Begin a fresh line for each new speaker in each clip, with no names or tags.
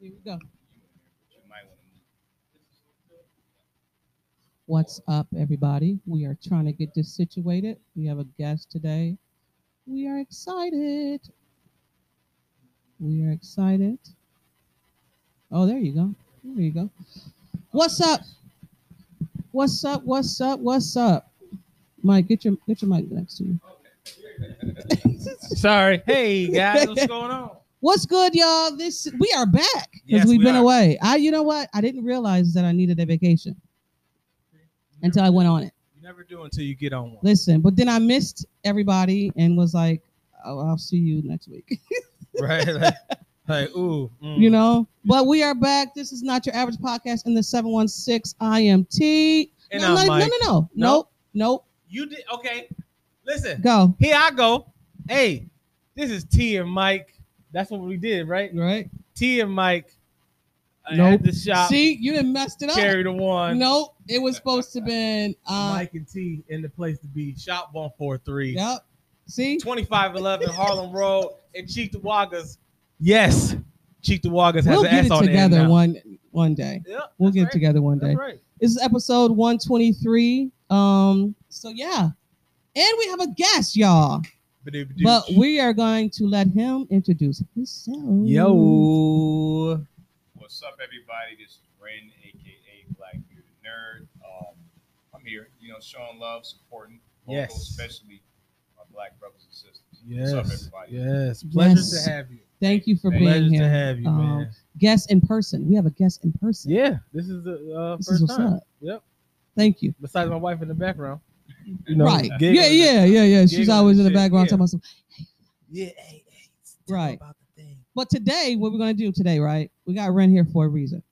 Here we go.
You might want to move.
What's up, everybody? We are trying to get this situated. We have a guest today. We are excited. We are excited. Oh, there you go. There you go. What's up? What's up? What's up? What's up? Mike, get your get your mic next to you.
Sorry. Hey guys, what's going on?
What's good, y'all? This we are back because
Yes,
we've
we
been
are.
away. I, you know what? I didn't realize that I needed a vacation until I went on it.
You never do until you get on one.
Listen, but then I missed everybody and was like, oh, I'll see you next week.
Right? Like, like, ooh. mm.
you know. But we are back. This is not your average podcast in the seven one six IMT.
And
no,
I'm
not-
like,
no, no, no, nope, nope.
you did okay. Listen,
Go
here I go. Hey, this is T and Mike. That's what we did, right?
right.
T and Mike uh,
Nope.
at the shop.
See, you didn't messed it up.
Carry the one.
Nope, it was supposed to been. Uh,
Mike and T in the place to be. Shop 143.
yep. See,
2511 Harlem Road and Cheektowagas. Yes, Cheektowagas has
we'll
an
get
S
it
on the end
together
now.
one one day.
Yep,
We'll
that's
get
right.
it together one day.
That's right.
This is episode 123. Um, so yeah. And we have a guest, y'all.
Ba-doop-ba-doop.
But we are going to let him introduce himself.
Yo.
What's up, everybody? This is Ren, aka Black Bearded Nerd. Um, I'm here, you know, showing love, supporting, local,
Yes.
especially my black brothers and sisters.
Yes.
What's up, everybody?
Yes. Pleasure
Yes.
to have you.
Thank you for
Pleasure
being
Pleasure
here.
to have you, man.
Um, Guest in person. We have a guest in person.
Yeah, this is the uh,
This
first
is what's
time.
up.
Yep.
Thank you.
Besides my wife in the background. You know,
right.
giggling.
Yeah, yeah, yeah, yeah. She's
giggling
always in
and
the
shit,
background
yeah.
talking about something.
Yeah. Hey, hey, tell
Right.
About the thing.
But today, what we're gonna do today, right? We got Ren here for a reason.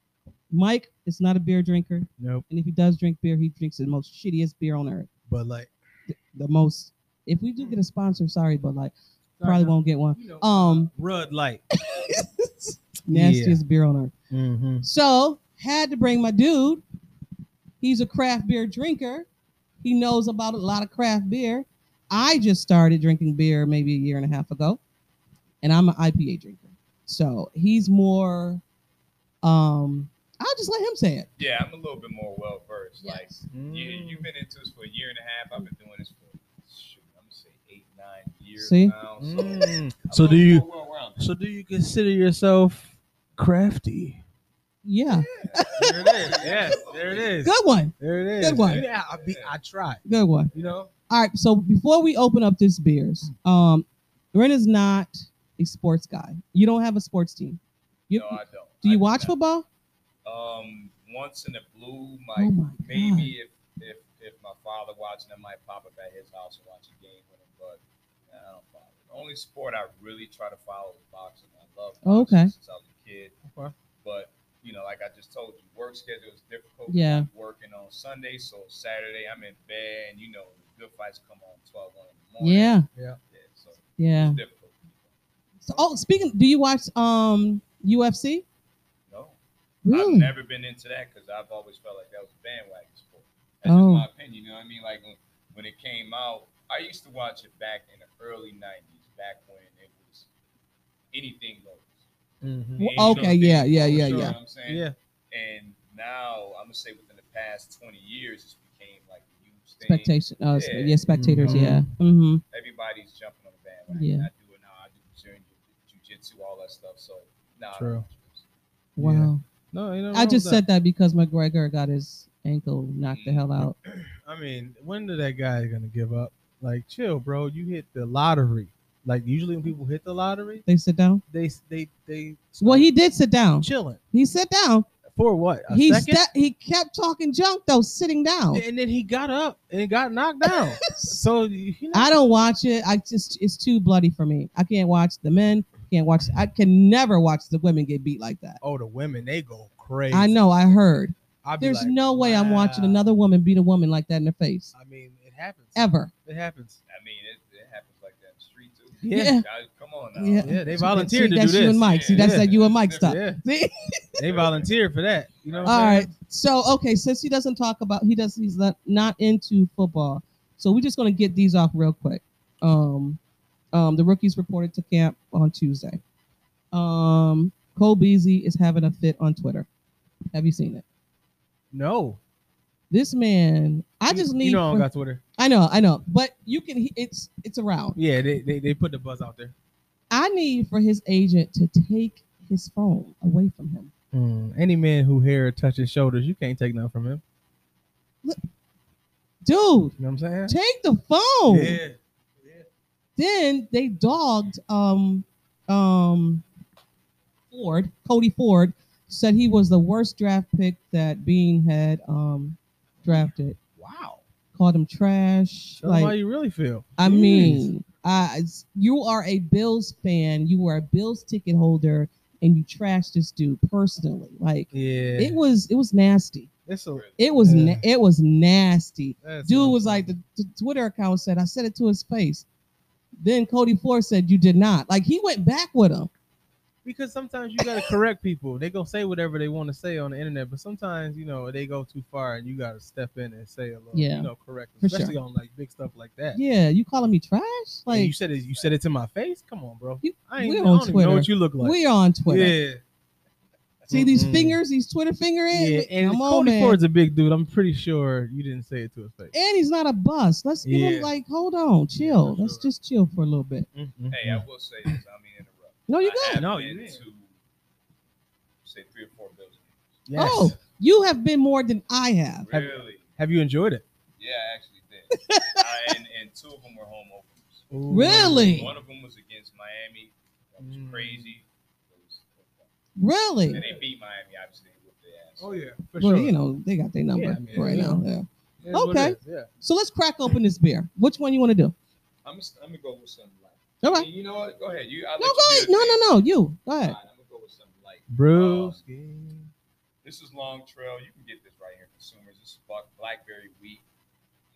Mike is not a beer drinker,
Nope.
and if he does drink beer, he drinks the most shittiest beer on earth.
But like,
The most. If we do get a sponsor, sorry, but like probably won't get one.
You know,
Um,
Rudd Light.
nastiest beer on earth.
mm-hmm.
So had to bring my dude. He's a craft beer drinker. He knows about a lot of craft beer. I just started drinking beer maybe a year and a half ago, and I'm an IPA drinker. So he's more. Um, I'll just let him say it.
Yeah, I'm a little bit more well versed. Like, you,
Mm.
you've been into this for a year and a half. I've been doing this for, shoot, I'm going to say eight, nine years
See?
now. So,
Mm.
I'm
So
a
do
little
you?
more well-rounded.
So do you consider yourself crafty?
Yeah,
There it is. Yes, there it is.
good one,
There it is.
Good one.
Yeah, I, be, I tried.
good one.
You know.
All right. So before we open up this beers, um, Ren is not a sports guy. You don't have a sports team. You,
no, I don't.
do
I
you watch
not.
football?
Um, once in a blue, my
oh my god!
Maybe if, if if my father watching, I might pop up at his house and watch a game with him. But nah, I don't follow. The only sport I really try to follow is boxing. I love boxing
Oh, okay.
since I was a kid.
Okay.
But you know, like I just told you, work schedule is difficult.
Yeah.
I'm working on Sunday, so Saturday I'm in bed. And you know, the good fights come on 12, 1 in the morning.
Yeah,
Yeah, so
yeah.
it's difficult.
So, oh, speaking, do you watch um UFC?
No,
Really?
I've never been into that because I've always felt like that was a bandwagon sport. That's
Oh.
just my opinion. You know what I mean? Like when, when it came out, I used to watch it back in the early '90s, back when it was anything goes.
Mm-hmm.
Well,
Ain't no
okay,
thing
yeah, yeah,
goes,
yeah,
You
yeah.
know what I'm saying?
Yeah.
And now I'm gonna say within the past 20 years, it's became like a huge thing.
Spectation. Uh, yeah.
Yeah.
yeah, spectators.
Mhm.
Yeah. Mm-hmm.
Everybody's jumping on the bandwagon.
Yeah.
I do it now. I do jiu- jujitsu, all that stuff. So nah. I
True.
don't watch it.
Wow.
No, you know.
I just said that because McGregor got his ankle knocked the hell out.
Mm-hmm.
I mean, when did that guy gonna give up? Like, chill, bro. You hit the lottery. Like, usually when people hit the lottery,
They sit down.
they they they.
Well, he did sit down.
chilling
He sat down.
for what? A
He
second?
sta- he kept talking junk though, sitting down.
and then he got up and got knocked down. so you know,
I don't watch it. I just it's too bloody for me. I can't watch the men. Can't watch. I can never watch the women get beat like that.
oh, the women they go crazy.
I know. I heard.
I'd be
There's
like,
no way I'm watching
"Wow."
another woman beat a woman like that in the face
I mean, it happens.
ever.
It happens.
I mean, it, it happens like that in the street too.
Yeah.
Guys, come on now.
Yeah.
Yeah, they
See,
volunteered to
that's
do
you
this.
and Mike. See, that's
Yeah.
that you and Mike stuff.
Yeah,
See?
they volunteered for that. You know. What
All
I'm
right. So okay, since he doesn't talk about he does he's not, not into football. So we're just gonna get these off real quick. Um um the rookies reported to camp on Tuesday. Um Cole Beasley is having a fit on Twitter. Have you seen it?
No.
This man, I
You-
just
You
need
know, I
for-
don't got Twitter.
I know, I know, but you can he- it's it's around.
Yeah, they, they they put the buzz out there.
I need for his agent to take his phone away from him.
Mm, Any man who hair touches shoulders, you can't take nothing from him.
Dude,
You know what I'm saying?
take the phone.
Yeah.
then they dogged um um Ford, Cody Ford said he was the worst draft pick that Bean had um drafted.
Wow.
Called him trash.
Tell 'em how
like
you really feel.
I
Jeez.
mean, I it's- you are a Bills fan, you are a Bills ticket holder, and you trash this dude personally. Like
Yeah.
it was it was nasty.
It's a,
It was
Yeah.
na- it was nasty
that's
dude was
awful.
like the, the Twitter account said, I said it to his face. Then Cody Ford said, You did not. Like he went back with him.
because sometimes you gotta correct people. They gonna say whatever they want to say on the internet, but sometimes you know they go too far, and you gotta step in and say a little,
Yeah.
you know, correct,
For sure.
especially on like big stuff like that.
Yeah, you calling me trash?
And
Like
you said it, you said it to my face. Come on, bro.
You-
I ain't
we're
I
on
don't even know what
Twitter.
you look like.
we are on Twitter.
Yeah,
See these
Mm-mm.
fingers, these Twitter finger ends?
yeah. And
Come on,
Cody
man.
Ford's a big dude. I'm pretty sure you didn't say it to his face.
And he's not a bust. Let's give
Yeah.
him like, hold on, chill.
for
Let's
sure.
just chill for a little bit.
Mm-mm.
Hey, I will say this. I mean, interrupt.
No, you
I
good.
have
No,
been
you didn't.
to say three or four bills.
Yes.
Oh, you have been more than I have.
Have-
Really?
Have you enjoyed it?
Yeah, I actually did. I, and, and two of them were home openers.
Really? Oh,
One of them was against Miami. That was
Mm.
crazy. It was, and
Really?
they beat Miami, obviously, they whooped their ass.
Oh yeah, for
Well,
sure.
you know, they got their number
Yeah, I mean,
right
yeah.
now. Yeah.
It is what it
okay.
is, Yeah.
So let's crack open this beer. Which one you want to do?
I'm, just- I'm going to go with something light.
All right.
And You know what? Go ahead. You, I'll
No,
let
go
you
ahead. No, no, no. You. Go ahead.
I'm going to go with something light.
Oh, Brewski.
This is Long Trail. You can get this right here, consumers. This is Buck Blackberry Wheat.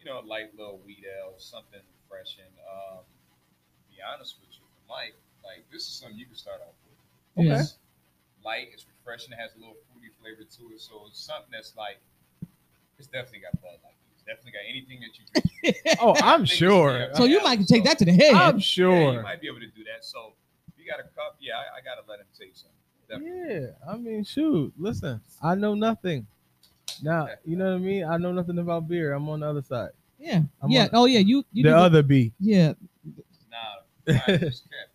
You know, light little wheat ale, something refreshing. Um, to be honest with you, Mike, like this is something you can start off with.
Okay.
It's light, it's refreshing, it has a little fruity flavor to it. So it's something that's like, it's definitely got Bud Light. It's definitely got anything that you drink.
Oh, I'm sure.
So you might take that to the head.
I'm
Yeah,
sure.
you might be able to do that. So if you got a cup, yeah, I, I got to let him take some. Definitely.
Yeah, I mean, shoot. Listen, I know nothing. Now, you know what I mean. I know nothing about beer. I'm on the other side.
yeah.
I'm
yeah.
on-
oh yeah. You. you
the
did-
other B.
Yeah.
Nah, I just kept.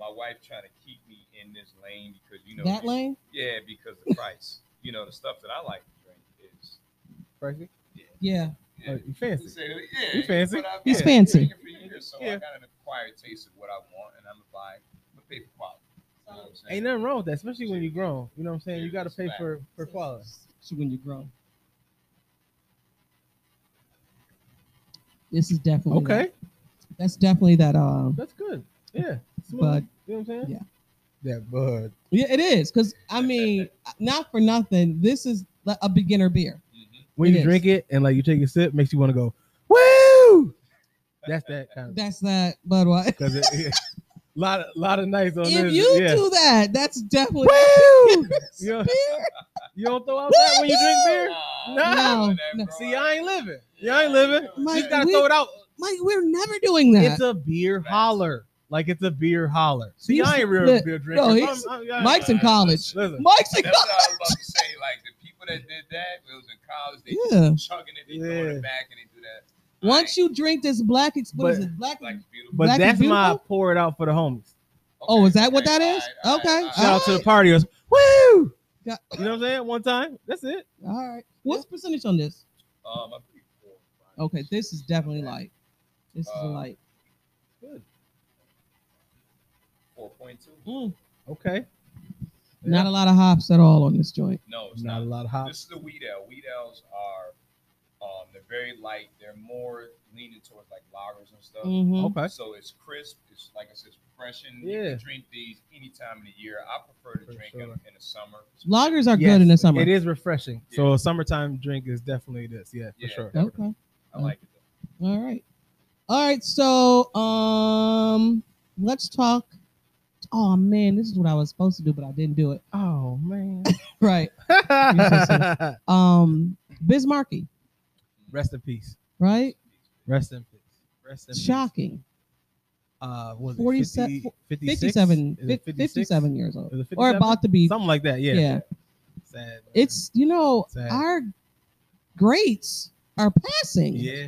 My wife trying to keep me in this lane because you know
that lane.
Yeah, because the price. you know, the stuff that I like to drink is
Frankie.
Yeah.
yeah.
Oh, you fancy?
Say, yeah,
You fancy?
what I've
He's
been
fancy.
drinking for years, so
Yeah.
I got an acquired taste of what I want, and I'm gonna buy the paper quality. You know what I'm saying?
Ain't nothing wrong with that, especially when you're grown. You know what I'm saying? You got to pay for for quality.
So when you grow. This is definitely
Okay,
that. That's definitely that. Um.
that's good. Yeah, Smooth.
Bud.
You know what I'm saying?
Yeah.
That bud.
Yeah, it is because I mean, not for nothing. This is like a beginner beer.
Mhm.
When
It
you
is.
drink it and like you take a sip, makes you want to go, woo! That's that kind of
That's that Budweiser.
because it, it, lot of lot of nights on
If
this.
you
yeah.
do that, that's definitely
Woo! You
beer.
don't, you don't throw out that when you drink beer?
Nah,
No.
I'm doing
No,
that,
no.
bro.
See, I ain't living. You ain't living. You
Mike,
just gotta
we-
throw it out.
Mike, we're never doing that.
It's a beer
Facts.
holler. Like it's a beer holler. See, I ain't real
Look,
beer drinker.
no,
I'm-
he's-
I'm- I-
Mike's in
I-
college.
Listen,
Mike's like,
That's what I was about to say. Like the people that did that, it was in college. They
yeah.
chugging it, they throwing
Yeah.
it back, and they do that.
Once you drink this black, ex- what is
But-
it? Black.
like beautiful.
but
Black
that's
and
my
beautiful?
pour it out for the homies.
Oh, is that what that
all
is?
all
Okay.
all
Shout out to the
Alright.
party. It was, Woo!
Ah. Yeah.
You know what I'm saying? One time. That's it.
All right. What's percentage on this?
Um, I'm pretty cool.
Okay, this is definitely light. This is a
Uh,
light.
Four point two.
Mm.
Okay.
Not a lot of hops at all on this joint.
No, it's
Not a lot of hops.
This is the wheat ale. Wheat ales are Um, they're very light. They're more leaning towards like lagers and stuff.
Mhm.
Okay.
So it's crisp. It's like I said, it's refreshing. You
Yeah.
can drink these any time of the year. I prefer to
For
drink
sure.
them in the summer.
Lagers are
Yes,
good in the summer.
It is refreshing. So
Yeah.
a summertime drink is definitely this. Yeah, for
Yeah.
sure.
Okay.
I like it. Though.
All right. All right. So um let's talk. Oh man, this is what I was supposed to do, but I didn't do it.
Oh man.
Right. Um Bismarcky,
Rest in peace.
right?
Rest in peace. Rest in peace.
Shocking.
Uh, was
47
it 50, 56?
57,
Is it 56?
57 years old.
Is it
Or
57?
about to be.
Something like that. Yeah.
Yeah.
Sad. man.
It's you know,
Sad.
our greats are passing.
yeah.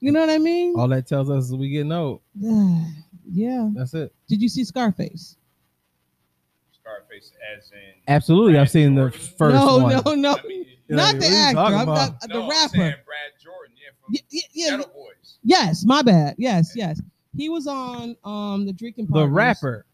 You know what I mean?
All that tells us is we getting old.
yeah.
That's it.
Did you see Scarface?
Scarface, as in.
Absolutely. I've seen the
Brad Jordan.
first
no,
one.
no, no,
I mean,
Yeah,
Not
what
the
are you
actor.
talking
I'm
about?
not, the
no, I'm saying
rapper.
Brad Jordan, yeah, from
Yeah, yeah, yeah,
Shadow Boys.
Yes, my bad. Yes, yes. He was on um the drinking
The
partners.
rapper.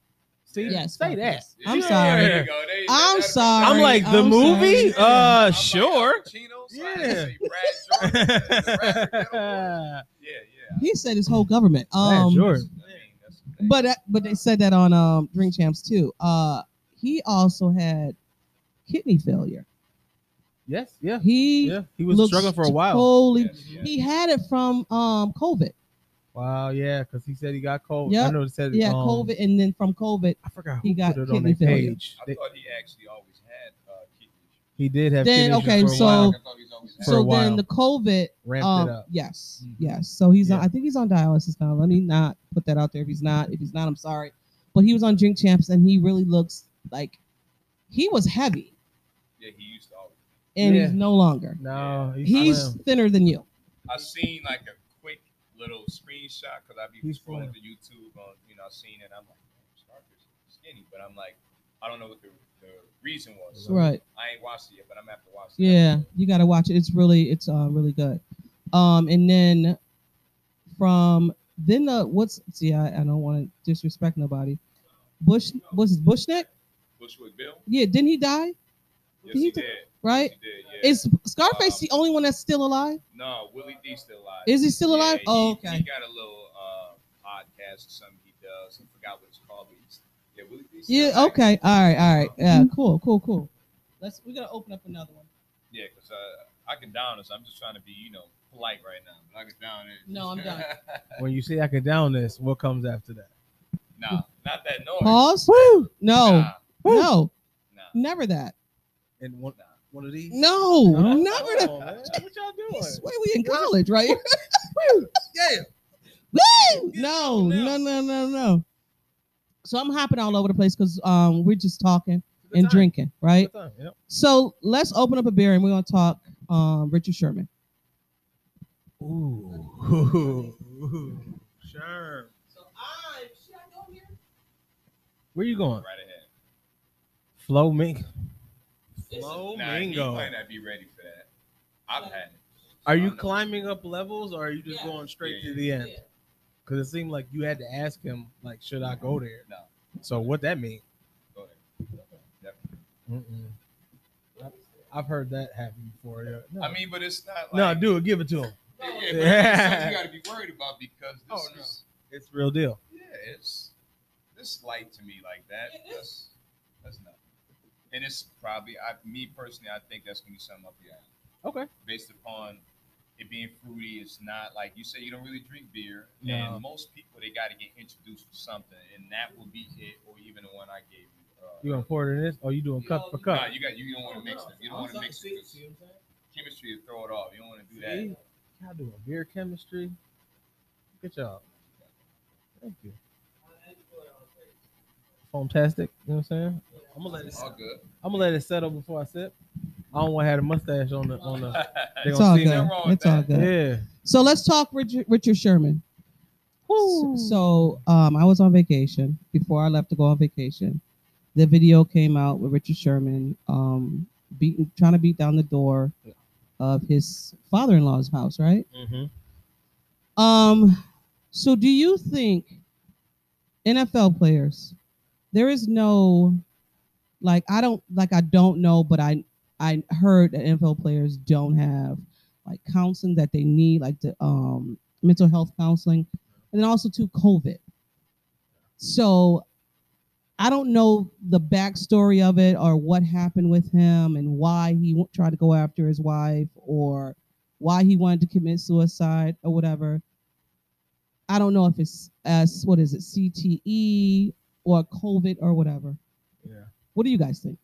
See,
Yes,
say that.
Scarface. I'm
Yeah,
sorry.
There you go. There you go.
I'm
That's-
sorry.
I'm like the
I'm
movie.
sorry.
Uh,
I'm like,
sure.
Al Pacino, so I
Yeah.
had to say Brad Jordan, the rapper, Shadow Boys. Yeah, yeah.
He said his whole government.
Brad
Um,
Jordan. Sure.
I mean, that's the thing.
but uh, but they said that on um Drink Champs too. Uh, he also had kidney failure.
yes, yeah,
He
yeah. He was
looks
struggling for a while.
Holy,
Yes, yes.
he had it from um COVID.
Wow, yeah, because he said he got COVID. I
Yep.
know it said
Yeah,
um,
COVID, and then from COVID,
I forgot
he
who
got
put it on
kidney
their
failure.
page.
I
They-
thought he actually always had uh, kidney issues.
he did have
Then,
kidney issues
okay,
for a
so-
while.
I thought he's always
For
had
so
a
it.
while.
then the COVID
Ramped
Um,
it up.
Yes,
Mhm.
yes. So he's
Yeah.
on, I think he's on dialysis now. Let me not put that out there if he's not. If he's not, I'm sorry. But he was on Drink Champs and he really looks like he was heavy
Yeah, he used to always.
and
Yeah.
he's no longer.
No, he's,
He's
slim.
thinner than you.
I seen like a quick little screenshot because I be
He's
scrolling
slim.
to YouTube on you know I seen it. I'm like, "Man, Scarface is skinny, but I'm like, I don't know what the, the reason was. So
Right.
I ain't watched it yet, but I'm gonna have to watch it.
Yeah. You gotta watch it. It's really it's uh really good. Um and then from then the what's see, I, I don't wanna disrespect nobody. Bush was it Bushneck?
Bushwick Bill.
Yeah, didn't he die?
Yes,
He
he
did.
did.
Right?
Yes, he did. Yeah.
Is Scarface the only one that's still alive?
no Willie D still alive?
Is he still alive?
he-
Oh,
He
okay.
got a little uh, podcast or something he does. I forgot what it's called. But he's, yeah, Willie D. still
Yeah.
alive.
Okay. All right. All right. Yeah. Cool. Cool. Cool. Let's. We're gonna open up another one.
Yeah, because uh, I can down this. I'm just trying to be, you know, polite right now. But I can down it.
No, I'm done.
When you say I can down this, what comes after that?
nah, not that noise.
Pause.
Woo!
Oh, No.
Nah,
No.
nah,
Never that.
And one,
nah.
one of these.
No. Never that.
Come on, man. What y'all
I
doing?
swear we in college, right?
Yeah.
Woo!
Get
No.
it on
No.
now.
No. No. No. So I'm hopping all over the place because um we're just talking
Good
and
time.
drinking, right?
Good time, yep.
So let's open up a beer and we're gonna talk um Richard Sherman.
Ooh. Sure.
So I should I go here?
Where you
Right
going?
ahead.
Flow Mink.
It's-
Flow
Nah, you
Mingo.
might not be ready for that. I've had it.
Are you
I'm-
climbing up levels or are you just
Yeah.
going straight
Yeah,
to the end? Because it seemed like you had to ask him, like, should I go there?
No,
So what that mean?
go there.
Mm-mm. I- I've heard that happen before. Yeah. No.
I mean, but it's not like.
no, do it. Give it to him.
Yeah, yeah, but it's something you got to be worried about because this
Oh, no.
is.
It's real deal.
Yeah, it's it's light to me like that.
It
That's that's nothing. And it's probably I me personally I think that's gonna be something up the alley.
Okay.
Based upon it being fruity, it's not like you say you don't really drink beer.
No.
And most people they gotta get introduced to something and that will be it or even the one I gave you. Uh,
You gonna pour it in this or Oh, you Oh, doing cup for
nah,
cup?
you got you don't wanna mix them. You don't wanna mix it 'cause chemistry to throw it off. You don't wanna do
See?
that.
Y'all doing beer chemistry? Good job. Thank you. Fantastic. You know what I'm saying? I'm gonna let it.
All good.
I'm gonna let it settle before I sip. I don't want to have a mustache on the on the. They
It's
gonna
all
see
good.
nothing wrong with
It's all
that.
good.
Yeah.
So let's talk Richard, Richard Sherman. S- So um, I was on vacation before I left to go on vacation. The video came out with Richard Sherman um, beating, trying to beat down the door of his father-in-law's house, right?
Mm-hmm.
Um, so do you think NFL players? There is no, like I don't like I don't know, but I I heard that NFL players don't have like counseling that they need, like the um, mental health counseling, and then also to COVID. So I don't know the backstory of it or what happened with him and why he w- tried to go after his wife or why he wanted to commit suicide or whatever. I don't know if it's as what is it CTE or COVID or whatever.
Yeah.
What do you guys think?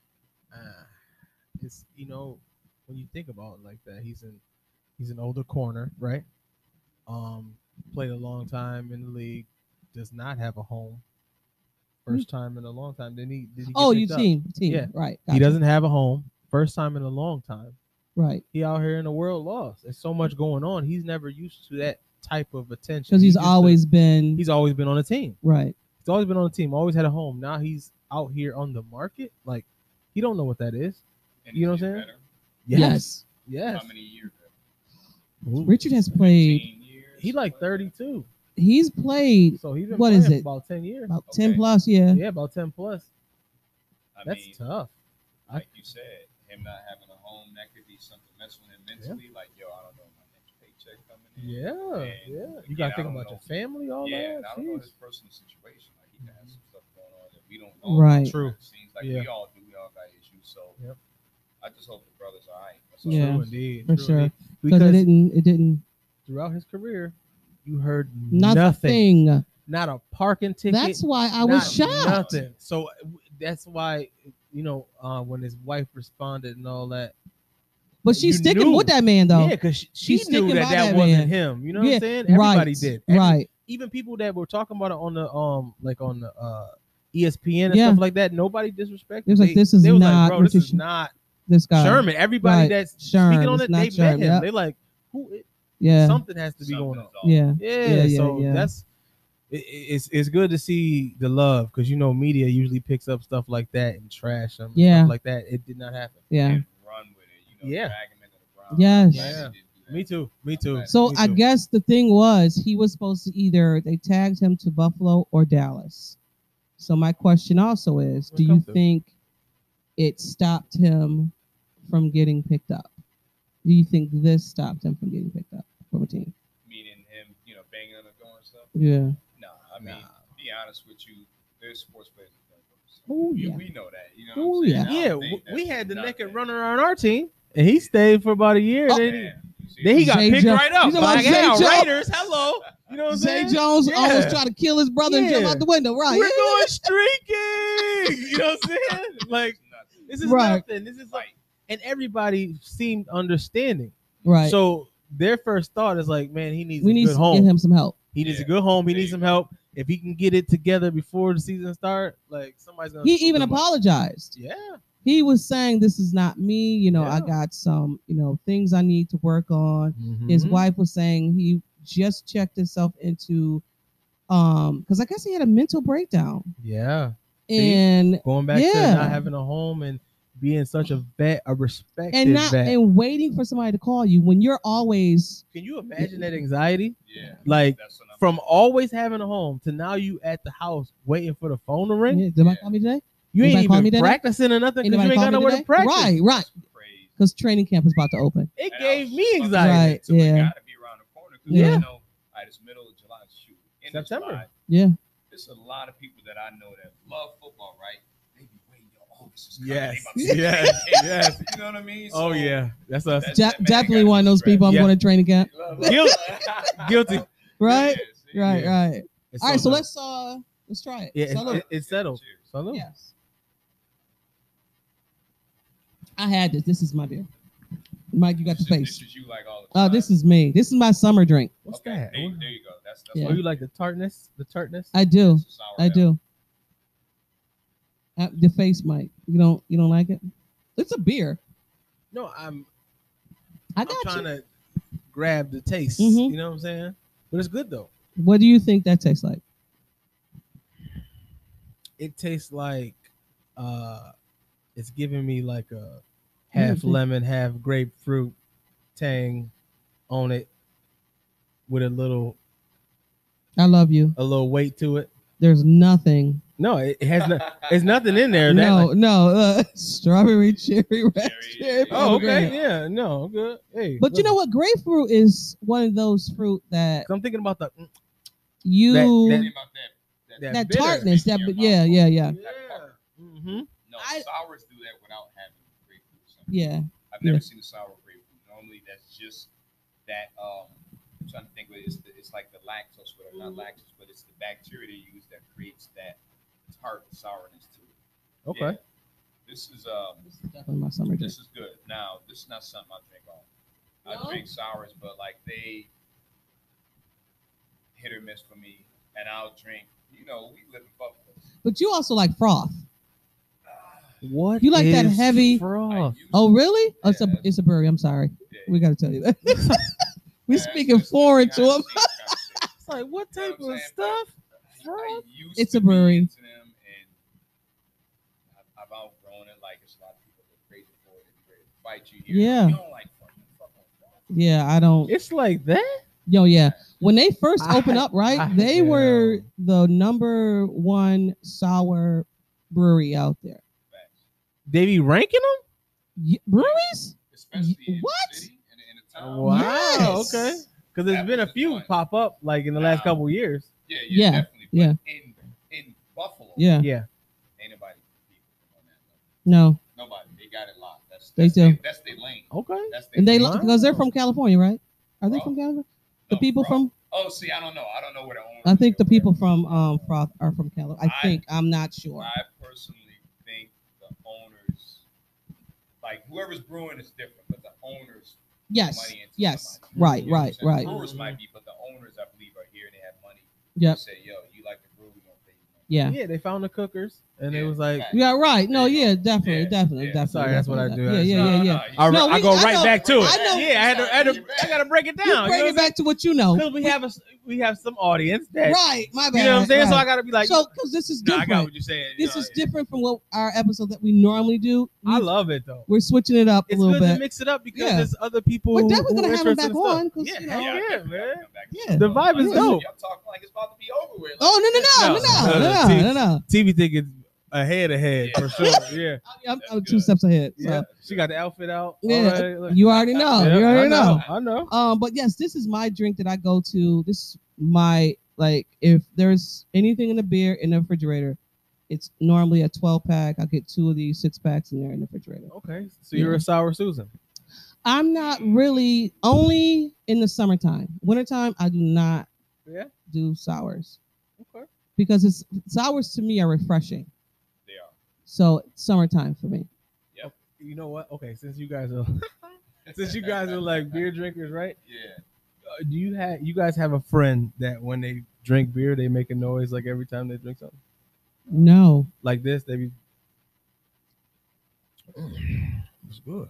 Ah, it's you know when you think about it like that he's in he's an older corner right um played a long time in the league does not have a home 1st time in a long time didn't he did he get
Mm-hmm. Oh, you
picked up?
team, team,
Yeah.
right?
he
gotcha.
doesn't have a home first time in a long time
right
he out here in the world lost there's so much going on he's never used to that type of attention
because he's
just a-
always been
he's always been on a team
right.
he's always been on a team always had a home now he's out here on the market like he don't know what that is
And
You know
it's
what I'm
getting
saying?
better.
Yes.
yes,
How many years?
Ooh.
Richard has played.
15 years?
He like 32.
He's played
So he's been
What
playing
is
for
it?
about 10 years.
about
Okay.
ten plus. Yeah.
yeah, about 10 plus.
I
That's
mean,
tough. I-
like you said, him not having a home, that could be something messing with him mentally. Like, yo, I don't know my next paycheck coming in.
Yeah,
Man,
yeah. You
again,
got to
I
think
don't
about
know.
your family, all
yeah, and
that.
I don't know
Jeez.
his personal situation. Like, he could have some stuff going on that we don't know. about.
Right.
Mm-hmm. True.
It seems like
Yeah.
we all do. We all got issues. So,
Yep.
I just hope the brothers are alright. That's all
Yeah.
I'm
True
saying.
indeed.
for
true
sure.
indeed.
Because
Because
it didn't. It didn't.
throughout his career, you heard nothing.
Nothing.
Not a parking ticket.
That's why I was
not
shocked.
Nothing. So uh, w- that's why, you know, uh, when his wife responded and all that.
But she's
You
sticking
knew.
with that man though.
Yeah, because she, she
She's
knew
sticking
that
by
that
that
wasn't
man.
him. You know what
Yeah,
I'm saying? Everybody
right,
did. Every-
right.
even people that were talking about it on the um like on the uh ESPN and
Yeah.
stuff like that, nobody disrespected.
It was like, this is
they was
not
like, bro, this
what you
is
should-
not
This guy.
Sherman. Everybody
Right.
that's
Sherm,
speaking on
it's
it,
not
they met
Sherm,
him.
yep.
They like, who? i-
Yeah.
Something has to be
Something
going on.
is off.
yeah.
Yeah,
yeah,
so
yeah.
that's it, it's it's good to see the love because you know media usually picks up stuff like that and trash them.
Yeah.
stuff like that. It did not happen.
Yeah.
And run with it. You know,
Yeah.
drag him into the ground.
Yes.
Glad
Yeah.
he didn't do that.
Me too. Me too.
So
me
I
too.
guess the thing was he was supposed to either they tagged him to Buffalo or Dallas. So my question also is,
When it
do you
comes to-
think it stopped him from getting picked up? Do you think this stopped him from getting picked up from a team?
Meaning him, you know, banging on the door and stuff.
Yeah.
Nah, I mean,
Nah.
be honest with you, there's sports players. that don't know. So
Ooh,
we,
yeah.
we know that. You know.
Ooh,
what I'm saying?
yeah.
I don't
yeah, w-
think that's
we had the
nothing.
naked runner on our team, and he stayed for about a year.
Oh.
Then, he,
Yeah, you see
then he
what I'm
got
Zay
picked
Jo-
right up.
you know
by
about
the
Zay
Cal
Jo-
Raiders, hello. You know what I'm
Zay
saying?
Jones
Yeah.
always tried to kill his brother and jump
Yeah.
out the window, right?
We're
Yeah.
going streaking. You know what I'm saying? Like
Nothing.
this is
Right.
nothing. This is like, and everybody seemed understanding.
Right.
So their first thought is like, man, he needs
we
a
need
good
to
home.
get him some help.
He needs a
Yeah.
good home. He
There
needs
you
some
go.
help. If he can get it together before the season start, like somebody's gonna.
He
scoop
even
him up.
apologized.
Yeah.
He was saying, "This is not me. You know, I
Yeah.
got some, you know, things I need to work on."
Mm-hmm.
His
Mm-hmm.
wife was saying he just checked himself into, um, because I guess he had a mental breakdown,
Yeah. See?
and
going back
Yeah.
to not having a home and being such a vet, a respected
and not
vet.
and waiting for somebody to call you when you're always
Can you imagine that anxiety
Yeah.
Like,
that's what I'm
from always having a home to now you at the house waiting for the phone to ring?
yeah, did I call me today?
You
Anybody
ain't
call me
even
today?
practicing or nothing because you
Anybody
ain't got
call me
nowhere to
today?
practice.
Right, right,
crazy.
because training camp is about to open.
It
And I
gave
was
me
fucking
anxiety.
Right.
into it.
yeah.
Gotta be around the corner 'cause,
Yeah.
you know, all right, it's middle of July. Shoot, end of
September.
July.
Yeah,
There's a lot of people that I know that love football, right? They be waiting. Yo, oh, this is coming.
Yes,
They about to-
yes, yes.
You know what I mean?
Oh
So,
yeah, that's us.
That's-
De-
that man
definitely
got
one of those people. I'm
Yeah.
going to training camp.
love-
Guilty. Guilty.
Right,
Yeah, see?
right,
Yeah.
right. All right, so let's uh let's try it.
Yeah,
Salute.
it, it's settled.
Cheers.
Salute.
Yes. I had this. This is my beer. Mike, you got the
This is-
face.
This is you like all the
Oh,
time.
this is me. This is my summer drink.
What's
okay,
that?
There, you- there you go. That's that's
Yeah.
Oh, you like the tartness? The tartness?
I do.
It's sour
I
ale.
do. Uh, the face, Mike. You don't. You don't like it? It's a beer.
no, I'm.
I
I'm
got
trying
you.
to grab the taste.
Mhm.
You know what I'm saying? But it's good though.
What do you think that tastes like?
It tastes like uh it's giving me like a
Mm-hmm.
half lemon, half grapefruit tang on it with a little
I love you.
a little weight to it.
There's nothing
No, it it has no, it's nothing in there. that,
no,
like-
no, uh, strawberry, cherry, red
Cherry,
cherry.
yeah.
oh, okay.
pomegranate.
Yeah. No. Good. Hey.
But you
look.
know what? Grapefruit is one of those fruit that
'Cause I'm thinking about the. mm,
you
Tell
that,
me about that.
That bitter.
tartness. That, but yeah, yeah, yeah,
Yeah. Mm-hmm.
No,
I-
sours do that without having grapefruit. syrup.
yeah.
I've never
Yeah.
seen a sour grapefruit. Normally, that's just that. Um, I'm trying to think. What it is. It's like the lactose, but not lactose, but it's the bacteria they use that creates that tart sourness to it.
Okay.
Yeah. This is um,
This is definitely my summer drink.
this is good. Now, this is not something I drink on.
No?
I drink sours, but like they hit or miss for me, and I'll drink. You know, we live in Buffalo.
But you also like froth.
What?
You like that
is
heavy-
froth?
I used-
Oh, really? Oh, it's a
Yeah.
it's a brewery. I'm sorry.
yeah,
We got to tell you that. we
that's-
speaking
that's the
foreign to
kind of
them.
thing I drink.
It's like what
You know
type
what I'm
of
saying?
stuff?
I
Froth?
used
It's
to
a brewery.
Be into them and I- I've outgrown it. Like it's a lot of people that are crazy for it. They're ready to fight you. Here.
Yeah.
You don't like fucking fucking. fucking.
Yeah, I don't.
It's like that.
Yo, yeah. When they first
I-
opened up, right,
I-
they
yeah.
were the number one sour brewery out there.
Facts.
They be ranking them.
Y- breweries?
Especially in
What?
the city and in the town.
Wow.
Yes.
Okay. Because there's
That
been a
was the
few
one.
pop up like in the last
Wow.
couple years.
Yeah,
Yeah,
yeah, definitely. But
yeah.
In in Buffalo,
Yeah.
Yeah.
ain't nobody competing on that. level.
No,
Nobody. They got it locked. That's
They
that's
do.
They, that's their lane.
Okay.
That's their
and they
lane.
because they're from California, right? Are they
Wow.
from California? The
No,
people
Froth.
from
Oh, see, I don't know. I don't know where the owners.
I think the
are.
people from um Froth are from California. I
I-
think I'm not sure.
I personally think the owners, like whoever's brewing, is different, but the owners
Yes,
money into
yes,
somebody.
right,
You know what I'm
right,
saying?
right.
Brewers might be, but the owners, I believe, are here and they have money.
Yep.
They say, yo, you like to brew, we gonna pay you. money."
Yeah,
Yeah. They found the cookers and it
Yeah.
was like.
Facts.
yeah, right. No,
Yeah.
yeah, definitely,
Yeah.
definitely,
Yeah.
definitely.
Sorry, that's what I
definitely.
do.
Yeah,
No,
yeah, yeah,
no,
yeah.
no, you-
I, re-
No,
I
we-
go
I
right
know-
back to it.
I know-
Yeah, I had to, I had to, I gotta break it down.
You bring it back to what you know.
because we have a, s- we have some audience that
Right, my bad.
you know what I'm saying. So I
right.
gotta be like,
so because this is
nah, I
different.
got what you're saying.
this
Nah,
is different from what our episode that we normally do. We,
I love it though.
we're switching it up
It's
a little
good to
bit.
mix it up because
Yeah.
there's other people.
We're
who-
definitely
who
gonna
are
have him
interested
back
in stuff.
on because
Yeah,
you
hell
know.
I
yeah,
definitely
man.
come back.
Yeah.
The vibe is
Like,
dope.
Y'all talk like it's about to be over with.
Oh no no no no no no!
No,
no, no.
TV think it's ahead ahead
Yeah.
for sure. Yeah,
I'm,
That's
I'm two
good.
steps ahead. So.
yeah. She got the outfit out.
Yeah.
All right, look.
You already know.
Yeah,
you
I
already know.
I know.
Um, but yes, this is my drink that I go to. This is my like if there's anything in the beer in the refrigerator, it's normally a 12 pack. I get two of these six packs in there in the refrigerator.
Okay, so you're a sour Susan.
I'm not really only in the summertime. Wintertime, I do not
Yeah.
do sours
Okay.
because it's sours to me are refreshing.
They are.
So it's summertime for me.
You know what? Okay, since you guys are since you guys are like beer drinkers, right?
Yeah.
Uh, do you have you guys have a friend that when they drink beer they make a noise like every time they drink something
No.
like this? They be. Mm, it's good.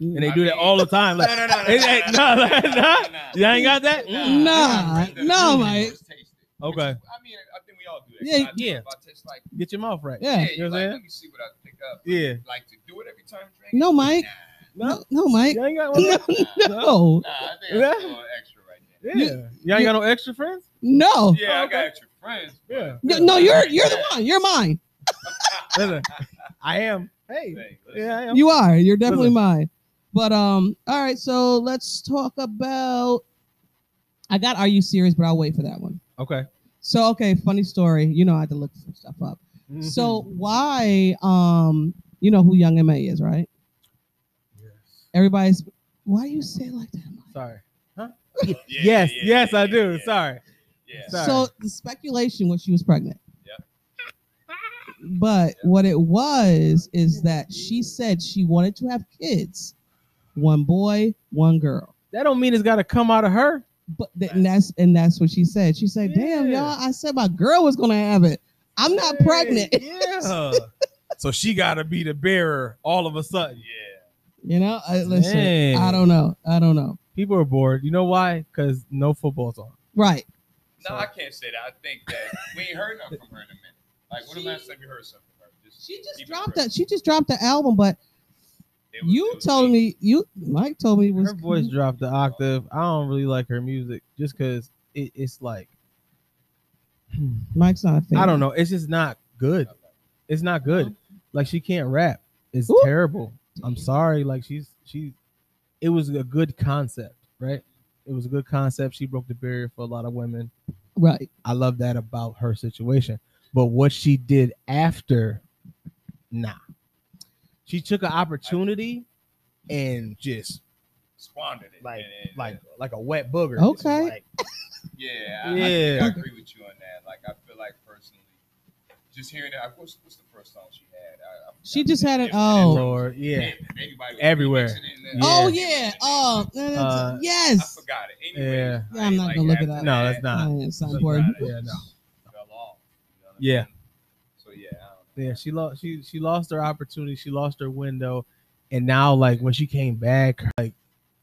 And they
I
do that
mean-
all the time. Like,
no, no,
Is that- no, like, no? You ain't got that?
Mm. Nah,
Drink the-
no,
drink the
mate.
first taste it.
Okay.
Which is- I mean, I think we all do that.
Yeah,
I do.
yeah.
If I taste like,
Get your mouth right. You
Yeah.
yeah,
know
you
what I'm
like,
saying?
let me see what I pick up.
Yeah.
Like to do it every time you drink. it?
No, Mike.
No,
No, no Mike.
you ain't got one.
No.
Nah, I think that's a little extra right there.
Yeah. You ain't got no extra friends?
No.
Yeah, I
Oh, okay.
got extra friends. but-
Yeah.
No, no, you're you're the one. You're mine.
Listen, I am. Hey.
Hey, listen,
Yeah, I am.
You are. You're definitely
Listen.
mine. But um, all right. So let's talk about. I got Are You Serious? But I'll wait for that one.
okay.
So okay, funny story. You know I had to look some stuff up.
Mm-hmm.
So why um, you know who Young Ma is, right?
yes.
Everybody's. Why do you say it like that? Mike?
Sorry.
yeah,
yes,
yeah,
yes,
yeah,
I
yeah,
do.
yeah,
Sorry.
Yeah.
Sorry.
So the speculation was she was pregnant.
Yep.
But what it was is that she said she wanted to have kids, one boy, one girl.
That don't mean it's gotta come out of her.
But th- and that's and that's what she said. She said, "Damn,
Yeah.
y'all! I said my girl was gonna have it. I'm not
Hey,
pregnant.
Yeah. so she gotta be the bearer all of a sudden.
Yeah.
You know? I, listen,
Dang.
I don't know. I don't know.
People are bored. You know why? Because no football's on.
Right?
No, I can't say that. I think that we ain't heard nothing from her in a minute. Like, when the
She-
last time you heard something from her? Just
She just
keep it
dropped
real.
that. She just dropped the album. But
It was- it
you
was
told
deep.
me you Mike told me it was
her voice dropped the octave. I don't really like her music just because it, it's like
Mike's not a fan.
I don't know. It's just not good. It's not good. Like she can't rap. It's
Ooh.
terrible. I'm sorry. Like she's she. It was a good concept, right? It was a good concept. She broke the barrier for a lot of women.
Right.
I love that about her situation. But what she did after, nah. She took an opportunity and just
Squandered it.
like
and- and-
like like a wet booger. It's
Okay.
like, "Ah,
Yeah, I,
Yeah.
I, think I agree with you on that. Like, I feel like personally, just hearing that. What's, what's the first song she had? I, I
She
forgot.
just had it-
Everywhere.
oh.
Lord, yeah.
Anybody was
Everywhere.
remixing it and then-
Yeah.
Oh yeah. Oh
Uh,
I
yes.
forgot it. Anyway,
Yeah, I'm not gonna look it up.
No, that's not.
Oh, yeah, it's not
that's
important.
not it. Yeah, no.
Fell off. you know what I
Yeah.
mean? So yeah, I don't know.
Yeah, she lost. She she lost her opportunity. She lost her window, and now like when she came back, like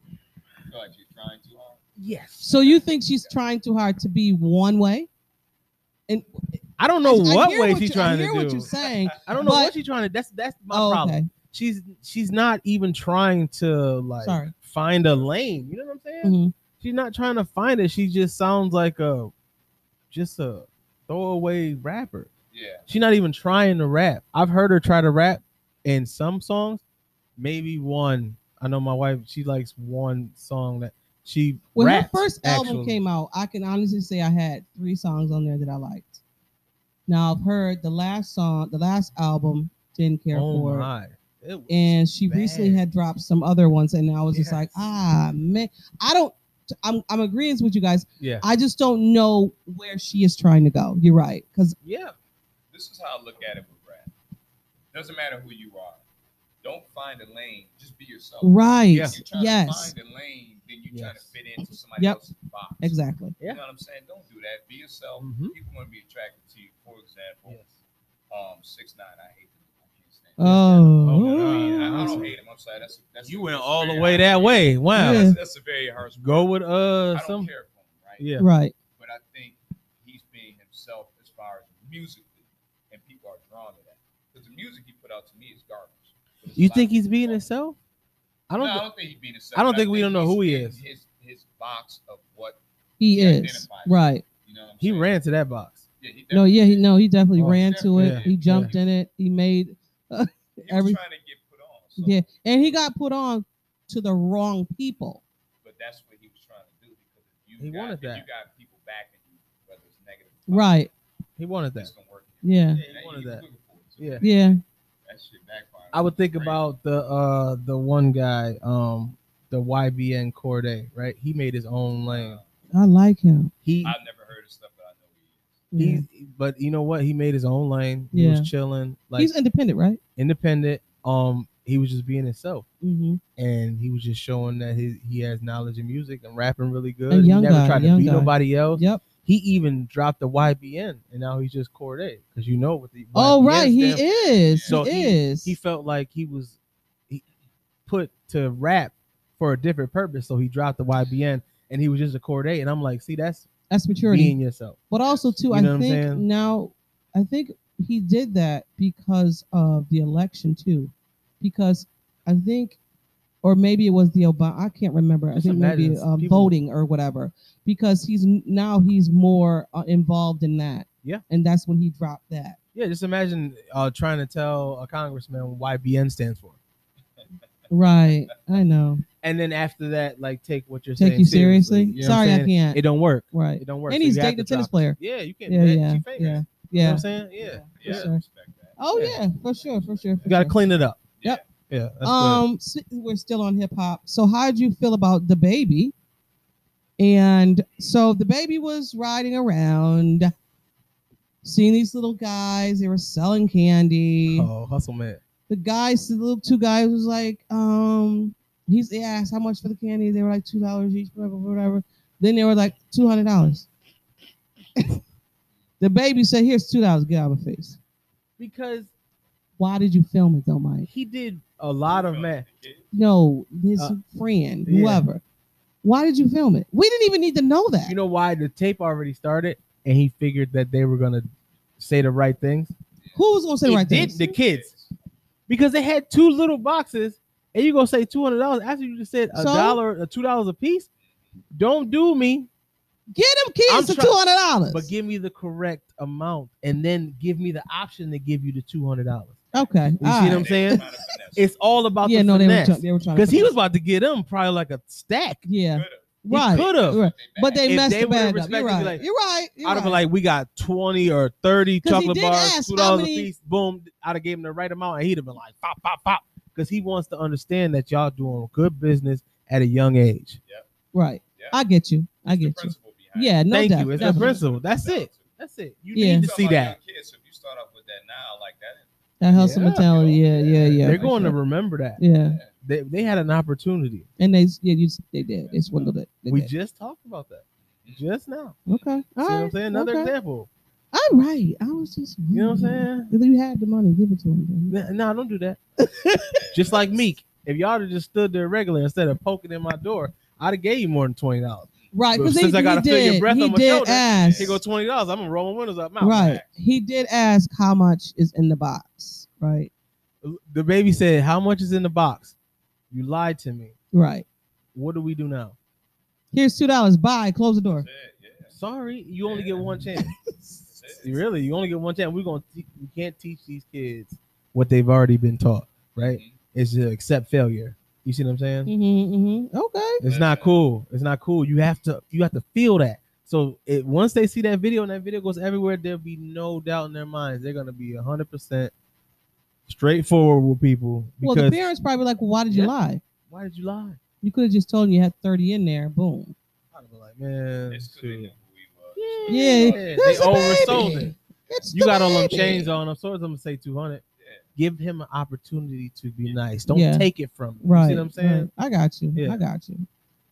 I feel like she's trying too hard.
yes,
So you think she's trying too hard to be one way?
I don't know
I- I
what
hear
way
what
she's
you-
trying
I hear
to
what
do.
you're saying.
I don't know what
but-
she's trying to. That's that's my
oh,
problem.
okay.
She's she's not even trying to like
Sorry.
find a lane. You know what I'm saying?
Mhm.
She's not trying to find it. She just sounds like a just a throwaway rapper.
Yeah.
She's not even trying to rap. I've heard her try to rap in some songs, maybe one. I know my wife, she likes one song that she
When
raps,
her first album
actually.
came out, I can honestly say I had three songs on there that I liked. Now I've heard the last song, the last album, didn't care
Oh
for.
my. It was-
and she recently
bad.
had dropped some other ones and i was just
Yes.
like ah man i don't i'm i'm agreeing with you guys
yeah.
i just don't know where she is trying to go you're right because
Yeah.
This is how I look at it with rap. Doesn't matter who you are. Don't find a lane. Just be yourself.
right
Yeah.
If you're Oh, trying
yes
to find a lane, then you're trying to
Yes.
fit into somebody
Yep.
else's box.
exactly
You know what I'm saying? Don't do that. Be yourself.
Mhm.
People want to be attracted to you. For example, um, six nine. I hate him. I can't stand him.
oh,
I, I don't hate him. I'm sorry. That's, that's
You
that's
went
a
all the
very
way
harsh
that way. Wow.
Yeah.
That's, that's a very harsh.
Go
word.
with
I
uh
don't
some
care for him, right?
yeah.
Oh. right
But I think he's being himself as far as musically, and people are drawn to that because the music he put out to me is garbage. But it's
You
a lot
think
of
he's
people
being
want it.
himself? I don't
No, I
thi-
don't think he's being himself.
I don't
but
think we don't know
he's
who he
in
is.
His his box of what
he
He
is
identified.
right
you know. What I'm
he
saying?
ran to that box.
Yeah, he
no
definitely
yeah he
did.
no he definitely
Oh,
ran to it
yeah,
he jumped in it he made
He was
every-
trying to get put on. So,
yeah and he got put on to the wrong people
But that's what he was trying to do because if you
He
got,
wanted
if you
that.
got people backing you, whether it's negative, or
right
He wanted
positive,
that.
it's gonna work.
yeah
Yeah, he
Now,
wanted
you
that.
looking for it, so
Yeah.
yeah
That shit backfired.
I would think
Crazy.
about the uh the one guy, um the YBN Corday, right? He made his own lane.
i like him
He
Uh, I've never heard of stuff, but I know he is.
yeah.
he's but you know what? He made his own lane. He
Yeah.
was chilling, like
he's independent right
independent. Um he was just being himself.
mm-hmm.
And he was just showing that he, he has knowledge in music and rapping really good.
A young
he never
guy,
tried to
young
be
guy.
nobody else.
yep
He even dropped the YBN and now he's just Corday. Because you know what the
Oh
YBN
right, he
stand for.
is.
So
he,
he-
is.
he felt like he was he put to rap for a different purpose, so he dropped the YBN and he was just a Corday. And I'm like, see, that's
That's maturity.
being yourself.
but also too,
You
I
know what I'm
think
saying?
now I think he did that because of the election too, because I think, or maybe it was the Obama. I can't remember. I
Just
think maybe
imagine
uh,
people-
voting or whatever, because he's n- now he's more uh, involved in that.
Yeah.
and that's when he dropped that.
Yeah, just imagine uh, trying to tell a congressman what YBN stands for,
Right, I know.
and then after that, like take what you're
Take
saying
you seriously.
You know what I'm
Sorry, I
saying?
can't.
It don't work.
right,
It don't work.
and
so
he's
you have
dating a
to
tennis
drop
player.
it. Yeah, you can't.
Yeah,
that-
yeah,
she famous.
yeah,
You know what
yeah.
I'm saying? Yeah,
Yeah,
for
I
sure.
respect that.
Oh
Yeah.
yeah, for sure, for sure. For
you got to
sure.
clean it up.
Yep.
Yeah, that's good.
um si- we're still on hip hop so how'd you feel about the baby and so the baby was riding around seeing these little guys they were selling candy
Oh, hustle man.
the guys the little two guys was like um he's they asked how much for the candy they were like two dollars each whatever whatever then they were like two hundred dollars the baby said here's two dollars get out of my face
Because
why did you film it though mike
he did a lot of
Felt
math.
like the kid.
no, his
Uh,
friend,
yeah.
whoever. Why did you film it? We didn't even need to know that.
You know why the tape already started, and he figured that they were gonna say the right things.
Who was gonna say the
It
right
did
things?
the kids because they had two little boxes, and you gonna say two hundred dollars after you just said a
So?
dollar, or two dollars a piece. Don't do me.
Get them kids
I'm
for
try-
two hundred dollars.
But give me the correct amount, and then give me the option to give you the two hundred dollars.
okay,
You
all
see
right.
what I'm saying? It's all about
yeah,
the
no, they were,
finesse.
try- they were trying
Because he was
finesse.
about to get him probably like a stack.
yeah,
He
right,
could've.
right. But they
If
messed
they
the
would've
bag up. You're
respected,
right.
be like,
you're right.
I'd
You're
have
right.
been like, we got 20 or 30
'Cause he
chocolate
did
bars,
ask
two
how
dollars a
many-
piece. Boom. I'd have gave him the right amount, and he'd have been like, pop, pop, pop. Because he wants to understand that y'all doing good business at a young age.
right.
Yeah.
I get you. I
It's
get
the
you.
principle behind it.
Yeah, no
Thank
doubt.
you. It's a
definitely.
principle. That's it. That's it. You
Yeah.
need to
Talk
see
about
that.
young Kids, so if you start off with that now, like that,
That hustle
Yeah,
mentality.
yo.
Yeah, yeah, yeah.
They're
for
going to
sure.
remember that.
Yeah,
yeah.
They, they had an opportunity.
and they yeah you, they did. They swindled it. They
We
did.
just talked about that just now.
okay.
See
All
what I'm
right.
saying? Another
okay.
example.
All right. I was just.
You know what I'm
wondering.
saying?
If you had the money, give it to him.
No, nah, don't do that. just like Meek. If y'all have just stood there regular instead of poking in my door, I'd have gave you more than twenty dollars.
Right,
But
because he,
since I gotta
he
feel your
did.
breath
he
on my
did
shoulder,
ask.
Here go twenty dollars. I'm gonna roll my windows up. My
right,
back.
he did ask how much is in the box. Right,
The baby said, "How much is in the box?" You lied to me.
right.
What do we do now?
Here's two dollars. Bye. Close the door.
That's it, yeah.
Sorry, you only get one chance.
That's it.
You really, you only get one chance. We're gonna te- we can't teach these kids what they've already been taught. Right?
Mhm.
It's to accept failure. You see what I'm saying?
Mm-hmm, mm-hmm. Okay.
It's not cool. It's not cool. You have to you have to feel that. So it, once they see that video and that video goes everywhere, there'll be no doubt in their minds. They're gonna be hundred percent straightforward with people
Well,
because
the parents probably like, well, why did you
Yeah.
lie?
why did you lie?
You could have just told him you had thirty in there. Boom.
I'd be like, man,
It's 'cause they
shoot.
knew who he was.
Yeah,
they
It's a
oversold
baby.
it.
It's
You
the
got all them
baby.
chains on. I'm sorry, I'm gonna say two hundred.
Yeah.
Give him an opportunity to be nice. Don't
Yeah.
take it from him.
Right.
You see what I'm saying?
right. I got you.
Yeah.
I got you.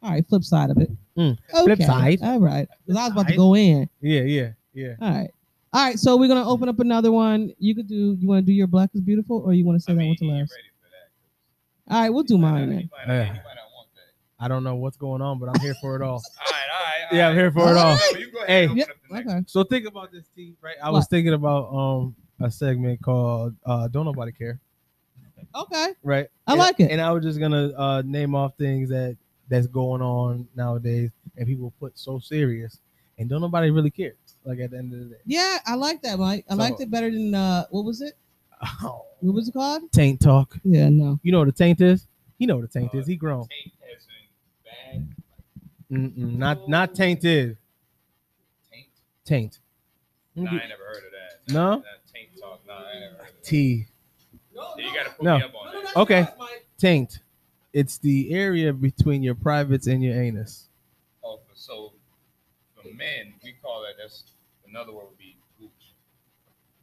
All right. Flip side of it.
Mm,
Okay.
flip side.
All right. 'Cause I was about to
Side.
go in.
Yeah, yeah, yeah.
All right. All right. So we're gonna open up another one. You could do. You want to do your black is beautiful, or you want to
I
say that
mean,
one to
he ain't
last?
ready for that.
All right. We'll
He
do
might
mine
not-
then.
he might not- he
Yeah.
might not want that.
I don't know what's going on, but I'm here for it all.
All right, all right, all
yeah, I'm
right.
here for it all.
Well, you go ahead and
Hey.
open up the next
Okay.
So think about this, T. Right? I was
What?
thinking about um a segment called uh "Don't Nobody Care,"
Okay.
right?
I
And-
like it.
And I was just gonna uh name off things that that's going on nowadays, and people put so serious, and don't nobody really care. Like at the end of the day,
Yeah, I like that, Mike. I liked
So-
it better than uh, what was it?
oh,
What was it called?
taint talk.
Yeah. No.
You know what a taint is? He know what a taint is. He grown.
one. Taint as in bad,
Mm-mm, not not tainted.
taint.
Taint.
Nah, I ain't never heard of that.
No?
Nah, that taint talk. Nah, I ain't never heard of that.
T.
Yeah, You gotta put
No.
me up on that.
Okay. Taint. It's the area between your privates and your anus.
Oh, for- so for men, we call that. That's another word would be gooch.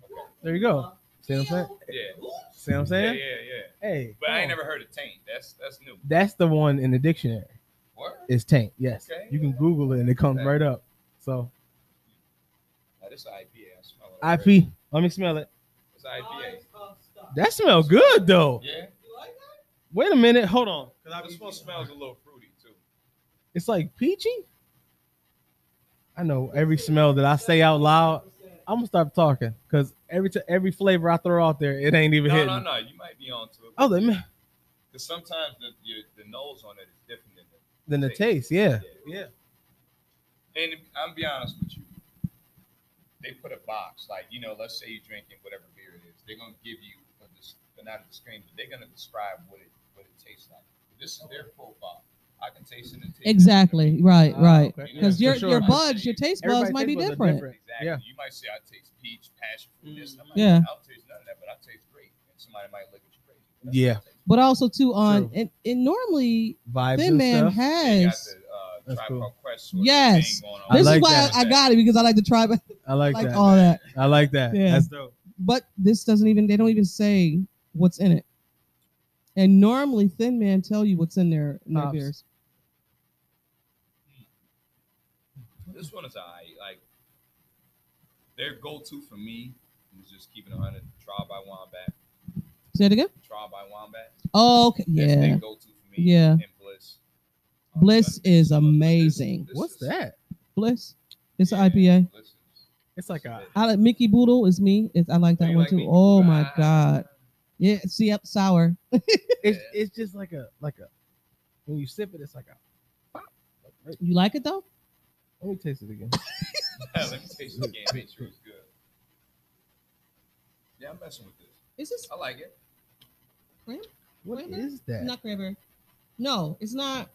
Okay.
There you
Uh,
go. See what I'm saying?
Yeah.
See what I'm
Yeah, yeah,
saying?
yeah.
Hey.
But I ain't
come on.
never heard of taint. That's that's new.
That's the one in the dictionary.
Word?
It's taint. Yes.
Okay.
You can Google it and it comes
Okay.
right up. So
Now, this is IPA. I smell it. already.
IP. Let me smell it.
It's IPA.
uh,
That smells good though.
Yeah.
Wait a minute. Hold on.
This one smells a little fruity too.
It's like peachy. I know every smell that I say out loud. I'm gonna stop talking because every t- every flavor I throw out there, it ain't even
No,
hitting.
no, no. You might be on to it.
Oh, the, man.
Because sometimes the your, the nose on it is different than the
then the taste. Yeah.
yeah. And I'm be honest with you, they put a box like you know, let's say you're drinking whatever beer it is, they're gonna give you a dis- not a disclaimer, but they're gonna describe what it what it tastes like. This is their profile. I can taste it. And taste it.
Exactly. Right.
Ah,
right.
okay.
Because
Yeah,
your
for sure.
your
I
buds, your taste buds
Everybody
might be
taste buds are
different.
different.
Exactly.
Yeah.
You might say I taste peach, passion fruit. This. I might,
Yeah.
I'll taste none of that, but I taste grape, and somebody might look at you crazy. That's
Yeah.
what I taste.
But also too on
True.
and, and normally
Vibes
Thin
and
Man
stuff.
They got
has.
the uh,
That's
Tribe
cool.
Called Quest sort of
Yes.
thing going on.
I
This
like
is why
that.
I, got it because I like the tribe, I
I like,
like
that.
all that.
I like that.
Yeah.
That's dope.
But this doesn't even they don't even say what's in it. And normally Thin Man tell you what's in their, in their
Pops.
beers.
This one is I like their go-to for me is just keeping it hundred. Trial by Wombat,
Say it again.
Trial by Wombat.
Oh, okay.
That's
Yeah.
their go-to for me.
Yeah.
and Bliss. Um,
Bliss
Sunday.
is
But this-
amazing.
this
What's
is-
that?
Bliss. It's
yeah,
an IPA.
Bliss is-
It's like a
I like Mickey Boodle is me. It's, I like
Oh,
that
you
one
like
too.
me?
Oh my
Ah.
god. Yeah. See up sour.
it's it's just like a like a when you sip it, it's like a
You like it though?
Let me taste it again.
Let me taste it again. Make sure it's good. Yeah, I'm messing with this.
Is this
I like it.
What is
Wait a minute.
that?
not cranberry? No, it's not.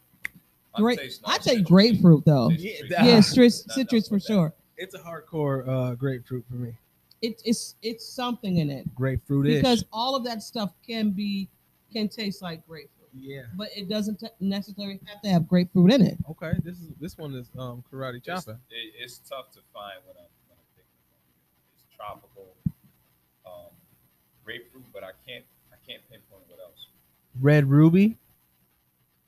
I'm
Great.
tasting- I'm
I take
tasting-
grapefruit though.
Tasting
Yeah,
citrus.
that-
Yeah, citrus,
Not
citrus
nothing
for
with that.
sure.
it's a hardcore uh, grapefruit for me.
It, it's it's something in it
Grapefruit is
because all of that stuff can be can taste like grapefruit,
yeah.
but it doesn't te- necessarily have to have grapefruit in it.
Okay, this is this one is um karate
It's,
chopper.
it- it's tough to find what I'm, what I'm thinking of. It's tropical um, grapefruit, but I can't I can't pinpoint what else.
Red ruby.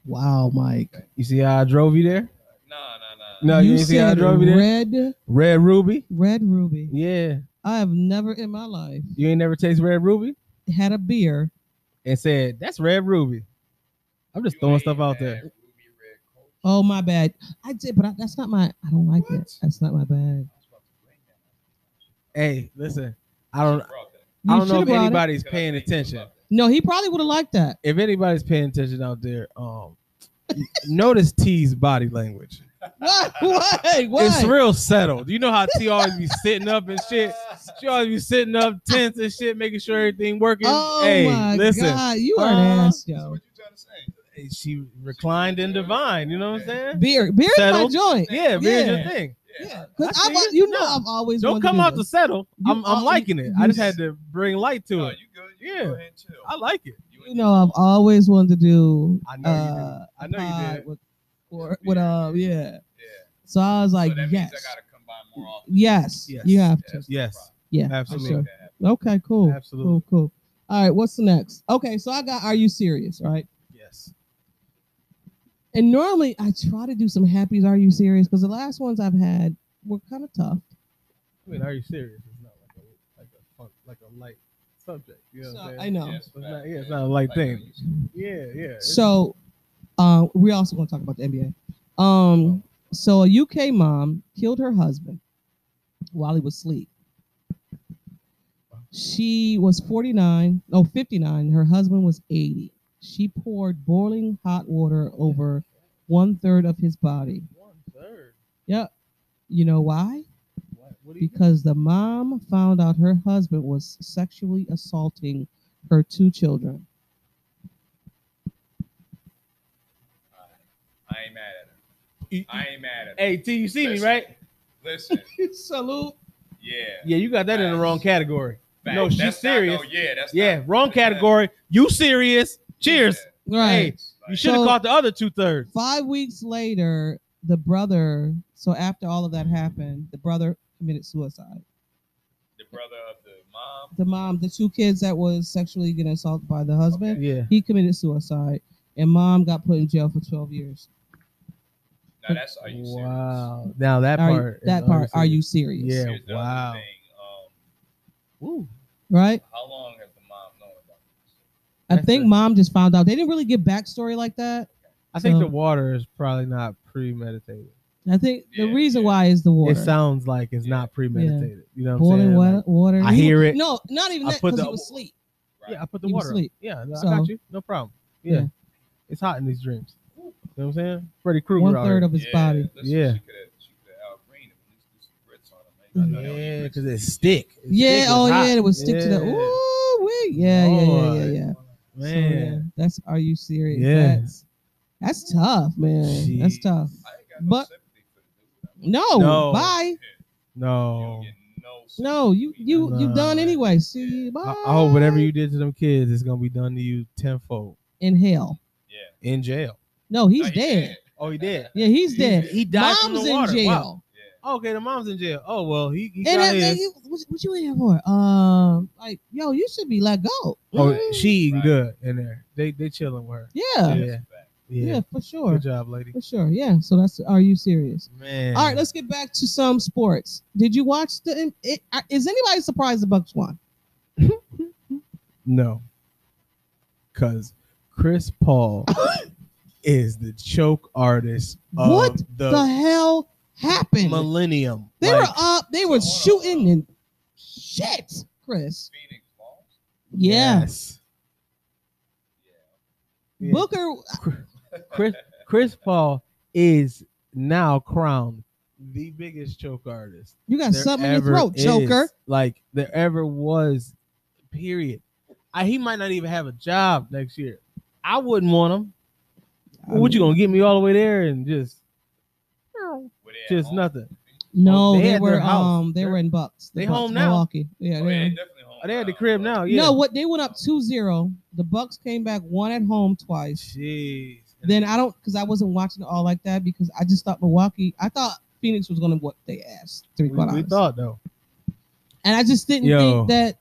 Wow, Mike.
You see how I drove you there?
Nah, nah, nah.
No, you didn't see how I
said
drove you there?
red
Red ruby.
red ruby.
Yeah,
I have never in my life
you ain't never taste red ruby
had a beer.
and said that's red ruby. I'm just
You
throwing
ain't
stuff out
had
there.
Ruby red coke.
Oh my bad. I did, but I, that's not my. I don't like
What?
that. That's not my bag.
I was about to bring that.
Hey, listen, I don't,
Brought that.
You
I don't know
should've
if
brought it.
anybody's
Because I
um, paying
think you
attention.
love that.
No, he probably would have liked that.
If anybody's paying attention out there, um, notice T's body language.
What? What? What?
It's real settled. You know how T always be sitting up and shit. She always be sitting up, tense and shit, making sure everything working.
Oh
hey,
my
listen,
god, you are an
Uh,
ass,
So
yo.
what you trying to say?
Hey, she reclined and divine. You know what I'm saying?
Beer, beer
Settled.
is my joint.
Yeah,
yeah.
man's your thing.
Yeah,
I
because
see
I'm.
it.
You know,
No.
I've always
Don't
wanted to
come
do
out to
this.
settle.
You
I'm, I'm
are-
liking it. I
you
just
s-
had to bring light to
No,
it.
you good? You
Yeah.
Go ahead and chill.
I like it.
You
You
and
know, I've always wanted to do.
I know
uh,
you did. I know you
pod
did.
With, or with um, yeah.
Yeah.
So I was like,
so that
yes,
means I gotta come by more often.
yes,
Yes.
you have to.
that's the
Yes.
problem.
Yeah, for
Absolutely.
sure.
Make that happen.
Okay, cool.
Absolutely.
Cool, cool. All right, what's the next? Okay, so I got Are You Serious, right?
Yes.
And normally I try to do some happies, Are You Serious? Because the last ones I've had were kind of tough.
I mean, are you serious? It's not like a like a fun, like a light subject. You know
So,
what I'm
I
saying?
know.
Yes,
It's not-
fact.
yeah, it's not a light
Like,
thing.
no, you said-
Yeah, yeah.
So uh, we also want to talk about the NBA. Um, so a UK mom killed her husband while he was asleep. She was 49, no, 59. Her husband was 80. She poured boiling hot water over one third of his body.
one third.
Yep. You know why?
What? What do you?
Because the mom found out her husband was sexually assaulting her two children.
I ain't mad at her.
you-
I ain't mad at her.
Hey, T, you see me
Listen.
right?
Listen,
Salute.
yeah.
Yeah, you got that in the wrong category.
fact.
No, she's
That's not-
serious.
no, yeah, that's
Yeah,
not-
wrong
that's not-
category. You serious? Cheers.
Right.
Hey, You
Like,
should have
So-
caught the other two thirds.
Five weeks later, the brother, so after all of that happened, the brother committed suicide.
the brother of the mom.
The mom, the two kids that was sexually getting assaulted by the husband,
Yeah.
he committed suicide. And mom got put in jail for 12 years.
Now that's are you serious?
Wow. Now that
Are you-
part. is
that part, are you
serious.
serious?
Yeah.
Here's the other
wow.
thing, um,
Ooh.
Right?
how long has the mom known about this?
I
That's
think
a-
mom just found out. They didn't really give backstory like that.
I think
So-
the water is probably not premeditated.
I think the
Yeah,
reason
yeah.
why is the water.
It sounds like it's
Yeah.
not premeditated. You know what I'm
boiling
saying?
water,
Like,
water.
I
He-
hear it.
No, not even
I
that
put
because
the-
he was asleep.
Right.
yeah, I put the
You
water. on.
sleep.
Yeah, no, I
So-
got you. No problem. Yeah.
Yeah.
It's hot in these dreams. You know what I'm saying? Freddy Krueger.
One
out
third
here.
of his body.
Listen,
Yeah.
She could have she could have outgrained him. At least do some grits on him. Maybe I know they don't
Yeah,
eat
because it
grits.
stick. It
Yeah.
stick
Oh
hot.
yeah. It would stick to the.
Yeah.
Ooh wee. Yeah, yeah. Yeah. Yeah.
Lord.
Yeah. So, yeah,
Man.
that's. Are you serious?
Yeah.
That's, that's tough, man. That's
Jeez.
tough.
I ain't got
But-
no sympathy for the dude. I mean,
No.
No.
Bye.
Oh.
you
No.
don't get no sympathy.
No. You. You. You
Nah.
done anyway. See you. Bye.
I, I hope whatever you did to them kids is gonna be done to you tenfold
In hell.
Yeah.
in jail.
No, he's
No, he
dead.
Oh, he did.
Yeah, he's dead.
He died from
Mom's
the
in
water.
jail.
Wow.
Yeah.
Oh, okay, the mom's in jail. Oh well, he, he
And
got
that
his.
thing, you, what, what you in here for? Um, like, yo, you should be let go.
oh,
Mm.
she eating
Right.
good in there. They they chilling with her.
Yeah, yeah,
Yeah.
That's a fact.
Yeah,
for sure,
good job, lady.
for sure. Yeah. So that's. Are you serious?
Man.
All right, let's get back to some sports. Did you watch the? It, uh, is anybody surprised the Bucks won?
No. Cause Chris Paul is the choke artist of
What
the,
The, hell happened?
millennium.
they
Like,
were up. They were
Hold on.
shooting and shit, Chris.
Phoenix lost.
Yeah.
yes.
Yeah.
Yeah.
Booker.
Chris Paul is now crowned the biggest choke artist
You got
there
something in your
ever
throat, Joker.
is, Like there ever was. Period. I, he might not even have a job next year. I wouldn't want him.
I
what you
mean,
gonna get me all the way there and just
Were they at
just
home?
nothing?
Um, No,
Oh, they
they,
at their
were
house.
um they
They're-
were in Bucks. The
they
Bucks,
home now?
Milwaukee. Yeah, they
Oh, yeah,
were-
they definitely home.
Are they at the
now,
crib
but-
now? Yeah.
No, what they went up 2-0. The Bucks came back one at home twice.
Jeez.
Then I don't because I wasn't watching it all like that because I just thought Milwaukee. I thought Phoenix was gonna what they asked to
we,
be quite
we
honest.
thought though.
and I just didn't
Yo.
think that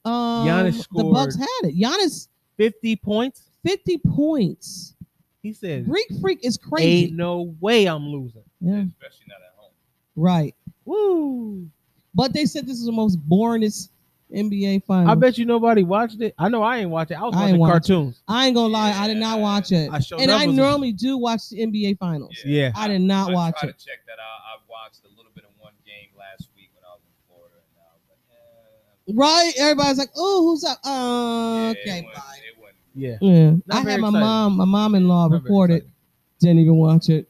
that um
Giannis
the Bucks
scored-
had it. Giannis
Fifty points.
fifty points.
He said,
Greek freak is
"Ain't
crazy.
no way I'm losing."
Yeah,
Especially not at home.
right.
Woo!
But they said this is the most boringest NBA final.
I bet you nobody watched it. I know I ain't watching. I was
I
watching
ain't watching.
cartoons.
I ain't gonna lie, I did not watch it.
I showed
and
up
I
with-
normally do watch the NBA finals.
Yeah.
I did not
I
watch
tried
it.
to check that out. I watched a little bit of one game last week when I was in Florida, and uh, I was like, eh.
Right? Everybody's like, oh, who's up?
Yeah,
Uh, okay,
it wasn't-
bye.
it wasn't-
Yeah.
Yeah.
Not
I had
very
my
exciting.
mom, my mom in law
Not very
record it.
exciting.
Didn't even watch it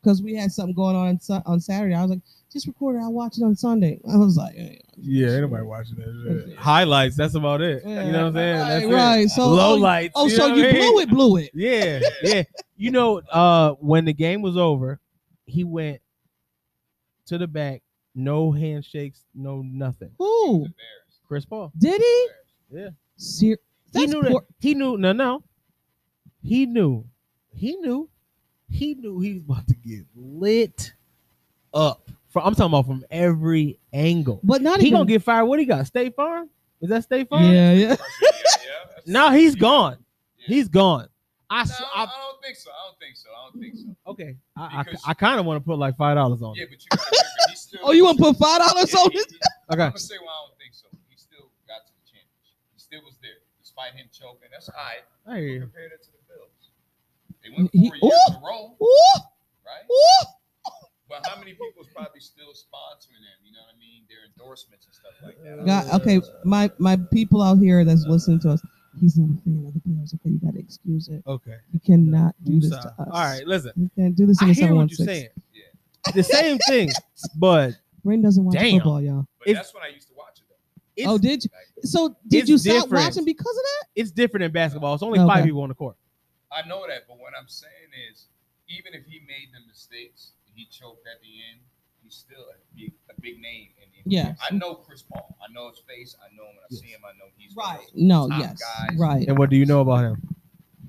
because we had something going on Su- on Saturday. I was like, just record it. I'll watch it on Sunday. I was like, eh,
Yeah, ain't nobody watching that.
Yeah.
Highlights. That's about it. You know what I'm saying?
Right,
That's it.
right. So
Low
oh, you-
lights.
Oh,
know
so
what
you
I mean?
blew it, blew it.
Yeah, yeah. You know, uh, when the game was over, he went to the back. No handshakes. No nothing.
Who
Embarrassed.
Chris Paul.
did he?
Embarrassed.
Ser-
he
that's
knew
poor-
that he knew no no he knew he knew he knew he was about to get lit up from i'm talking about from every angle
But not
he
even.
gonna get fired what he got state farm is that state farm
yeah, yeah.
Yeah, yeah, that's-
no he's
yeah,
gone
yeah.
he's gone i,
No,
s-
I,
I-
don't, I don't think so. I don't think so. I don't think so.
okay i
Because-
i, I kind of want to put like five dollars on
Yeah,
it
but you gotta remember, he's still.
Oh, you want to put five dollars on
Yeah,
it?
he- he- I'm
okay
gonna say why I don't think so. He still got to the championship. He still was there, despite him choking. That's all right.
i hear you
Compare that to the Bills. They went
He-
four years in a row,
Ooh,
right?
ooh.
But how many people is probably still sponsoring them? You know what I mean? Their endorsements and stuff like that.
God, okay, my my people out here that's listening to us, he's not a fan of the Bears. Okay, you gotta excuse it.
okay
You cannot do this to
Musa.
us.
all right listen
you can't do this in
i
the
hear what you're
716.
saying
Yeah.
the same thing but
Ren doesn't watch
Damn.
football, y'all.
But
It's-
that's when I used to watch it though.
it's,
Oh, did you?
Like,
So did
it's
you stop
different.
watching because of that?
it's different in basketball it's only
Okay.
five people on the court
I know that, but what I'm saying is, even if he made the mistakes, he choked at the end. He's still a big, a big name. In the NBA.
Yes.
I know Chris Paul. I know his face. I know him when I see him. I know he's one of those
No.
top
Yes.
guys.
Right.
and what do you know about him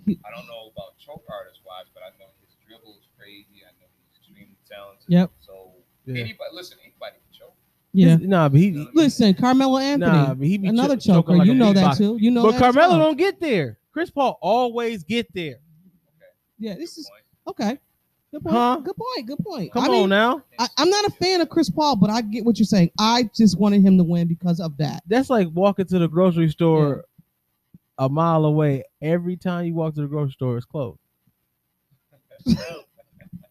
I don't know about choke artist wise, but I know his dribble is crazy. I know he's extremely talented.
Yep.
So
Yeah.
anybody, listen, anybody can choke.
Yeah.
He's- Nah, but he
You know what I mean?
Listen, Carmelo Anthony,
nah, but he be
another
cho- choking
choker.
like
you
a
know that
beatboxer.
too. You know
But
that as
Carmelo
well.
don't get there. Chris Paul always get there.
Yeah.
Good
This is
point.
okay. Good point.
Huh?
Good point. Good point.
Come
I
on
mean,
now.
I, I'm not a fan of Chris Paul, but I get what you're saying. I just wanted him to win because of that.
That's like walking to the grocery store a mile away. Every time you walk to the grocery store, it's closed.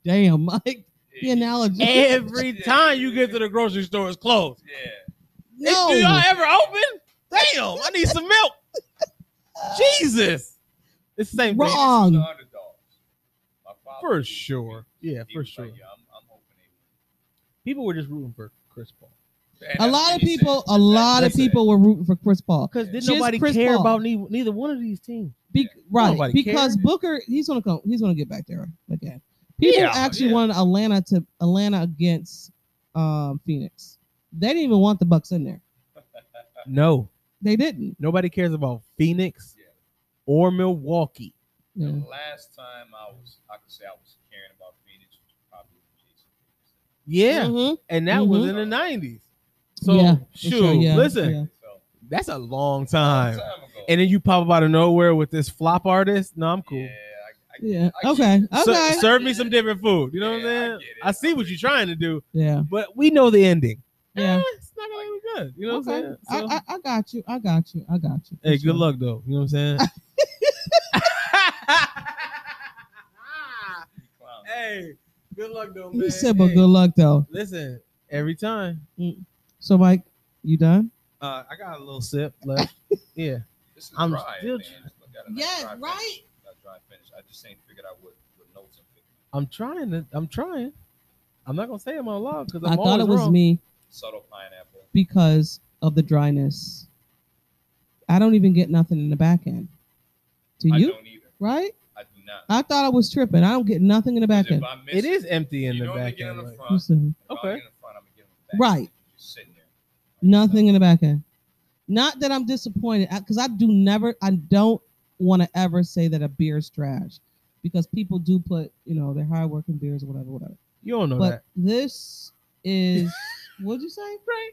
Damn, Mike. The
Yeah.
analogy.
Every time you get to the grocery store, it's closed.
Yeah.
No.
Do y'all ever open? Damn, I need some milk. Jesus. It's the same thing.
Wrong. Um,
It's the underdogs. My father
For
was-
sure. Yeah,
he
for
was
sure.
Like, yeah, I'm, I'm hoping they win.
People were just rooting for Chris Paul.
And
a
that's
lot
what
of
he said.
people, a
That's
lot
what
of
he said.
people were rooting for Chris Paul.
Because didn't
Just
nobody
Chris
care
Paul.
about ne- neither one of these teams.
Be, right,
Nobody
because
cared.
Booker, he's gonna come, he's gonna get back there again. People
Yeah,
actually
yeah.
wanted Atlanta to Atlanta against um, Phoenix. They didn't even want the Bucks in there.
No.
They didn't.
Nobody cares about Phoenix
Yeah.
or Milwaukee.
Yeah.
The last time I was, I could say I was caring about Phoenix was probably when Jason. Tatum said
Yeah, Mm-hmm.
Mhm.
and that was
Mhm.
in the nineties. So
Yeah, for
shoot,
sure, yeah,
listen,
yeah.
it. So,
that's a long
a long
time.
time ago.
And then you pop up out of nowhere with this flop artist. No, I'm cool.
Yeah. I, I,
Yeah.
I get
Okay.
it.
Ser-
Okay.
serve me some different food. You know what
Yeah, I
I'm saying?
get it.
I, see what you're trying to do,
yeah.
but we know the ending.
Yeah.
Eh, it's not gonna be good. You know what
Okay.
I'm
I,
saying? So-
I, I got you. I got you. I got you. for
hey,
sure.
good luck though. You know what I'm saying?
You clown.
hey, good luck though,
He said, but good luck though.
Listen, every time.
So, Mike, you done?
Uh, I got a little sip left. yeah.
This is
I'm
dry,
still
man.
trying-
Just look at it. Not
Yeah,
dry
right?
finish. Not dry finish. I just ain't figured out what, what notes
I'm
I'm picking.
trying to. I'm trying. I'm not gonna say them out loud because
I thought it was me
Subtle pineapple.
because of the dryness. I don't even get nothing in the back end. Do
I
you?
don't either.
Right?
I do not.
I thought I was tripping. I don't get nothing in the back
If
end.
I miss
It is empty in
you
the
know
back
Get in
end.
the
like-
front.
You see?
If I'm
Okay.
getting in the front, I'm gonna get in the back.
Right.
Just sitting there. Like,
Nothing in the back end. Not that I'm disappointed, because I do never, I don't want to ever say that a beer is trash, because people do put, you know, their hard working beers or whatever, whatever.
You don't know
but
that.
this is, what'd you say?
Right.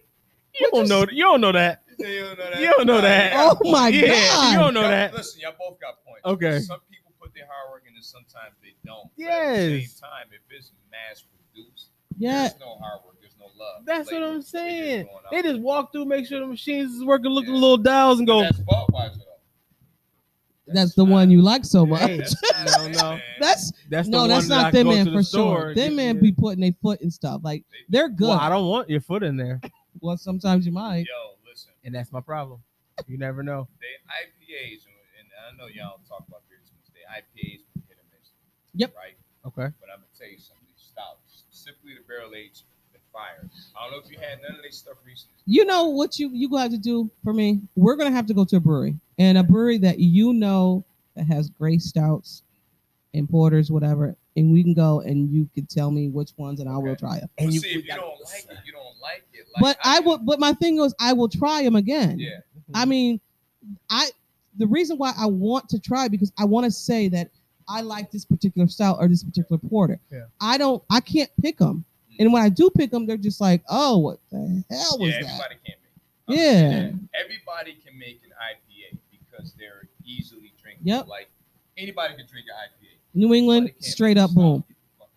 You don't know. You don't know that.
You don't know that.
You don't know that.
Oh my
yeah.
God.
You don't know
Y'all-
that.
Listen, y'all both got points.
Okay.
Some people put their hard work in, and sometimes they don't. But at the
Yes.
same time, if it's mass produced,
Yeah.
there's no hard work. There's no love.
That's what
Labor.
I'm
They just
saying.
going out
They just
there.
walk through, make sure the machines is working, look at the
Yeah.
little dials, and
But
go.
That's Budweiser. though.
That's the one you like so much.
Hey,
That's not
No,
Thin
no.
Man.
That's
That's
no,
the
that's
one
not
that I
them
go
man
to the
for
store
sure.
and get-
Them man
yeah.
be putting their foot and stuff. Like they're good.
Well, I
Well,
don't want your foot in there,
sometimes you might.
Yo, listen.
and that's my problem. You never know.
They IPAs, and and I know y'all don't talk about beer too much. They IPAs were hit or miss.
Yep.
Right.
Okay.
But I'm gonna tell you something. These Stouts, specifically the barrel aged, been fire. I don't know if you had none of this stuff recently.
You know what you you gonna have to do for me? We're gonna have to go to a brewery and a brewery that you know that has great stouts and porters, whatever, and we can go and you can tell me which ones and I will
Okay.
try them.
But
And you,
see,
we
if you
gotta-
don't like it, you don't like it. Like,
But I will. But my thing was I will try them again.
Yeah.
Mm-hmm.
I mean, I the reason why I want to try because I want to say that I like this particular style or this particular porter.
Yeah.
I don't. I can't pick them, and when I do pick them, they're just like, "Oh, what the hell was
yeah,
that?"
everybody can make. it. I'm
Yeah,
saying Everybody can make an IPA because they're easily drinkable.
Yep.
Like anybody can drink an IPA.
New England,
Everybody can
straight
make a
up, boom.
stout.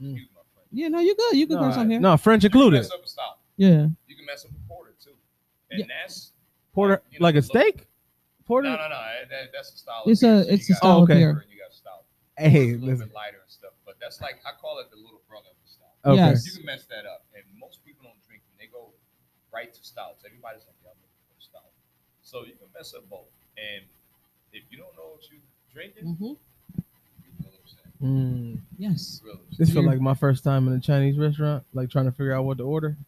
Mm.
Excuse my friend.
Yeah, no, you're good. You can
no,
throw some
I-
here.
no, French
You can
included.
mess up a stout.
Yeah,
You can mess up a porter too, and
Yeah.
that's
Porter,
You know,
like a
look-
steak.
no,
Porter.
no, no. That, that's a style.
It's
of beer.
a-
So
it's
you
a
got
style
of
porter
beer.
And you got stout.
Hey,
It's a little
listen.
bit lighter and stuff, but that's like I call it the little brother of the stout.
Okay.
Yes.
You can mess that up, and most people don't drink them. They go right to stouts. Everybody's like, "Yeah, I'm looking for a stout," so you can mess up both. And if you don't know what you're drinking,
Mhm.
you really upset.
Mm.
yes.
You really upset.
This feel like my first time in a Chinese restaurant, like trying to figure out what to order.
You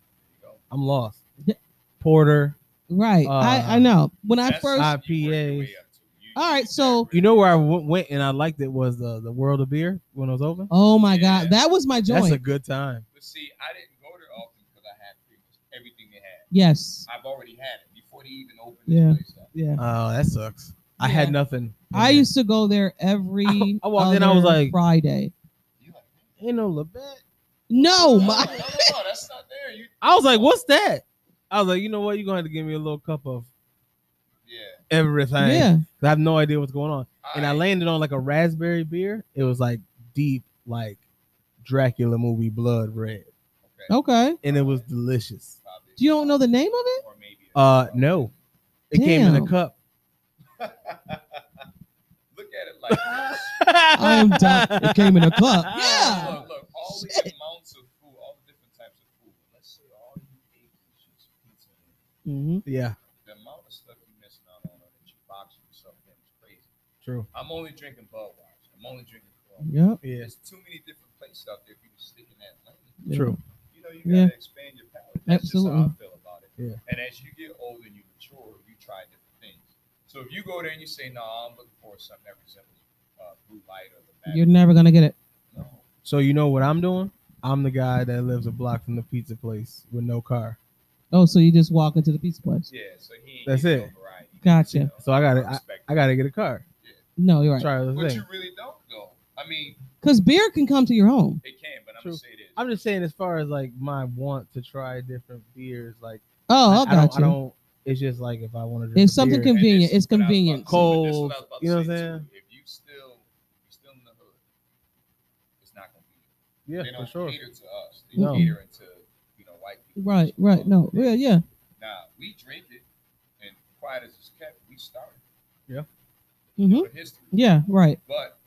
go.
I'm lost.
Yeah.
Porter.
Right,
Uh,
I, I know. When I
That's
first,
I-
what you work your way
IPAs.
up to. You-
All
you
right,
get
so-
that
You know where I w- went and I liked it was the the World of Beer when it was open.
oh my
Yeah.
god, that was my
That's a
joint.
good time.
But see, I didn't go there often because I had pretty much everything they had.
Yes,
I've already had it before they even opened
Yeah.
this place up.
yeah.
Oh, that sucks. I
Yeah.
had nothing. in
I
there.
used to go there every.
I- I walked in, I was
other
like-
Friday.
You like,
ain't no Labette.
No, Oh
no,
my.
no, no, no, that's not there. You,
I was like, what's that? I was like, you know what? You're gonna have to give me a little cup of
yeah.
everything.
Yeah.
'Cause I have no idea what's going on. And I
All right.
landed on like a raspberry beer. It was like deep, like Dracula movie blood red.
okay.
Okay.
And it was delicious.
Probably.
Do you don't know the name of it?
Or maybe a-
Uh no. It came in a
Damn.
cup.
Look at it like this.
I'm done. Oh, It came in a cup. Yeah.
Look, look, all the amounts of food, all the different types of food. Let's say all you ate was just pizza.
Mm-hmm.
Yeah,
The amount of stuff you missing out on that you box yourself in is crazy.
true.
I'm only drinking Budweiser. I'm only drinking Corona.
Yep.
Yeah,
There's too many different places out there if you can stick in that lane.
Yeah.
true.
You know, you
Yeah.
gotta expand your palate. That's just
Absolutely.
how I feel about it.
Yeah.
And as you get older and you mature, you try different things. So if you go there and you say, "No, I'm looking for something that resembles uh, Blue Light or the Mac,"
You're never gonna get it.
no,
So you know what I'm doing? I'm the guy that lives a block from the pizza place with no car.
Oh, so you just walk into the pizza place?
yeah. So he ain't
That's
getting
it.
no variety.
Gotcha.
You know,
So I gotta-
respect
I gotta get a car.
No, you're right.
Try the
But you
thing.
really don't though. I mean,
Because beer can come to your home.
it can, but I'm
True.
gonna say this.
I'm just saying, as far as like my want to try different beers, like I-
Oh,
I,
I, got
don't, I
you.
don't. It's just like if I want to.
If something
And
convenient,
this is
it's
what I was about
convenient.
to say, but this
Cold,
is what I was about to
you know what
say,
I'm
too. If you still, if you still in the hood, it's not gonna be.
yeah,
they
for
don't
sure.
cater to us. They
No.
cater to you know white people.
Right, right. No, yeah, yeah.
Now we drink it, and quiet as it's kept, we started
Mm-hmm.
with history.
Yeah, right.
But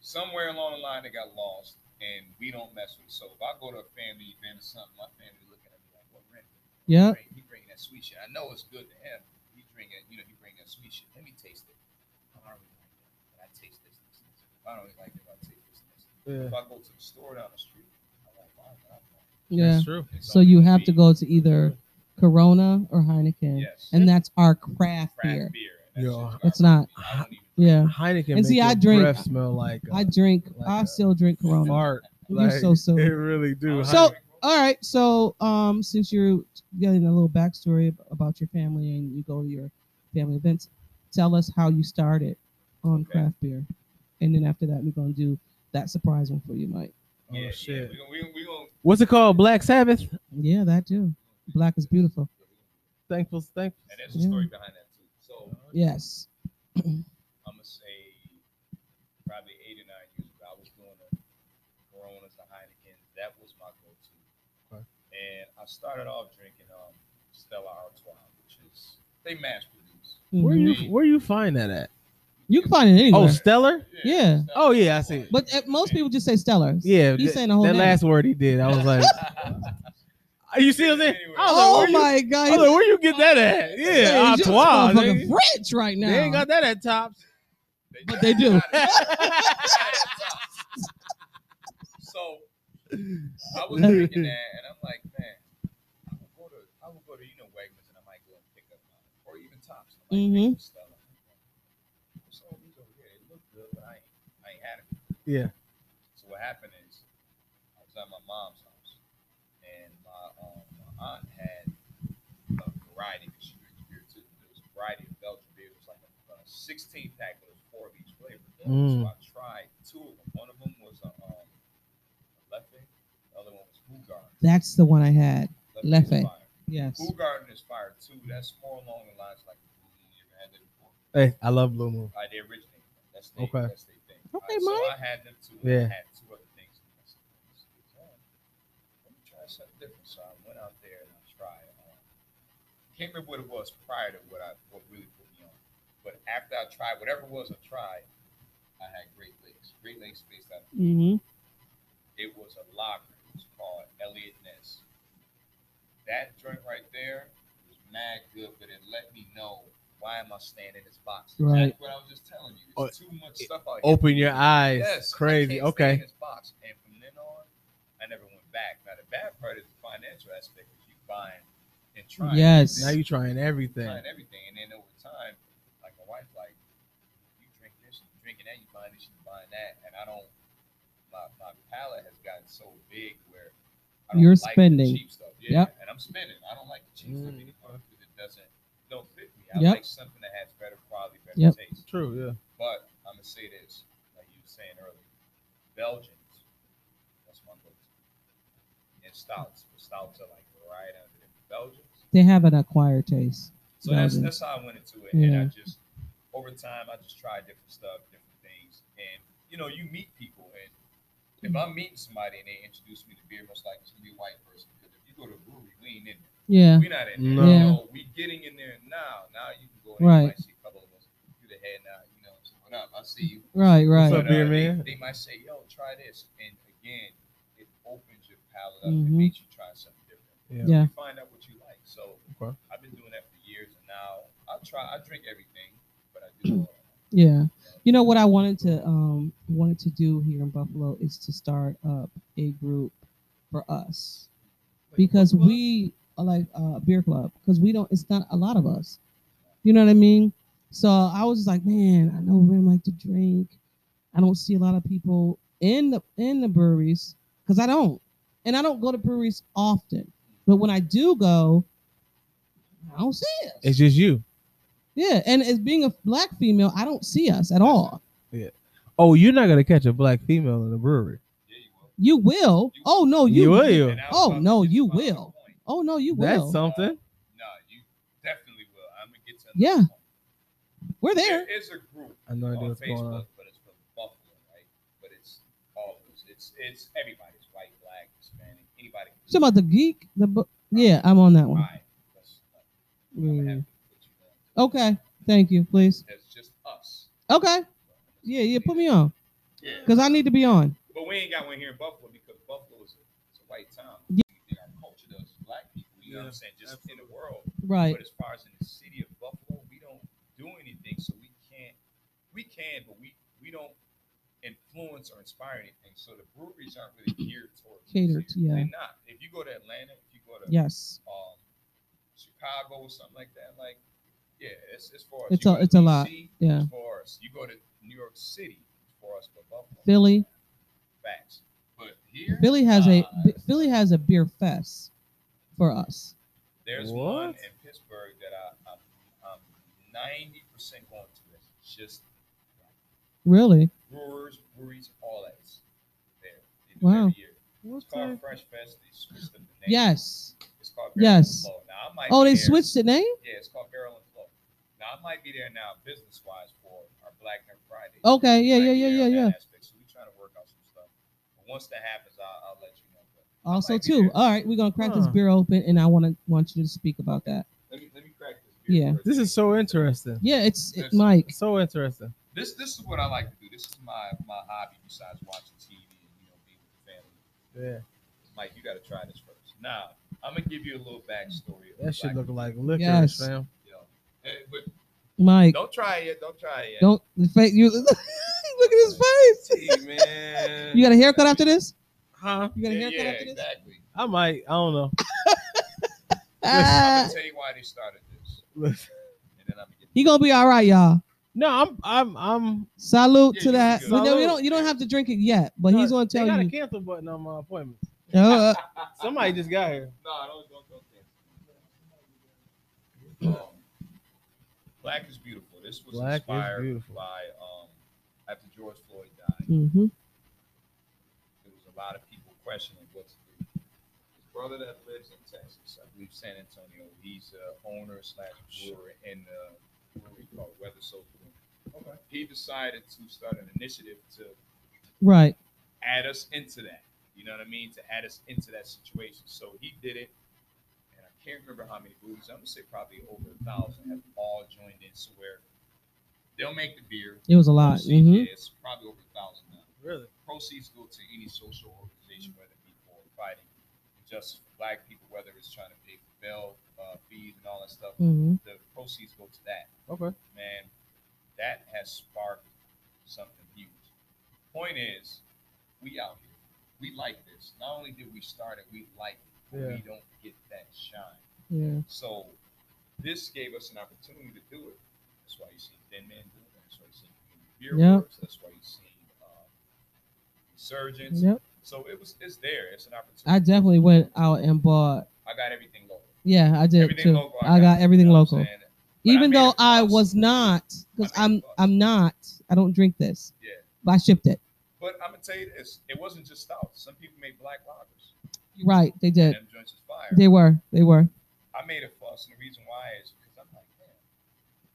somewhere along the line, they got lost, and we don't mess with. it. So if I go to a family event or something, my family looking at me like, "What well, rent?
Yeah.
Bring- He bringing that sweet shit. I know it's good to him. He bring it, you know, he bring that sweet shit. Let me taste it. I don't really like that, but I taste this. this, this. I don't really like it, but I taste this. this.
Yeah.
If I go to the store down the street, I like mine.
Yeah.
That's true.
It's
So
only
you
gonna
have
be
to go to either Corona or Heineken.
Yes.
And that's our craft
craft
beer.
beer. and that's
Yeah.
just
It's
garbage.
not-
I don't even-
Yeah.
Heineken.
And
make
see,
your
I drink-
Breath smell like a
I drink,
Like
I
a
still drink Corona.
fart.
You're
Like,
so silly.
It really
I
do. Oh,
don't
So- uh,
even-
All right. So, um, since you're getting a little backstory ab- about your family and you go to your family events, tell us how you started on
Okay.
craft beer, and then after that, we're gonna do that surprise one for you, Mike.
Oh,
yeah,
shit.
Yeah. We, we, we gonna,
What's it called? Black Sabbath.
Yeah, that too. Black is beautiful.
Thankful, thankful.
and there's a story behind that too. So
Yes.
I'm gonna say probably eight or nine years ago, I was doing the Coronas, the Heineken. That was my go-to.
Okay.
And I started off drinking um, Stella Artois, which is they mass produce.
Where
Mhm.
you
Mhm.
where you find that at?
You can find it
Oh,
anywhere.
Stellar.
Yeah.
Stella
Oh, yeah, I see
Artois.
it.
but uh, most people just say Stellar.
Yeah,
He's
that-
saying the whole
that
name.
last word he did. I was like, Are you see what I'm saying? I was like,
Oh
where you-
my
I was
god.
like, where you get that at?
Hey,
Yeah,
you're
Artois.
motherfucking
nigga.
French right now.
They ain't got that at Tops.
but they do.
so I was drinking that, and I'm like, man, I would go to, I would go to, you know, Wegmans, and I might go and pick up, mine, or even Tops. I might pick up stuff. So these over here, it looked good, but I ain't, I ain't had it.
Yeah.
So what happened is, I was at my mom's house, and my, um, my aunt had a variety because she drinks beer too. There was a variety of Belgian beers. It was like a, a 16 pack, but it was four of each flavor. So
Mm.
I tried two of them. One of them was a um, Leffe. The other one was Boogarden.
That's the one I had. Leffe.
is fire.
Yes.
Boogarden is fire too. That's more along the lines like you ever had that before.
Hey, I love Blue Moon.
I they originated. from. That's they,
Okay.
That's they thing.
Okay,
Alright,
Mike.
So I had them two.
Yeah.
Yeah. I had two other things. And I said, "This is good. Let me try something different. So I went out there and I tried. Um, can't remember what it was prior to what I what really put me on, but after I tried whatever it was I tried, I had Great Lakes. Great Lakes based out. Of,
Mm-hmm.
it was a lager. It was called Elliot Ness. That joint right there was mad good, but it let me know why am I staying in this box?
Right.
That's what I was just telling you. There's too much stuff out here.
Oh, Open your eyes.
Yes, I
Crazy.
can't stay in
Okay.
this box. And from then on, I never went back. Now the bad part is the financial aspect because you buying and trying.
Yes.
Now you trying everything.
trying everything, and then over time, like my wife, like you drink this, you drinking that, you buying this, you buying that, and I don't. My my palate has gotten so big where I don't
You're
like
spending.
the cheap stuff. Yeah,
Yep.
and I'm spending. I don't like the cheap stuff
Mm.
anymore because it doesn't don't fit me. I
Yep.
like something that has better quality, better
Yep.
taste.
True. Yeah.
But I'm gonna say this, like you were saying earlier, Belgians. That's my go-to. And stouts, but stouts are like right under them. Belgians.
They have an acquired taste.
So that's
Belgians.
that's how I went into it, and I
Mm-hmm. Yeah.
just over time I just tried different stuff, different things, and you know you meet people, and if I'm meeting somebody and they introduce me to beer, most likely it's gonna be a white person because if you go to a brewery, we ain't in there.
Yeah.
We're not in there.
No.
Yeah.
So we getting in there now. Now you can go in
Right.
and you might see a couple of us. You the head now, you know. so What up? I see you.
Right. Right.
What's up,
But,
beer
uh,
man?
They, they might say, "Yo, try this," and again, it opens your palate up.
Mhm.
It makes you try something different.
Yeah.
Yeah.
You find out what you like. So
Okay.
I've been doing that for years, and now I try. I drink everything, but I do.
Yeah. You know what I wanted to um wanted to do here in Buffalo is to start up a group for us because we are like a beer club because we don't it's not a lot of us. You know what I mean? So I was just like, man, I know Rim like to drink. I don't see a lot of people in the in the breweries because I don't, and I don't go to breweries often. But when I do go, I don't see us.
It's just you.
Yeah, and as being a black female, I don't see us at all.
Oh, you're not gonna catch a black female in a brewery.
Yeah, you will.
You will. Oh no, you,
You will.
And I was
Oh,
about to
no,
get
you
to my other
will.
point.
Oh no, you will.
That's something.
No, you definitely will. I'm gonna get to. another
Yeah,
point.
We're there.
There is a group
I have no idea
on
what's going on.
Facebook, but it's from Buffalo, right? But it's all of us. It's it's everybody's white, black, Hispanic, anybody. can
Talking about the geek. The bu- yeah, I'm on that one.
Right. That's- uh, I'm gonna
Mm.
have to put you on.
Okay, thank you, please.
That's just us.
Okay, yeah, yeah, put me on
Yeah.
because I need to be on.
But we ain't got one here in Buffalo because Buffalo is a, it's a white town.
Yeah.
You think our culture does as black people, you know what I'm saying? Just in the world.
Right.
But as far as in the city of Buffalo, we don't do anything, so we can't. We can, but we we don't influence or inspire anything. So the breweries aren't really geared towards
Catered,
They're
yeah.
not. If you go to you go to
Yes.
um, Chicago or something like that, like yeah, it's as far as
It's
you
a-
go to
it's a lot,
DC,
yeah.
As far as you go to New York City, as far as for Buffalo,
Philly.
facts. But here,
Philly has a
nah,
B- Philly has a beer fest for us.
There's
What?
one in Pittsburgh that I, I'm, I'm 90% going to. It's just
Really?
brewers, breweries, all that. It's there. They do it
Wow.
every year.
What
It's
the?
called Fresh Fest. They switched up the name.
Yes.
It's called
Yes.
Barrel and Flow. Now, I might
Oh,
be
they
there-
switched the name.
Yeah, it's called Barrel and Flow. Now, I might be there now business wise for our Black and Friday.
Okay. Oh, Yeah.
Might
Yeah.
be
Yeah.
there
Yeah.
on
Yeah.
that aspect. So we're trying to work out some stuff. But once that happens, I'll, I'll let you know. But I
Also,
might be
too.
there.
All right, we're gonna crack this
Huh.
beer open, and I want to want you to speak about that.
Let me, let me crack this. beer
Yeah.
first.
This is so interesting.
Yeah, it's it,
Yes.
Mike.
So interesting.
this this is what I like to do. This is my my hobby besides watching TV and you know being with the family.
Yeah,
Mike, you got to try this first. Now I'm gonna give you a little backstory. of
that shit
Black
look like liquor,
Yes.
fam.
you know. Hey, but
Mike,
don't try it. yet, Don't try it. yet.
don't the fa- you look at his face.
Gee, man.
You got a haircut after this?
Huh?
You got a
yeah,
haircut
yeah,
after this?
exactly.
I might. I don't know.
I'm
Ah,
gonna tell you why they started this,
Listen.
and then I'm gonna get.
he gonna be all right, y'all.
No, I'm. I'm. I'm.
Salute
Yeah,
to
you'll be
that.
good.
But no, you
Salute.
don't you don't have to drink it yet. But
No,
he's gonna
They
tell
got a
you.
cancel button on my appointment.
Oh, uh,
Somebody just got here.
No, don't don't don't dance. Um, Black is beautiful. This was
Black is
inspired
beautiful.
by um after George Floyd died.
mhm.
there was a lot of people questioning what to do. His brother that lives in Texas, I believe San Antonio, he's a owner slash brewer in uh, what we call Weather Soap. Okay. He decided to start an initiative to
Right.
add us into that. You know what I mean? To add us into that situation. So he did it, and I can't remember how many breweries. I'm gonna say probably over a thousand have all joined in. So where they'll make the beer.
It was a lot.
Proceeds,
hmm
yeah, it's probably over a thousand now
Really?
proceeds go to any social organization, whether it be for fighting injustice for black people, whether it's trying to pay for bail, uh, fees, and all that stuff.
hmm
The proceeds go to that.
Okay.
Man, that has sparked something huge. Point is, we out here. We like this. Not only did we start it, we like it. but
Yeah.
We don't get that shine.
Yeah.
So this gave us an opportunity to do it. That's why you see Thin Man do it. That's why you see Community Beer
Yep.
Works. That's why you see uh, Resurgence.
Yep.
So it was. It's there. It's an opportunity.
I definitely went out and bought.
I got everything local.
Yeah, I did
Everything
too.
local.
I got everything
you know what
local.
I'm saying? But I
Even
made
though
it
I
cost.
was not, because
I made
I'm
it cost.
I'm not. I don't drink this.
Yeah.
But I shipped it.
But I'm gonna tell you this. It wasn't just stout. Some people made black lagers.
You're right. They
And
did.
them joints is fire.
They were. They were.
I made a fuss, and the reason why is because I'm like, man,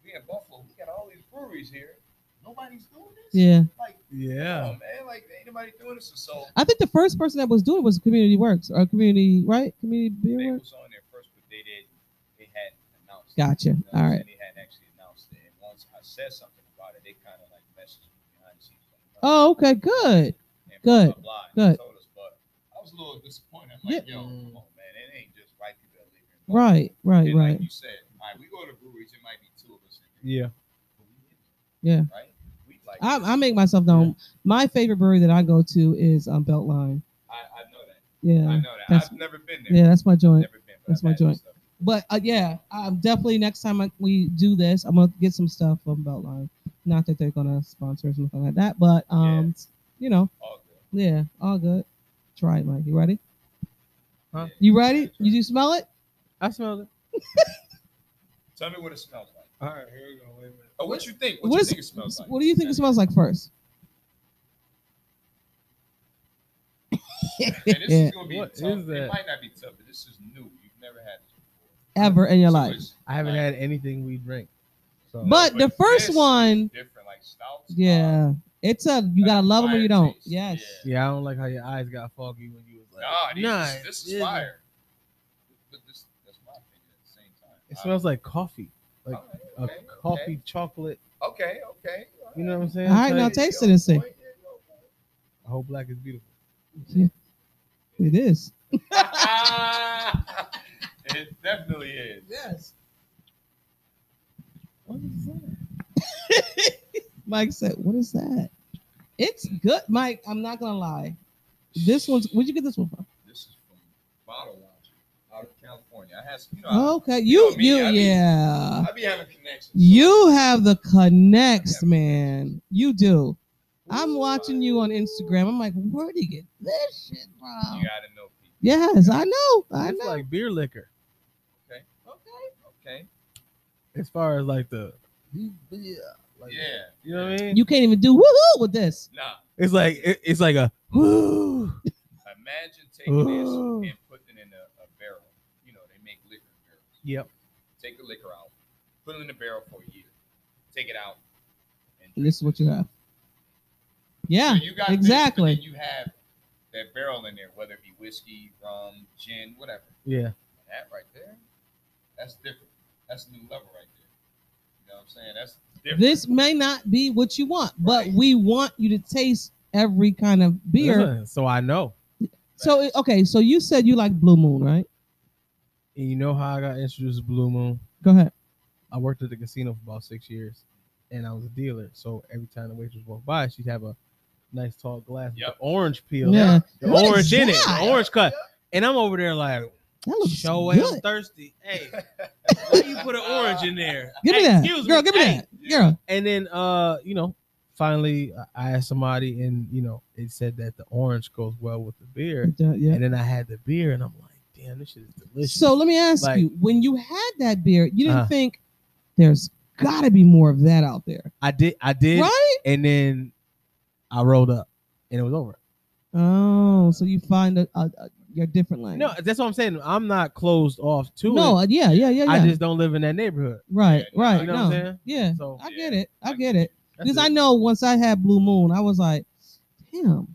we in Buffalo, we got all these breweries here. Nobody's doing this.
Yeah.
Like,
Yeah.
oh man, like ain't nobody doing this. And so
I think the first person that was doing it was Community Works or Community, right? Community
they
Beer Works.
was on there first, but they didn't. They hadn't announced.
Gotcha.
It, you know what I'm
All
saying?
right.
They hadn't actually announced it, and once I said something about it, they kind of like messaged me behind the scenes. Like,
Oh, okay. Good.
and blah,
good,
blah, blah, and
good.
Told us, but I was a little disappointed. I'm like, yo, come on, man, it ain't just white people that live here. in Buffalo.
Right. Right.
And
Right.
like you said, all right, we go to breweries. It might be two of us. In
Yeah.
But we in it,
Yeah.
Right. We like.
I,
this.
I make myself known. My favorite brewery that I go to is um, Beltline.
I, I know that. I
Yeah.
know that.
that's-
I've never been there.
Yeah, that's my joint.
Never been. But
That's
I've
my
had some
joint.
stuff.
But uh, yeah, I'm definitely next time I, we do this, I'm gonna get some stuff from Beltline. Not that they're gonna sponsor or something like that, but um, you know,
All good.
yeah, all good. Try it, Mike. You ready?
Huh?
Yeah,
You
yeah,
ready?
try
You
it.
do smell it?
I smelled it.
Tell me what it smells like.
All right. Here we go. Wait a minute.
Oh, what you think? What,
What
you
is-
think it smells like?
What do you think it smells like first?
And this is gonna be
What
tough.
is that?
It might not be tough, but this is new. You've never had this before.
Ever in your
So
life.
it's
I haven't
like
had anything we drink. So
But the
but
first
this-
one,
different like stouts. uh,
yeah, it's a you gotta love them or you don't. Yes.
yeah, I don't like how your eyes got foggy when you was like,
Nah, dude,
nah,
this, this is
yeah.
fire. But this, that's my opinion at the same time.
It smells like coffee,
I-
like a
okay,
coffee chocolate.
Okay, okay. okay.
You know what I'm saying?
All right, now
Type-
take- taste it and see.
Yeah,
The whole black is beautiful.
It is.
yeah, okay. it definitely is.
Yes.
What is that?
Mike said, "What is that?" It's good, Mike. I'm not gonna lie. This one's. Where'd you get this one from?
This is from Bottle Laundry. has, Uh, you know,
Oh,
Oh,
Okay, you
know me,
you
I be-
yeah.
I, I be having connections.
You have the connects,
I have
man. You do. I'm
Ooh,
watching you on Instagram. I'm like, where do you get this shit from?
You gotta know people.
Yes, I know. I
it's
know.
like beer liquor
Okay. Okay. Okay.
as far as like the yeah, like,
Yeah.
You know what I mean?
you can't even do woohoo with this.
Nah.
it's like it, it's like a whoo.
Imagine taking this
Ooh.
and putting it in a, a barrel. You know, they make liquor in barrels.
Yep.
Take the liquor out, put it in the barrel for a year, take it out, and
And this is what you have.
So
Yeah,
you got this, but
exactly.
then you have that barrel in there, whether it be whiskey, rum, gin, whatever.
Yeah.
That right there, that's different. That's a new level right there. You know what I'm saying? That's different.
this may not be what you want, but
Right.
we want you to taste every kind of beer.
Listen, So I know.
So it- oh, okay, so you said you like Blue Moon, right?
And you know how I got introduced to Blue Moon?
Go ahead.
I worked at the casino for about six years, and I was a dealer. So every time the waitress walked by, she'd have a nice tall glass
Yep.
with the orange peel,
Yeah.
the
What is
orange in it,
that?
the orange cut. And I'm over there like,
That looks
show
good.
I'm thirsty. Hey, why you put an orange in there?
Give me
Hey,
that,
excuse
girl. Give me
Hey.
that, girl.
And then, uh, you know, finally I- I asked somebody, and you know, it said that the orange goes well with the beer.
Yeah.
And then I had the beer, and I'm like, damn, this shit is delicious.
So let me ask
Like-
you: When you had that beer, you didn't
Uh.
think there's got to be more of that out there,
I did, I did,
right?
and then I rolled up, and it was over.
Oh, so you find a, a, a your different lane?
No, that's what I'm saying. I'm not closed off to
no,
it.
uh, yeah, yeah, yeah, yeah.
I just don't live in that neighborhood.
right,
Yeah,
right.
You know
no,
what I'm saying?
yeah,
So
I
Yeah,
get it. I
I
get
get
it.
that's
Because I
it.
know once I had Blue Moon, I was like, damn,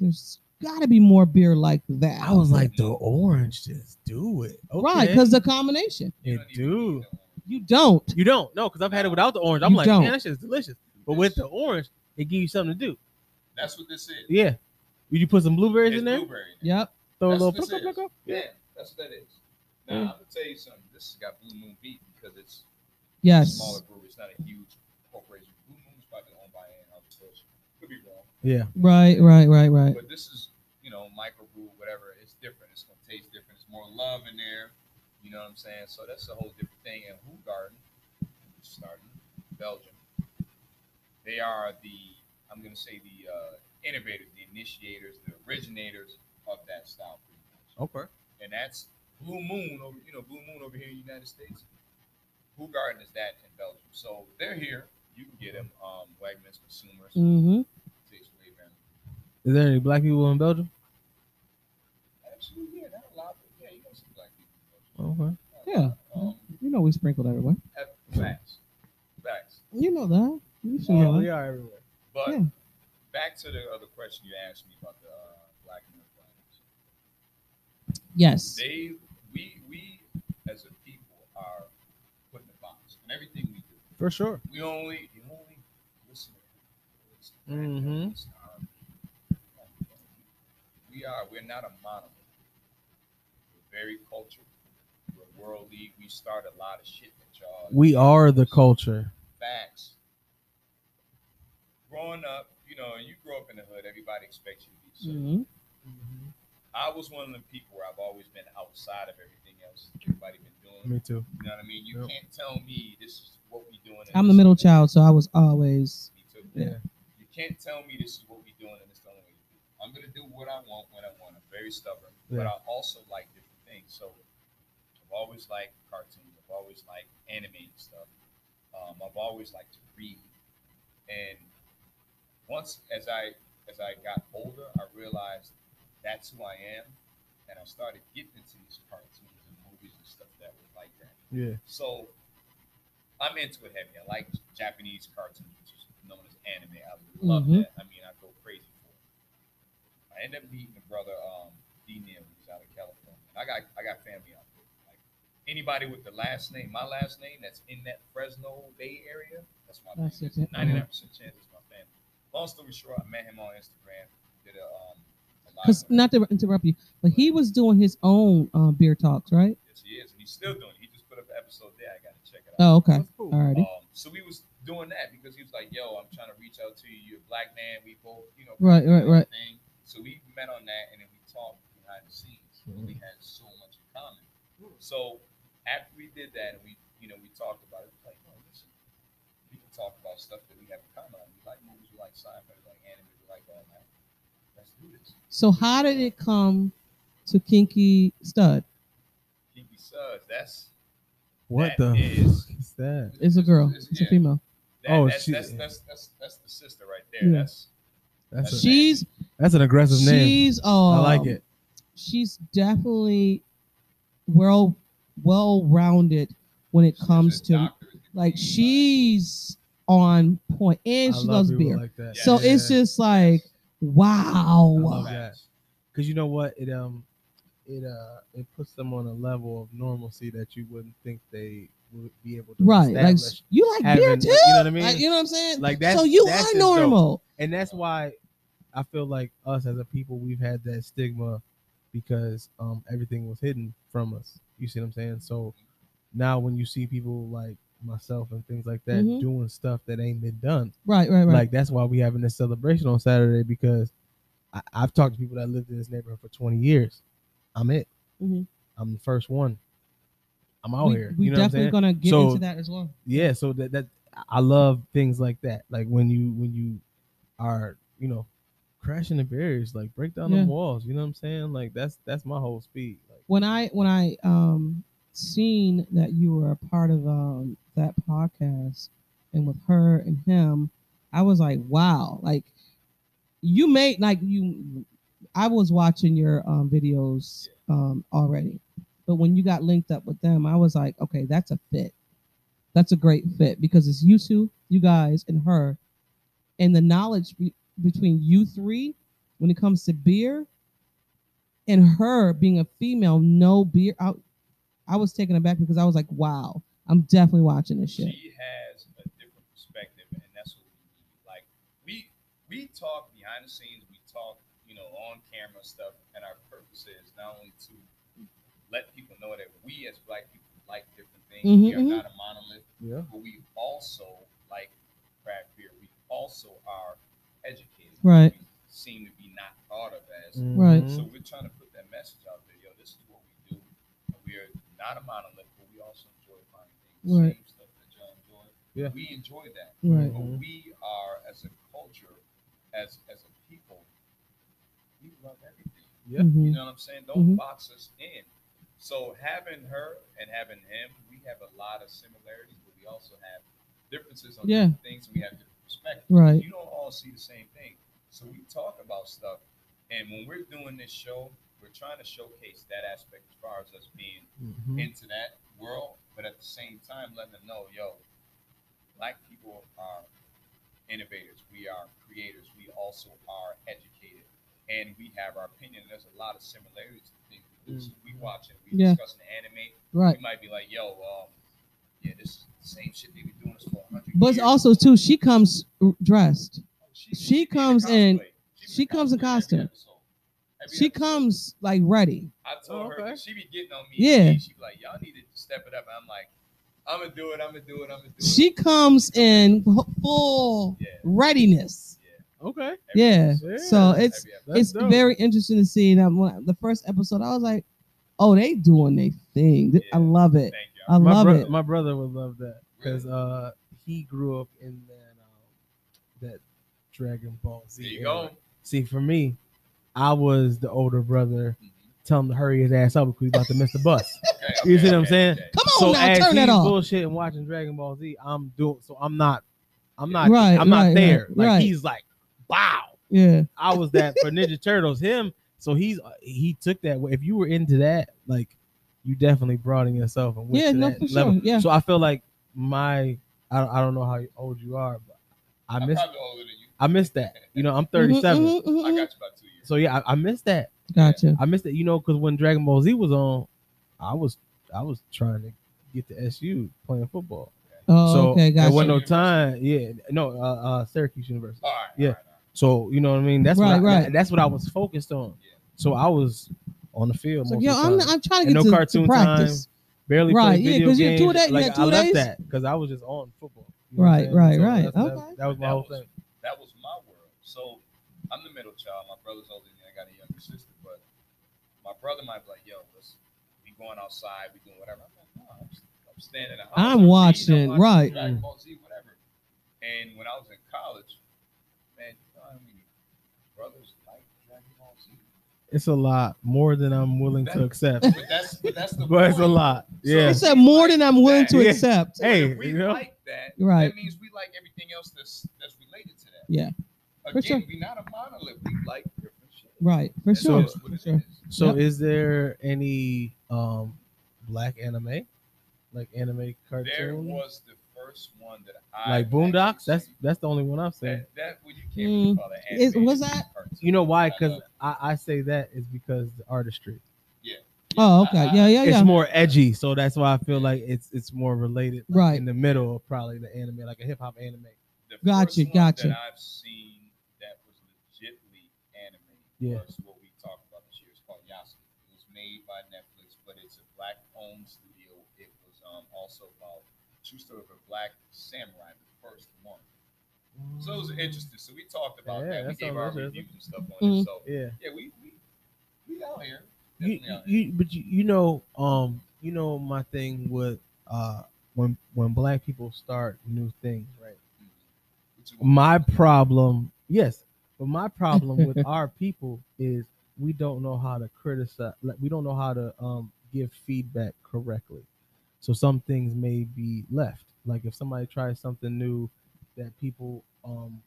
there's got to be more beer like that.
I was like the orange just do it. Okay.
right, because the combination.
You
it
don't even
do.
need no orange.
You don't.
You don't no, because I've had it without the orange. I'm
You
like,
don't.
man, that shit is delicious. But with the orange, it gives you something to do.
That's what this is.
Yeah. Would you put some blueberries
It's
in there?
blueberry.
Yep.
Throw a
That's
little.
what this
pluck, pluck,
is.
pluck,
Yeah.
pluck.
that's what that is. Now
Yeah.
I'm gonna tell you something. This has got Blue Moon beat because it's a
Yes.
smaller brewery. It's not a huge corporation. Blue Moon's probably owned by an corporation. Could be wrong.
Yeah.
Right, right, right, right.
But this is, you know, microbrew, whatever. It's different. It's gonna taste different. It's more love in there. You know what I'm saying? So that's a whole different thing. And Hoegaarden, starting Belgium, they are the I'm gonna say the uh, innovators, the initiators, the originators of that style. Pretty much.
Okay.
and that's Blue Moon over you know Blue Moon over here in the United States. Blue Garden is that in Belgium, so they're here. You can get them. Um, Wegmans Consumers
Mm-hmm.
takes way better.
Is there any black people in Belgium?
Absolutely, yeah, that a lot. Yeah, you got some black people. in
Okay.
Yeah.
Belgium. Um,
You know we sprinkled everywhere.
have- facts, facts.
You know that. You should
Yeah,
know
we
that.
are everywhere.
But
Yeah.
back to the other question you asked me about the uh, black and white wines.
Yes.
They, we, we as a people are put in a box, and everything we do.
For sure.
We only, you only listen. to them.
Mhm.
Listen to our people. We are. We're not a monolith. We're very cultured. We're worldly. We start a lot of shit that y'all.
We are the culture.
Facts. Growing up, you know, you grow up in the hood. Everybody expects you to be. a certain
hmm
Mm-hmm.
I was one of the people where I've always been outside of everything else everybody been doing.
Me too.
You know what I mean? You
Yep.
can't tell me this is what we doing. and
I'm the
this is
middle
what-
child, so I was always.
Me too.
Yeah.
You can't tell me this is what we're doing and it's the only way you do. it. I'm gonna do what I want when I want. I'm very stubborn, but
Yeah.
I also like different things. So I've always liked cartoons. I've always liked animated stuff. Um, I've always liked to read. And once as I as I got older, I realized that's who I am, and I started getting into these cartoons and movies and stuff that was like that.
Yeah.
So I'm into it heavy. I like Japanese cartoons, which is known as anime. I love
Mhm.
that. I mean, I go crazy for it. I end up meeting a brother, um, D Neal, who's out of California. And I got I got family out there. Like anybody with the last name, my last name that's in that Fresno Bay area, that's my
That's
family.
your fam-
Ninety nine percent chance it's my family. Long story short, I met him on Instagram. Did a um a live
Because
with him.
not to interrupt you, but he was doing his own um, beer talks, right?
yes he is, and he's still doing it. He just put up an episode there. I gotta check it out.
Oh, okay.
cool.
Alrighty.
Um, so we was doing that because he was like, "Yo, I'm trying to reach out to you. You're a black man. We both, you know,
Right, right, right.
Thing. So we met on that, and then we talked behind the scenes.
Mhm.
We had so much in common. So after we did that and we, you know, we talked about it, like, no, listen, we can talk about stuff that we have in common. We like movies, we like sci-fi, we like anime, we like all that. Let's do this.
So how did it come to Kinky Stud?
Kinky Suds, that's
What
That
the
is-
fuck is that?
It's a girl.
It's-
It's a
yeah.
female.
That,
Oh,
that's,
she-
that's, that's that's that's the sister right there.
Yeah.
That's
That's a,
She-
She's
that's an aggressive name.
she's uh
I like it.
She's definitely well well rounded when it
she's a
comes to
doctor.
like she's on point and
I
she
love
loves
people
beer.
Like that.
so
Yeah.
it's just like
I
wow.
love that. because you know what it um it uh it puts them on a level of normalcy that you wouldn't think they would be able to
Right. Like
establish.
you like beer
having-
too.
you know what I mean?
Like, you know what I'm saying?
Like, that's-
so you
that's
are
just dope.
normal.
and that's why I feel like us as a people we've had that stigma because um everything was hidden from us. You see what I'm saying? So now when you see people like myself and things like that
Mhm.
doing stuff that ain't been done,
Right, right, right.
like that's why we having this celebration on Saturday because I, I've talked to people that lived in this neighborhood for 20 years. I'm it.
Mhm.
I'm the first one. I'm out
we,
here.
we
you know what I'm
definitely
saying?
gonna get
So-
into that as well.
yeah so that, that i love things like that like when you when you are you know crashing the barriers like break down
Yeah.
the walls you know what i'm saying like that's that's my whole speed like
when I when I um seen that you were a part of um that podcast and with her and him, I was like, wow, like you made like you I was watching your um videos um already. But when you got linked up with them, I was like, okay, that's a fit. That's a great fit because it's you two, you guys, and her, and the knowledge be- between you three when it comes to beer and her being a female, no beer. I, I was taken aback because I was like, wow, I'm definitely watching this shit.
She has a different perspective, and that's what we need. Like we we talk behind the scenes, we talk, you know, on camera stuff, and our purpose is not only to let people know that we as black people like different things. we
Mhm,
are
mhm.
not a monolith,
yeah
but we also like craft beer. We also are educated.
Right.
We seem to be not thought of as
Right. Mm.
Mhm.
so we're trying to put that message out there. Yo, this is what we do. And we are not a monolith, but we also enjoy finding things.
Right.
Same stuff that y'all enjoy.
Yeah.
We enjoy that.
Right.
But
Mhm.
we are, as a culture, as as a people, we love everything.
Yeah.
Mhm.
You know what I'm saying? Don't
Mhm.
box us in. So having her and having him, we have a lot of similarities, but we also have differences on
Yeah.
different things, and we have different perspectives.
Right.
You don't all see the same thing. So we talk about stuff, and when we're doing this show, we're trying to showcase that aspect as far as us being
Mm-hmm.
Mhm.
into that world, but at the same time, letting them know, yo, black people are innovators, we are creators, we also are educated, and we have our opinion. There's a lot of similarities to things we do. So we watch it, we
Mm. Yeah.
discuss an anime,
Right.
we might be like, yo, um, yeah, this is the same shit they've been doing us for 100
But
years.
also too, she comes dressed. she
be
comes
cosplay.
in-
be
she comes in
cosplay every
costume.
episode. Every
She
episode.
comes like ready.
I told
Oh,
her 'cause
okay.
she be getting on me.
Yeah.
She be like, y'all need to step it up. And I'm like, I'm gonna do it. I'm gonna do it. I'm gonna do it.
She comes in full
Yeah.
readiness.
okay
Every
Yeah.
episode.
So it's-
Every episode.
That's
it's
dope.
very interesting to see that when the first episode i was like oh they doing their thing Th- i
Yeah.
love it
Thank you.
I
my,
love
bro-
it
my brother would love that because uh he grew up in that um, that dragon ball z
there you
era.
go.
see for me i was the older brother
Mhm.
tell him to hurry his ass up because he's about to miss the bus
Okay,
You
okay,
see what I'm
okay,
saying?
okay.
come on
so
now
as
turn
he's
that off
bullshit and watching Dragon Ball Z, I'm doing so I'm not I'm not
Right,
I'm not
right,
there.
right,
like
right.
he's like, wow.
yeah
I was that for Ninja Turtles, him. So he's uh, he took that way. If you were into that, like you definitely brought in yourself and went
yeah
to
no
that
for
level.
sure yeah
So I feel like my I don't, I don't know how old you are, but I
I'm
miss
probably older than you.
I miss that. You know, I'm
Mhm,
37.
mhm, mhm,
I
mhm.
got you about two years.
So yeah, I, I missed that.
gotcha
I missed it, you know, because when Dragon Ball Z was on, I was I was trying to get to SU playing football.
oh
so
okay
there wasn't
gotcha
no time. Yeah, no, uh, uh, Syracuse University.
all right.
Yeah.
All right, all right.
So you know what I mean. That's
Right,
what I,
right.
that's what I was focused on.
Yeah.
So I was on the field.
so
most
yo
of the
I'm,
time.
I'm trying to
And
get
no
to, to
cartoon
practice
barely
Right,
played
yeah,
video
'cause you had two
games.
day- you
like
had two
I left
days?
that because I was just on football. You know
Right,
what I'm saying?
right,
So
right.
that's- that-
Okay.
That was my
That
whole
was-
thing.
That was my world. So I'm the middle child. My brother's older than me. I got a younger sister, but my brother might be like, yo, let's we going outside, we doing whatever. I'm like, no, I'm, s- I'm staying in the house.
I'm
reading,
watching,
watching
right.
Dragon Ball Z, whatever. And when I was in college, man, you know how many brothers like Dragon Ball Z?
It's a lot more than I'm willing to
That-
accept,
But that's but that's the
but it's a
point.
lot. Yeah,
They said more than I'm willing to
Yeah.
accept.
Hey,
But if we
you know?
like that,
Right.
that means we like everything else that's that's related to that.
Yeah. For
Again,
sure.
we're not a monolith. We like different shit.
Right, for
That's
sure.
just what
for
it
sure.
is.
So is there any um black anime? Like anime
There
cartoon?
was the first one that I
Like Boondocks?
actually
That's
seen.
that's the only one I've seen.
that, that well, you can't really
Mm.
call it
Is-
anime,
was
it's
that-
cartoon.
You know why?
I
Because
love it.
I, I say that is because the artistry.
Yeah,
Oh,
I-
okay.
I-
Yeah, yeah,
It's
yeah.
more edgy, so that's why I feel like it's it's more related like,
Right.
in the middle of probably the anime, like a hip hop anime.
the
Gotcha,
first one
gotcha.
That I've seen that was legitly anime
Yeah.
was what we talked about this year. It's called Yasuke. It was made by Netflix, but it's a black-owned studio. It was um, also about true story of a black samurai, the first one. So it was interesting. So we talked about
Yeah,
that. We
that
gave
sounds
our
interesting.
reviews and stuff on
Mhm.
it. So
Yeah.
yeah, we we, we out here.
You,
Definitely out here.
you but you, you know um you know my thing with uh when when black people start new things, right?
Mhm. What you want?
my problem yes but my problem with our people is we don't know how to criticize like, we don't know how to um give feedback correctly so some things may be left like if somebody tries something new that people um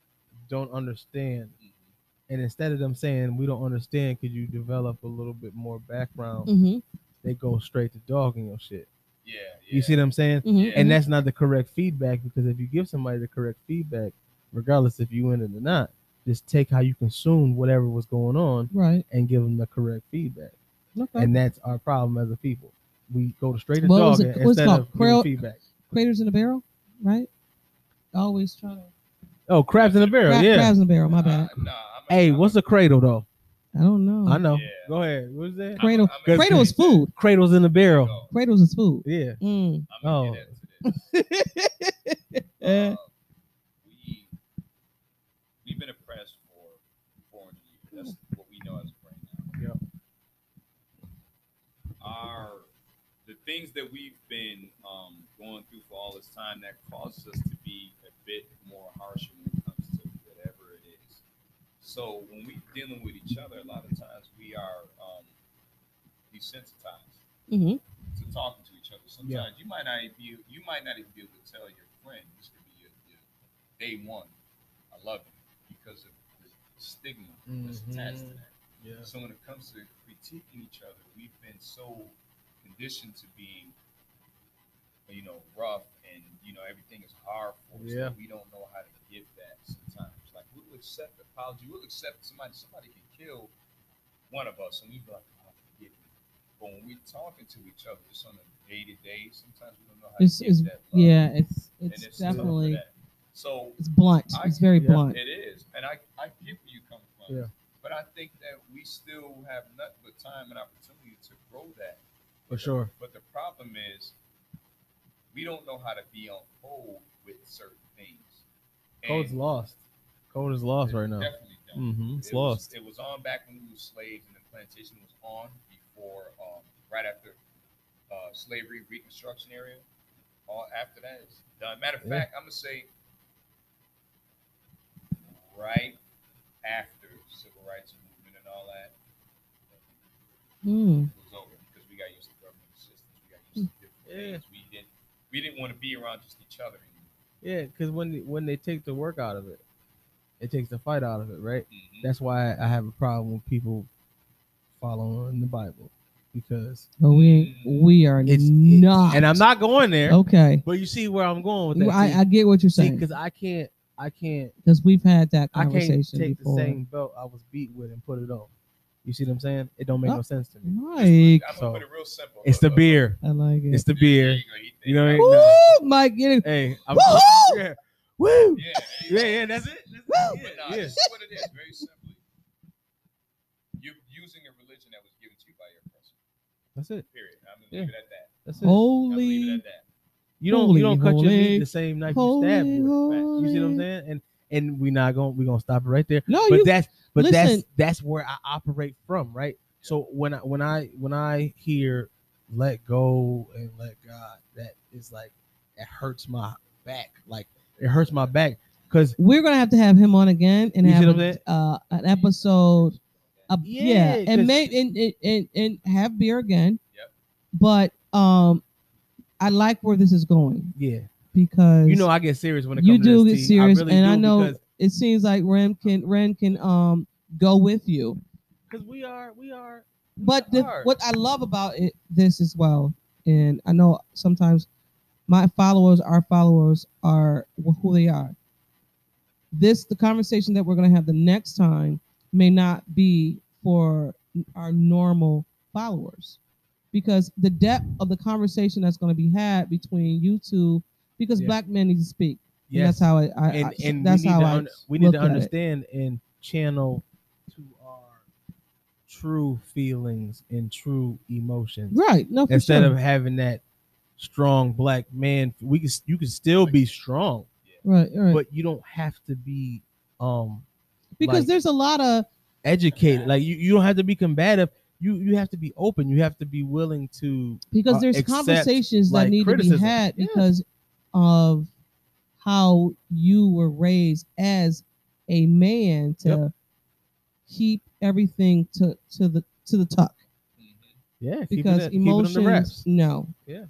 don't understand
Mhm.
and instead of them saying we don't understand could you develop a little bit more background
hmm
they go straight to dogging your shit
Yeah, yeah.
you see what i'm saying
hmm
Yeah.
and that's not the correct feedback because if you give somebody the correct feedback, regardless if you in it or not, just take how you consume whatever was going on
right.
and give them the correct feedback.
Okay.
And that's our problem as a people. We go to straight to
What was
dog
it- what's it
instead
called?
of giving
Crowd-
feedback.
Craters in a barrel, right? Always trying to
Oh, crabs in a barrel.
Crab-
yeah.
crabs in a barrel. My bad.
Uh, nah, I'm a-
Hey,
I'm a-
what's a cradle though?
I don't know.
I know.
Yeah.
Go ahead. What's that?
I'm a-
Cradle.
I'm a-
Cradle is food.
Cradles in a barrel.
No,
Cradles is food.
Yeah.
Mm.
I'm gonna
Oh.
get into this.
Eh,
Uh, we we've been oppressed for 400 years. That's what we know as of right now.
Yep.
Our the things that we've been um, going through for all this time that causes us to be a bit more harsh when it comes to whatever it is. So when we dealing with each other, a lot of times we are um, desensitized
mhm.
to talking to each other. Sometimes you might not even be, you might not even be able to tell your friend this could be your, your day one. I love you because of the stigma that's attached to that.
Yeah.
So when it comes to critiquing each other, we've been so conditioned to being, you know, rough and you know everything is hard for us.
Yeah.
that We don't know how to give that sometimes. Like we'll accept apology, we'll accept somebody. Somebody can kill one of us, and we be like, "I forgive you." But when we're talking to each other, just on a day to day, sometimes we don't know how
It's,
to
it's
give that love.
yeah. It's
and
it's
tough for
definitely
that. So
it's blunt.
I-
It's very
yeah.
blunt.
it is, and I, I get where you come from.
Yeah.
But I think that we still have nothing but time and opportunity to grow that.
For sure.
But the problem is, we don't know how to be on hold with certain things.
Code's
And
lost. Code is lost right now.
Definitely don't.
Mm-hmm. It's
It was-
lost.
it was on back when we were slaves, and the plantation was on before, um, right after uh, slavery Reconstruction area. All after that is done. Matter of
Yeah.
fact, I'm gonna say right after civil rights movement and all that uh,
Mm.
was over because we got used to government systems. We got used to different
Hmm. Yeah.
things. We didn't we didn't want to be around just each other anymore.
Yeah, because when when they take the work out of it, it takes the fight out of it, right?
Mhm.
That's why I have a problem with people following the Bible because
But we we are
Mm. it's
not.
and I'm not going there.
okay.
But you see where I'm going with that?
Oh. I, I get what you're
see,
saying
because I can't, I can't,
because we've had that
I can't
conversation
take
before.
the same belt I was beat with and put it on. You see what I'm saying? It don't make
Oh.
no sense to me.
Mike,
I'm
so-
gonna put it real simple.
It's the
Look, look,
beer.
I like it.
It's the
look. There
beer.
you go. He
You know
thinks
what
I'm-
Woo, Mike, get it.
Hey, I'm,
Woohoo!
yeah, woo,
Yeah, there you
yeah,
go.
yeah. That's it. That's it.
Woo!
But nah,
Yeah, yeah.
this is what it is, very simply. You're using a religion that was given to you by your oppressor.
That's it.
Period. I'm gonna
Yeah.
leave it at that.
That's it.
I'm gonna leave it
Holy,
at that.
You don't
Holy,
you don't cut your
holy,
meat the same knife you stab
holy,
with.
holy.
You see what I'm saying? And and we not going we gonna stop it right there.
No,
but
you.
that's but that's
listen.
that's where I operate from, right? So when I when I when I hear let go and let God. That is like it hurts my back. Like it hurts my back because
We're gonna have to have him on again and
You see
have
what I'm
a-
saying?
uh, an episode. a- yeah,
Yeah,
and
'cause-
maybe and, and and and have beer again.
Yep.
But um, I like where this is going
yeah,
because
you know I get serious when it
you
comes to
do
this
get
tea.
serious,
I really
and
do
I know
because
it seems like Ram can Ram can um go with you.
cause we are we are
But the,
Hard.
what I love about it, this as well, and I know sometimes my followers, our followers, are wh- who they are. This, the conversation that we're going to have the next time may not be for our normal followers because the depth of the conversation that's going to be had between you two, because
Yeah.
black men need to speak. And
yes
that's how I, I,
and
I-
and
that's
we need
how
to
I
un- we need to
look at it.
understand and channel to our true feelings and true emotions
Right. No, for
instead
sure.
of having that strong black man. We can you can still be strong,
right, right.
but you don't have to be um
because
like-
there's a lot of
educated. Like you, you don't have to be combative. You you have to be open. You have to be willing to
because
uh,
there's
accept,
conversations that
like,
need to
criticism.
be had
Yeah.
because of how you were raised as a man to
Yep.
keep everything to to the to the tuck
Mhm.
yeah keep it
because
at- keep it under
emotions
wraps.
no
Yeah.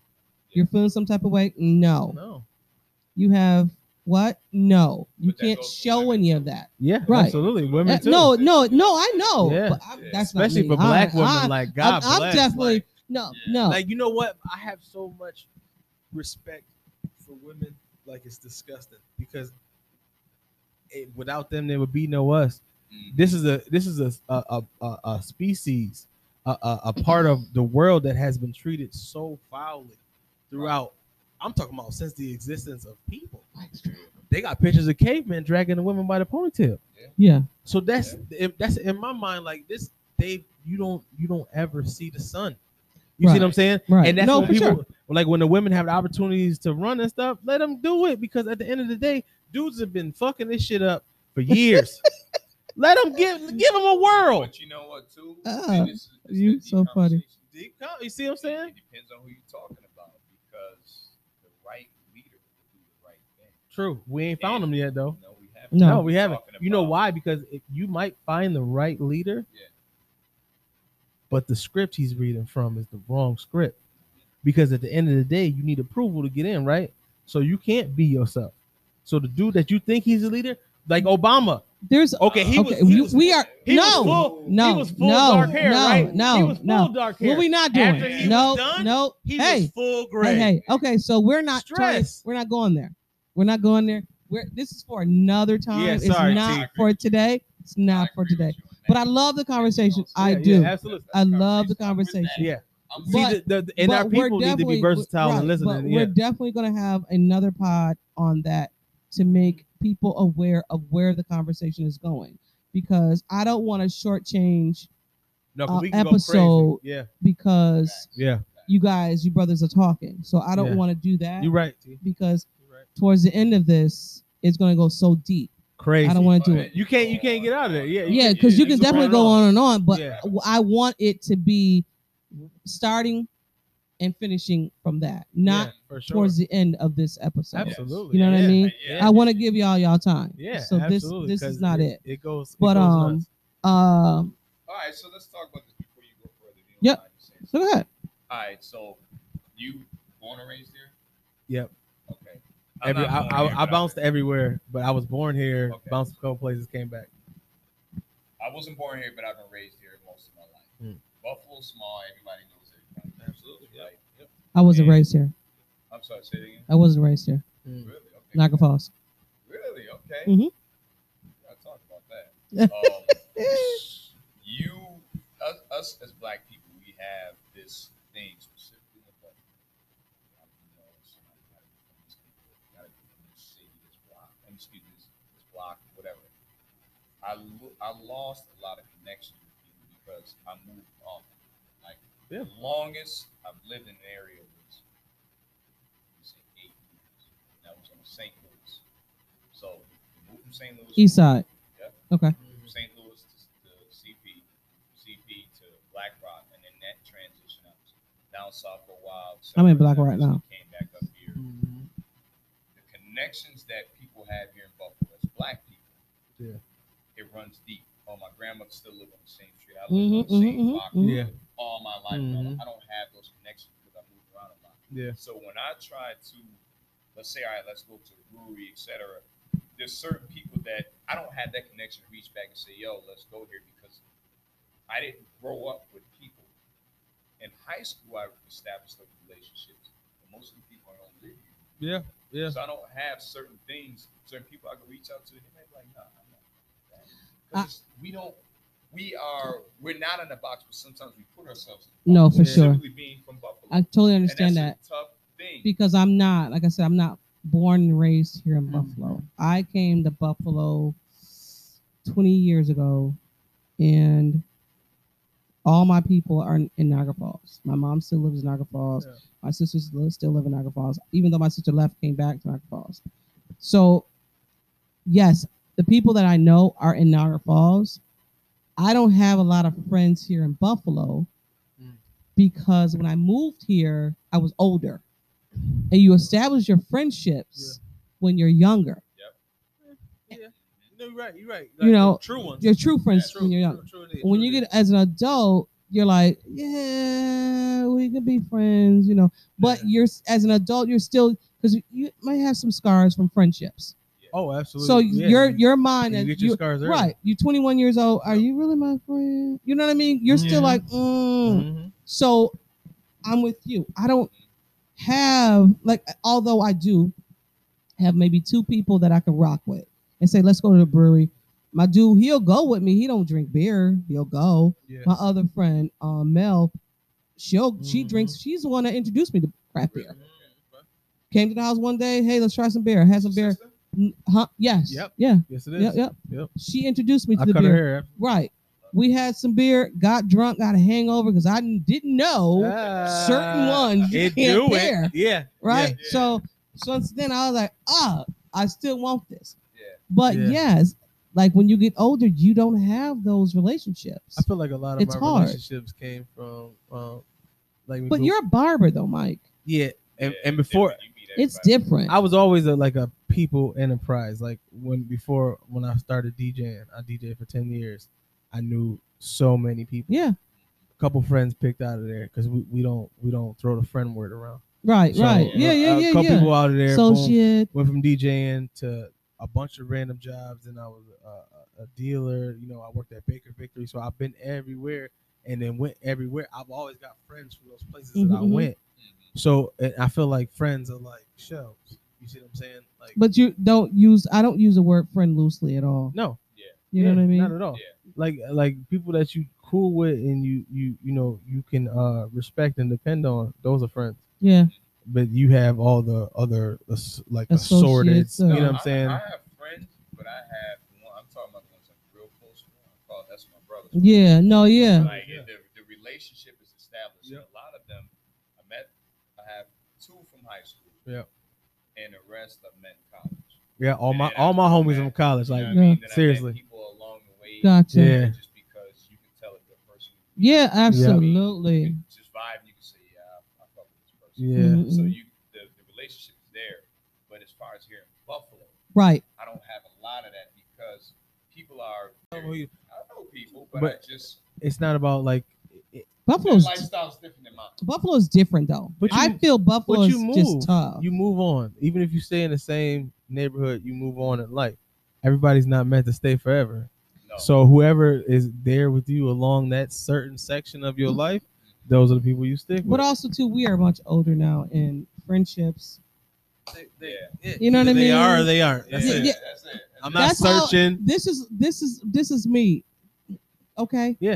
you're feeling some type of way no
No.
you have what no you
But that
can't
goes for
show
women,
any
too.
of that
Yeah,
Right.
absolutely.
Uh,
Women too.
no no no i know
Yeah.
but I,
Yeah.
that's not
especially
me.
for black
I-
women.
I-
like God
I'm
bless.
definitely-
like,
no
Yeah.
no
like, you know what? I have so much respect for women. Like it's disgusting because it, without them there would be no us.
Mhm.
This is a this is a a, a- a, a species, a, a, a part of the world that has been treated so foully throughout. I'm talking about since the existence of people. They got pictures of cavemen dragging the women by the ponytail.
yeah
So that's if that's in my mind like this. They you don't you don't ever see the sun. You see
Right.
what I'm saying?
right
And that's
no
when
for
people
sure
like when the women have the opportunities to run and stuff, let them do it because at the end of the day, dudes have been fucking this shit up for years. let them give give them a whirl.
But you know what, too?
Ah,
this is- this is
you
a deep
so funny.
conversation.
Deep cut, You see what I'm saying?
It depends on who you're talking about because the right leader will do the right thing.
True. We ain't found them yet though.
No, we haven't.
No.
No, we haven't.
Talking
You know
about-
why? Because if you might find the right leader,
Yeah.
but the script he's reading from is the wrong script. Because at the end of the day, you need approval to get in, right? So you can't be yourself. So the dude that you think he's a leader, like
Mm-hmm.
Obama,
there's
okay, he
Okay,
was, he
we-
was,
we are-
he
no,
was full,
no,
he was full
no,
dark hair,
no,
right? he
no,
was full
no.
dark hair.
What we not doing?
After he was
no,
done,
no.
he was
hey,
full
hey,
gray.
hey. Okay, so we're not trying,
Stress.
we're not going there. We're not going there. We're this is for another time.
Yeah,
it's
sorry,
not
T.
for today. It's not
I
for
agree
today.
with you on
But I
that.
love the conversation. I
Yeah,
do.
yeah, absolutely.
I love the conversation.
Yeah,
I'm
But-
see, the, the, and
But
our
we're
people need to be
definitely-
versatile
right,
and
But
listening.
We're
Yeah,
definitely going to have another pod on that to make people aware of where the conversation is going because I don't want to shortchange
no,
uh,
'cause we can go
episode-
crazy. Yeah,
because
yeah,
you guys, you brothers are talking. So I don't
Yeah.
want to do that
you're right. T.
because
You're right.
towards the end of this, it's going to go so deep.
Crazy.
I don't want to do it.
You can't- you can't get out of there. Yeah, you
Yeah,
can-
because
yeah,
you can
you can
definitely
run
go
on.
on and on, but
Yeah.
I want it to be starting and finishing from that, not
yeah, for sure.
towards the end of this episode.
Absolutely.
You know what I
yeah.
mean?
Yeah.
I want to give y'all y'all time.
Yeah.
So
absolutely,
this this
'cause
is not it.
It goes. it
But,
goes
um,
nuts.
Um,
All right, so let's talk about this before you go further. if you don't
Yep.
mind me saying
so go ahead.
something. All right, so you born and raised here?
Yep.
Okay. I'm
Every,
not
I,
born
I,
here,
I
but
bounced everywhere, but I was born here,
Okay.
bounced a couple places, came back.
I wasn't born here, but I've been raised here most of my
Hmm.
life. Buffalo small, everybody knows everybody. Absolutely. Right. Yep.
I wasn't
Yeah.
raised here.
I'm sorry, say it again.
I wasn't raised here.
Mm.
Really? Okay.
Niagara Falls.
Really? Okay.
Mhm.
I talk about that. Um, you, us, us as black people, we have this thing specifically in the You know, somebody gotta be from this people, gotta be from this city, this block, and excuse me, this, this block, whatever. I lo- I lost a lot of connection with people because I moved on. Like
Yeah.
the longest I've lived in an area was, you say eight years. And That was on St. Louis. So we moved from St. Louis.
East side.
Yep.
Okay.
From St. Louis to, to CP, CP to Black Rock, and then that transition up. Now down south for a while.
I'm in
September,
Black right
August,
now.
Came back up here.
Mhm.
The connections that people have here in Buffalo as black people,
Yeah.
it runs deep. Oh, my grandmother still lived on the same street. I lived
Mhm,
on the
mhm,
same
mhm,
block
mhm.
Yeah.
all my life. I
Mm-hmm.
don't- I don't have those connections because I moved around a lot.
Yeah.
So when I try to, let's say, all right, let's go to Ruri, et cetera, there's certain people that I don't have that connection to reach back and say, yo, let's go here because I didn't grow up with people. In high school, I established those relationships. But most of the people I don't live here.
Yeah. Yeah.
So I don't have certain things, certain people I can reach out to. They may be like, nah, I'm not that.
I-
'Cause it's- we don't, we are, we're not in a box, but sometimes we put ourselves in a
No,
box.
for sure.
Simply being from Buffalo.
I totally
And
understand that.
that's a tough thing.
because I'm not, like I said, I'm not born and raised here in
Mhm.
Buffalo. I came to Buffalo 20 years ago, and all my people are in in Niagara Falls. My mom still lives in Niagara Falls.
Yeah.
My sisters li- still live in Niagara Falls, even though my sister left, came back to Niagara Falls. So, yes, the people that I know are in Niagara Falls. I don't have a lot of friends here in Buffalo
Mm.
because when I moved here, I was older and you establish your friendships when you're younger.
No, you're right. You're right.
You know,
true ones.
Your true friends
True,
when you're young.
true, true indeed,
When
true
you
indeed.
get as an adult, you're like, yeah, we could be friends, you know. But
Yeah.
you're as an adult, you're still because you might have some scars from friendships.
oh, absolutely.
So
yeah.
your
you-
your mind
you
and
get your
you,
scars early.
right, you're 21 years old. Are
Yeah.
you really my friend? You know what I mean? You're still
Mhm.
like, mm.
Mhm.
So I'm with you. I don't have like although I do have maybe two people that I can rock with and say, let's go to the brewery. My dude, he'll go with me. He don't drink beer. He'll go.
Yeah.
My other friend, um, Mel, she'll she
Mhm.
drinks, she's the one that introduced me to craft beer.
Okay.
Mm-hmm.
Came to the house one day, hey, let's try some beer. Had some beer.
Sister?
N- Huh? Yes.
Yep.
Yeah.
Yes, it is.
Yep. Yep.
Yep.
She introduced me to
I
the
cut her
beer.
hair.
Right. We had some beer, got drunk, got a hangover because I didn't didn't know
Ah,
certain ones you
It
can't
do
bear,
it. Yeah.
right?
Yeah.
So since then I was like, ah, I still want this.
Yeah.
But
Yeah.
yes, like when you get older, you don't have those relationships.
I feel like a lot of
It's
my
hard.
relationships came from, um, like,
But
we-
you're a barber though, Mike.
yeah, and,
Yeah,
and
it's
before
different. You meet
It's
everybody.
different.
I was always a, like a people enterprise. Like when before when I started DJing, I DJed for ten years. I knew so many people.
yeah.
A couple friends picked out of there because we, we don't we don't throw the friend word around.
Right.
So,
right.
uh,
Yeah. Yeah.
A
Yeah.
couple
Yeah.
people out of there.
So
boom.
shit.
went from DJing to a bunch of random jobs, and I was a, a dealer. You know, I worked at Baker Victory, so I've been everywhere, and then went everywhere. I've always got friends from those places that I
Mhm, mhm.
went.
Mhm.
So and I feel like friends are like shells. You see what I'm saying? Like,
But you don't use. I don't use the word friend loosely at all.
no,
You
yeah,
know what I mean?
Not at all. Like, like people that you cool with and you you you know you can uh respect and depend on. Those are friends.
yeah.
But you have all the other ass- like assorted.
Associates, uh,
You know
No,
what I'm
I-
saying?
I have friends, but I have one. I'm talking about the ones I'm real close with. I call- that's my brother.
Yeah. No. Yeah.
Like
Yeah.
The, the relationship is established. and A lot of them I met. I have two from high school.
Yeah.
And the rest I met in college.
yeah, all my
and I
all my
do
homies
that,
from college.
You know
Like,
what I mean?
Yeah.
That I met
seriously.
people along the way.
Gotcha.
Yeah.
Just because you can tell if the person.
Yeah. Absolutely.
You can just vibe. You can say, yeah, I, I fuck with this person.
Yeah. Mm-hmm.
Mhm,
So
mhm.
you the, the relationship is there. But as far as here in Buffalo,
Right.
I don't have a lot of that because people are.
I
Very,
don't know you-
I know people, but,
But-
I just
It's not about like it-
their
Buffalo's
lifestyle's different than mine.
Buffalo's different though.
But
I
you-
feel Buffalo
but
is
you move.
just tough.
you move on. Even if you stay in the same neighborhood, you move on in life. Everybody's not meant to stay forever.
No.
So whoever is there with you along that certain section of your life, those are the people you stick with.
but also too, we are much older now in friendships.
yeah.
You know what I
Either They
mean?
are or they aren't. That's
Yeah,
it.
yeah.
That's it.
I'm
That's
not
That's how-
searching.
This is this is this is me. Okay.
it. Yeah.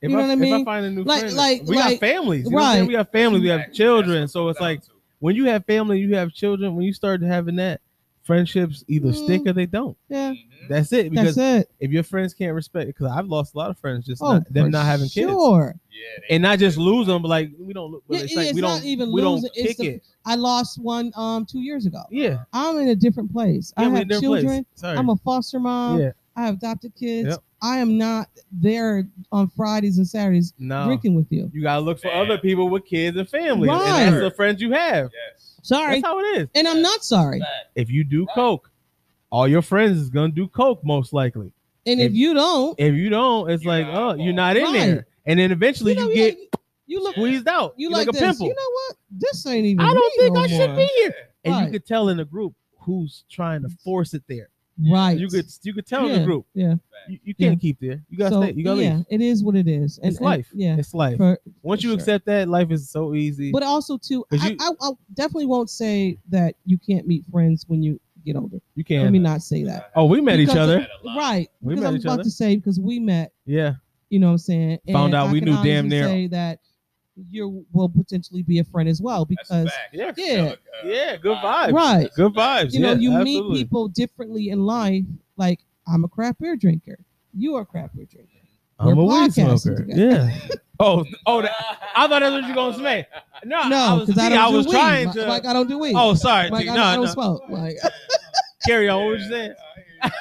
If
You know
I,
what I
If I
mean?
find a new
Like-
friend,
like-
we
like-
got families. You know what I'm saying?
right.
We got families. We have
Exactly.
children.
That's
So
what
it's
down
like
to.
when you have family, you have children. When you start having that, friendships either
Mm.
stick or they don't.
Yeah.
Mhm.
That's it. Because
That's it.
if your friends can't respect it, because I've lost a lot of friends just
Oh,
not, them
for
not having kids,
sure.
yeah, they-
and not just lose them, but like we don't. Well,
Yeah,
it's like
it's
we
not
don't
even
we
losing,
don't
it's
kick
the-
it.
I lost one um two years ago.
Yeah,
I'm in a different place.
yeah,
I
we in
have
their place.
children.
Sorry,
I'm a foster mom.
yeah,
I have adopted kids.
Yep.
I am not there on Fridays and Saturdays
No,
drinking with you.
you gotta look for
Man.
other people with kids and families,
Right.
and that's the friends you have.
Yes.
Sorry.
That's how it is.
and I'm not sorry.
Fact.
If you do
Right.
coke, all your friends is gonna do coke most likely.
And if
If-
you don't,
If you don't, it's
You're
like,
not
oh,
involved.
you're not in
Right.
there, and then eventually
you
you,
know, you,
get
like, you look
squeezed out.
you
You're
like,
a
this.
pimple.
You know what? This ain't even.
I don't
me
think
no
I should
more.
be here. And
Right.
you could tell in the group who's trying to force it there.
Right.
You could you could tell in
Yeah,
the group.
Yeah.
Fact.
You, you
Yeah.
can't keep there. You gotta
So,
stay. You gotta
yeah,
leave.
it is what it is. And,
It's
and-
life.
Yeah.
It's life.
For-
Once you
sure.
accept that, life is so easy.
but also too,
'Cause
I,
you-
I, I definitely won't say that you can't meet friends when you get older.
you can.
Let me not say that.
oh, we met each
Because
other.
That a lot.
Right.
We
because
met
I'm
each
about
other.
to say because we met,
Yeah.
you know what I'm saying? And
Found out
I
we
can
knew damn
honestly
near-
say that you will potentially be a friend as well
That's a
because
fact.
Yeah.
That's another, uh,
Yeah, good
vibe.
vibes.
Right.
Good vibes.
you know,
Yeah,
you
absolutely.
meet people differently in life. Like I'm a craft beer drinker. You are a craft beer drinker.
I'm
We're
a weed
podcasting
smoker.
together.
Yeah. Oh, oh, that, I thought that's what you were gonna say. no, I
No,
was,
because I,
see,
don't
I
do
was
weed.
trying
Like-
to.
Like I don't do weed.
oh, sorry.
like
T,
I,
no,
I don't
no.
smoke. Like
Carry
Yeah,
on. What you saying?
I hear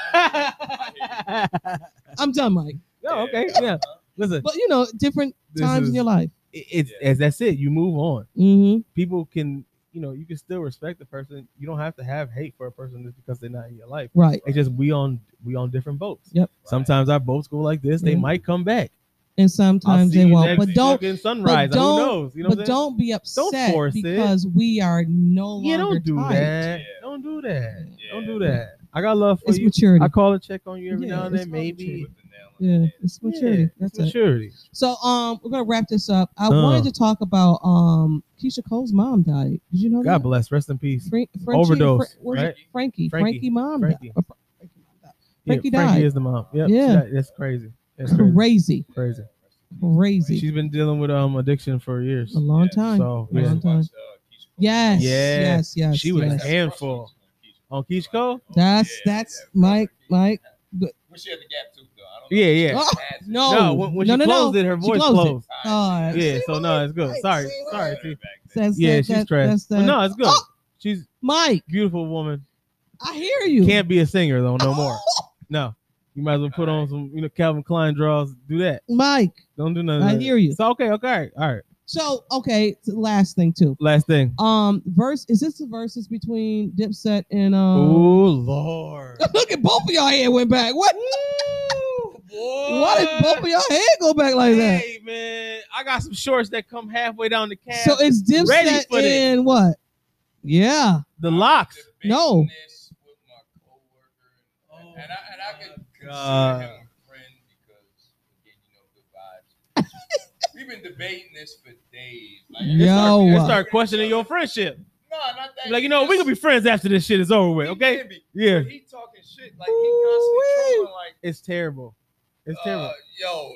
you. I
oh,
I'm done, Mike.
okay.
hear you.
Yeah. Listen,
But you know, different
this
times in
is-
your life.
it- it's as that's it. You move on.
Mm-hmm.
People can, you know, you can still respect the person. You don't have to have hate for a person just because they're not in your life.
Right.
It's just we on we on different boats.
Yep.
Sometimes our boats go like this. They
Yeah.
might come back.
And
I'll
sometimes
see
they
you
won't.
next
But don't
fucking sunrise.
but
Who
don't-
knows? You know. what
but
I'm saying?
don't be upset
force it.
because we are no longer.
Yeah, don't do
tight.
that.
Yeah.
Don't do that.
Yeah.
Don't do that. I got love for
It's
you.
maturity.
I call and check on you every
Yeah,
now and
it's
then,
called
maybe.
Put the nail on the
yeah,
head.
it's
Yeah,
maturity.
it's
That's it.
maturity.
So um, we're gonna wrap this up. I
Uh.
wanted to talk about um, Keisha Cole's mom died. Did you know
God
that?
bless. Rest in peace.
Fran- Frenchie-
Overdose,
Fra- was it
right?
Frankie.
Frankie.
Frankie mom died.
Frankie.
Uh, Fra- Frankie mom died.
Yeah,
Frankie
Frankie
died.
is the mom. Yep.
Yeah.
That- that's crazy. That's crazy.
Crazy.
Crazy.
Crazy.
She's been dealing with um addiction for years.
A long
Yeah,
time.
So
Yeah.
yeah.
Long time.
Yeah.
Yes. Yes. Yes.
She was
yes.
a handful. on Keisha Cole.
That's- that's Mike- Mike, but-
When she had the gap tooth, though, I don't know
Yeah,
if
yeah.
Oh,
she has it.
no.
No, when, when
No,
she
no, no.
closed it, her
She
voice
closed it.
closed.
God.
Yeah, so no, it's good.
Right,
Sorry,
see,
sorry.
right.
see.
That's
That's-
Yeah,
that-
she's
that-
trash.
that's
But
that.
no, it's good.
Oh!
She's a
Mike,
beautiful woman.
I hear you.
Can't be a singer though, no more. No, you might as well put on some, you know, Calvin Klein draws. Do that.
Mike,
Don't do nothing.
I hear you.
It's okay. Okay. All right. All right.
So okay, t- last thing too.
Last thing.
Um, verse is this the verses between Dipset and um?
oh Lord.
Look at both of y'all head went back. What? Why did both of y'all head go back like that?
Hey man, I got some shorts that come halfway down the calf.
So it's
Ready
Dipset
for this.
and what? Yeah,
the locks.
No.
With my coworker, and I and I could consider
God.
him a friend because again, you know, good vibes. We've been debating this for days. Like,
They start,
Yo. uh,
they start questioning your friendship.
No, not that.
Like you know, we could be friends after this shit is over with.
He
Okay.
can be,
Yeah.
but He talking shit like he constantly
Ooh-wee.
trolling like.
It's terrible. It's
Uh,
terrible.
yo, uh,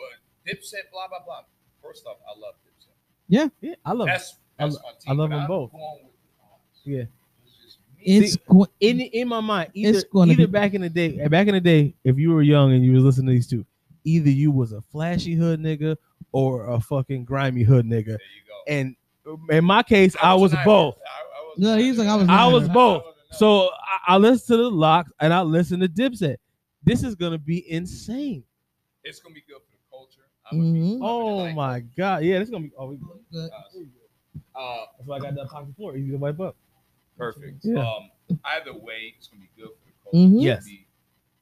Dipset, blah blah blah. First off, I love Dipset.
Yeah, I love it.
That's, that's
I I
my team.
love
but
them
I'm
both.
going with the Hawks.
Yeah.
It's just me.
it's
See-
go-
in in my mind, either,
It's gonna
either
be-
back in the day, back in the day, if you were young and you was listening to these two, either you was a flashy hood nigga or a fucking grimy hood nigga.
there you go.
And in my case, I was
neither.
both.
I, I was
No, he's like, I was
I
neither.
was both.
wasn't neither.
So I, I listen to the locks and I listen to Dipset. This is gonna be insane.
it's gonna be good for the culture. I'm gonna
Mhm.
be,
Oh my god, yeah, this is gonna be. Oh, we,
Good.
Uh,
that's why I got that pocket floor easy to wipe up.
perfect.
Yeah.
Um, either way, it's gonna be good for the culture.
Mhm.
It's gonna
Yes.
be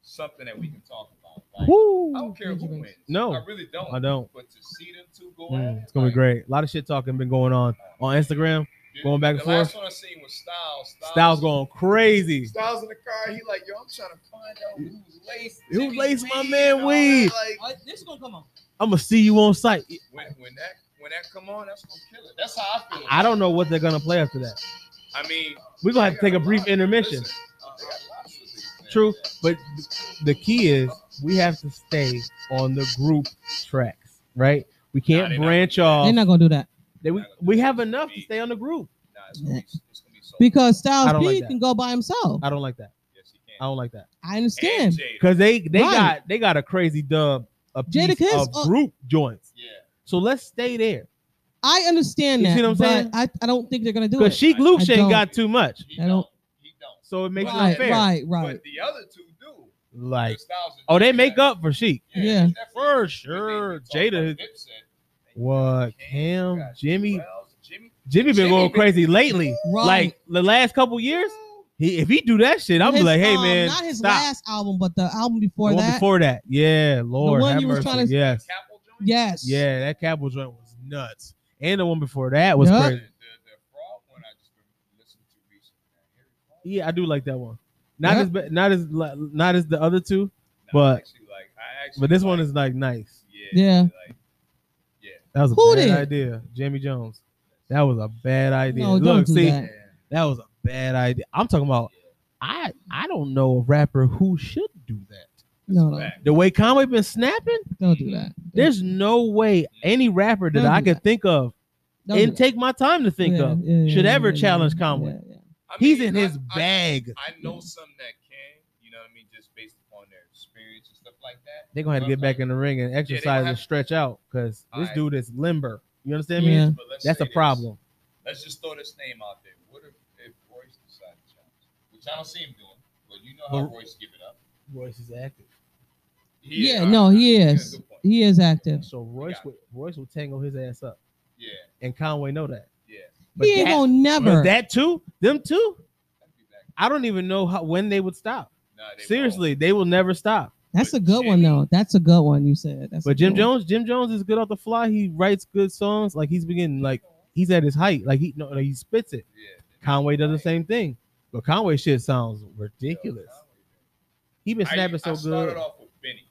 something that we can talk about. Like, I
Woo!
don't care who wins.
No,
I really don't.
I don't.
But to see them two go at
Mm,
it,
it's gonna be
like,
great. A lot of shit talking been going on on Instagram.
Dude,
Going back and
the last one I seen was Styles.
Styles going crazy.
Styles in the car. He like, yo, I'm trying to find out who's laced.
Who
Jimmy
laced my
Reed
man
and all
Weed?
that, Like,
this is gonna come on.
I'm gonna see you on site.
when, when that when that come on, that's gonna kill it. That's how I feel.
I don't know what they're gonna play after that.
I mean,
We're gonna have to take a brief intermission.
listen, uh, they got lots of these things.
True, but the key is we have to stay on the group tracks, right? We
Nah,
can't
they not
branch
They're
off.
not gonna do that
They- we, we have enough to stay on the group.
Nah, it's gonna be, it's gonna be so.
because
I
Styles
don't
P
like that.
can go by himself.
I don't like that.
yes, he
I
can.
don't like that
I
And
understand.
Jada.
because they they
Right.
got they got a crazy dub of, piece
Jadakiss,
of
uh,
group joints.
Yeah,
So let's stay there
I understand
You
that.
see what I'm
but
saying?
I, I don't think they're gonna do
because
it.
Sheik Luke
I
ain't
don't.
got too much,
he
I
don't.
don't-
He don't.
so it makes it
right,
unfair.
right, right,
But the other two do.
Like,
Styles and
Oh, they
Dipset.
make up for Sheik.
Yeah.
it's definitely-
For
they- they
sure.
talk about
Jada-
Dipset. They-
what?
you
Cam,
got
Jimmy,
Wells, Jimmy.
Jimmy been
Jimmy
going
been-
crazy lately.
Right.
Like the last couple years, he if he do that shit, I'm
His,
like, hey
um,
man,
Not his
stop.
last album, but the album
The
before
one
that.
before that, yeah, Lord,
one
have
you was
mercy.
tryna-
yes,
Capital joint?
yes.
yeah, that Capital joint was nuts, and the one before that was
Yup.
The, the,
crazy.
the fraud one I just been listening to recently. man. Harry Fraud.
Yeah, I do like that one. Not
Yup.
as ba- not as li- not as the other two,
Nah,
but-
actually, like, I actually
but this one
like-
is like nice.
yeah,
Yeah.
like, yeah.
That was a
Who
bad
did?
idea, Jamie Jones. That was a bad idea.
No,
Look,
don't do
see,
that.
yeah.
that was a bad idea. I'm talking about. I I don't know a rapper who should do that.
No, no,
Fact.
The way Conway been snapping,
don't do that. Don't-
there's no way any rapper that
Don't
I
do
could
that.
think of
don't do
and
that.
take my time to think
Yeah,
of
yeah, yeah,
should
yeah,
ever
yeah,
challenge
yeah,
Conway.
yeah, yeah.
I
He's
mean,
in
I-
his
I-
bag.
I know some that can, you know what I mean, just based upon their experience and stuff like that.
They're gonna have to get back in the ring and
they
exercise
gonna
and
have-
stretch out because this
Alright.
dude is limber. You understand me?
Yeah.
But let's
That's
say
a
this.
problem.
Let's just throw this name out there. What if, if Royce decided to challenge? Which I don't see him doing, but you know how
Well-
Royce give it up.
Royce is active,
He is-
Yeah, no, he
Yeah,
is.
good point.
He is active.
so Royce
Yeah.
will, Royce will tangle his ass up,
Yeah,
and Conway know that.
yeah.
But
he ain't
that-
gonna
But
never.
that too, them too.
That'd be back.
I don't even know how when they would stop.
Nah, they won't.
Seriously, they will never stop.
That's a
but
good one
Jimmy-
though. That's a good one. You said. That's a
But Jim
good one.
Jones, Jim Jones is good off the fly. He writes good songs. Like he's beginning, like he's at his height. Like he no, like, he spits it.
Yeah.
Conway does the
Right.
same thing, but Conway shit sounds ridiculous.
Yo, Conway, man.
He been snapping
I, I
so
started
good.
off with Benny.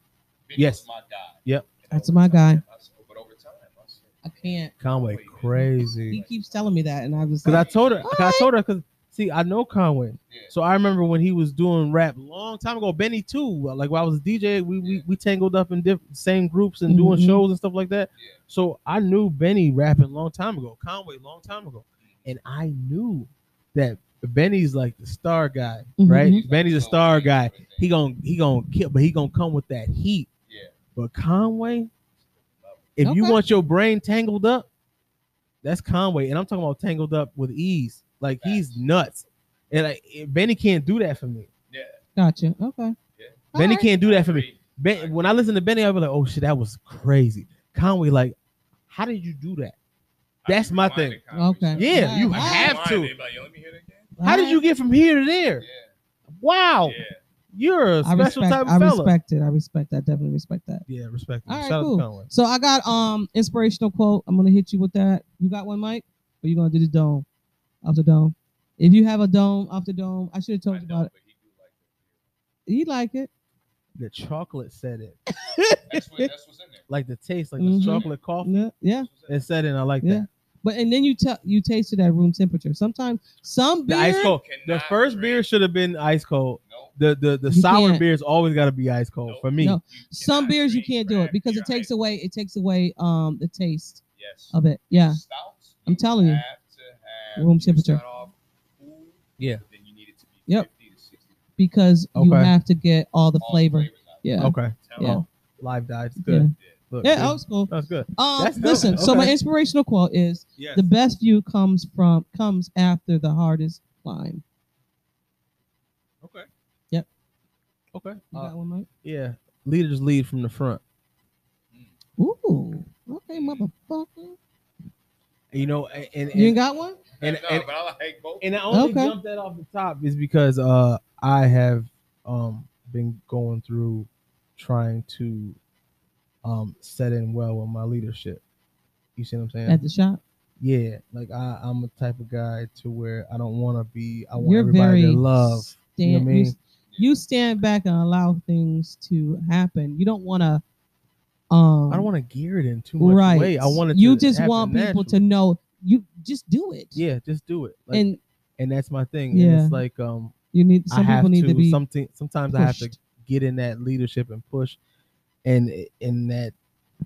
Benny
Yes.
was my guy.
Yep.
And
That's
over
my
time,
guy.
I s- but over time, I said,
I can't.
Conway
Conway, man.
He
crazy.
keeps telling me that, and I was
Cause
like,
I told her,
All
'cause I told her, cause see, I know Conway.
yeah.
So I remember when he was doing rap long time ago. Benny too. Like when I was a DJ, we
Yeah.
we, we tangled up in diff- same groups and doing
Mhm.
shows and stuff like that.
Yeah.
So I knew Benny rapping long time ago. Conway long time ago, and I knew that Benny's like the star guy,
Mhm.
right?
Mhm.
Benny's a
So
star
Benny
guy.
was that.
He gonna he gonna kill, but he gonna come with that heat.
yeah.
But Conway, if you
Okay.
want your brain tangled up, that's Conway. And I'm talking about tangled up with ease. Like he's
Facts.
nuts. And like eh, Benny can't do that for me.
Yeah.
"Gotcha, okay."
Yeah.
Benny
Alright.
can't do that for me.
Agreed.
Ben, when I listen to Benny, I'll be like, oh shit, that was crazy. Conway, like, how did you do that?
I
That's
can
my
rewind
thing.
the conversation.
Okay. Yeah,
Yeah, you
I can
have
rewind
to.
it, like, yo, let me hear that again.
How did you get from here to there?
Yeah.
Wow,
Yeah.
you're a
I
special
respect.
type
I
of fella.
respect it. I respect that. Definitely respect that.
Yeah, respect. him.
All right,
Shout
cool.
out to Conway.
So I got um inspirational quote. I'm gonna hit you with that. You got one, Mike? Or you gonna do the dome? Off the dome. If you have a dome off the dome, I should have told
I
you
know,
about it.
but he do like
He like
that.
it.
The chocolate said it.
That's what. That's what's in there.
Like the taste, like
Mhm.
the chocolate coffee.
Yeah, yeah.
That's what's in
It said it, and I like
Yeah.
that.
But and then you tell you tasted at room temperature. Sometimes some
The
beer.
ice cold. The
Cannot
first
drink.
beer should have been ice cold.
there. No.
The the the
You
sour
can't.
beers always got to be ice cold
Nope.
Oh, for me.
No.
you
some
cannot
beers you
drink
can't do it
craft
because it
beer
takes
ice.
away it takes away um the taste
Yes.
of it. Yeah.
Stouts,
I'm telling you.
have to have
Room
you start
temperature.
off cool,
Yeah.
Then you need it to be
Yep.
50 to 60.
Because you
Okay.
have to get all the
All
flavor.
flavors out.
Yeah.
Okay.
Tell
Yeah.
me.
Oh, live died. It's good. Look,
Yeah,
good.
old school.
that's good.
Um,
That's dope.
listen. So my
Okay.
inspirational quote is
Yes.
the best view comes from comes after the hardest climb.
okay.
Yep.
Okay.
You
Uh,
got one, Mike?
yeah. Leaders lead from the front.
Ooh, okay, motherfucker.
You know, and and
You ain't got one?
And-
no,
and-
but I like both.
and I only
Okay.
jumped that off the top is because uh I have um been going through trying to um set in well with my leadership. You see what I'm saying?
At the shop.
yeah, like I, I'm a type of guy to where I don't want to be. I want
You're
everybody
very
to love.
Stand,
know what I mean?
you, you stand back and allow things to happen. You don't want to. Um,
I don't want to gear it in too much
right.
way. I want it.
You
to
just
happen
want people to
naturally.
know you just do it.
Yeah, just do it. Like, and
and
that's my thing. And
Yeah.
it's like um,
you need
I
some
have
people need to, be
something. Sometimes I have to
pushed.
get in that leadership and push, and in that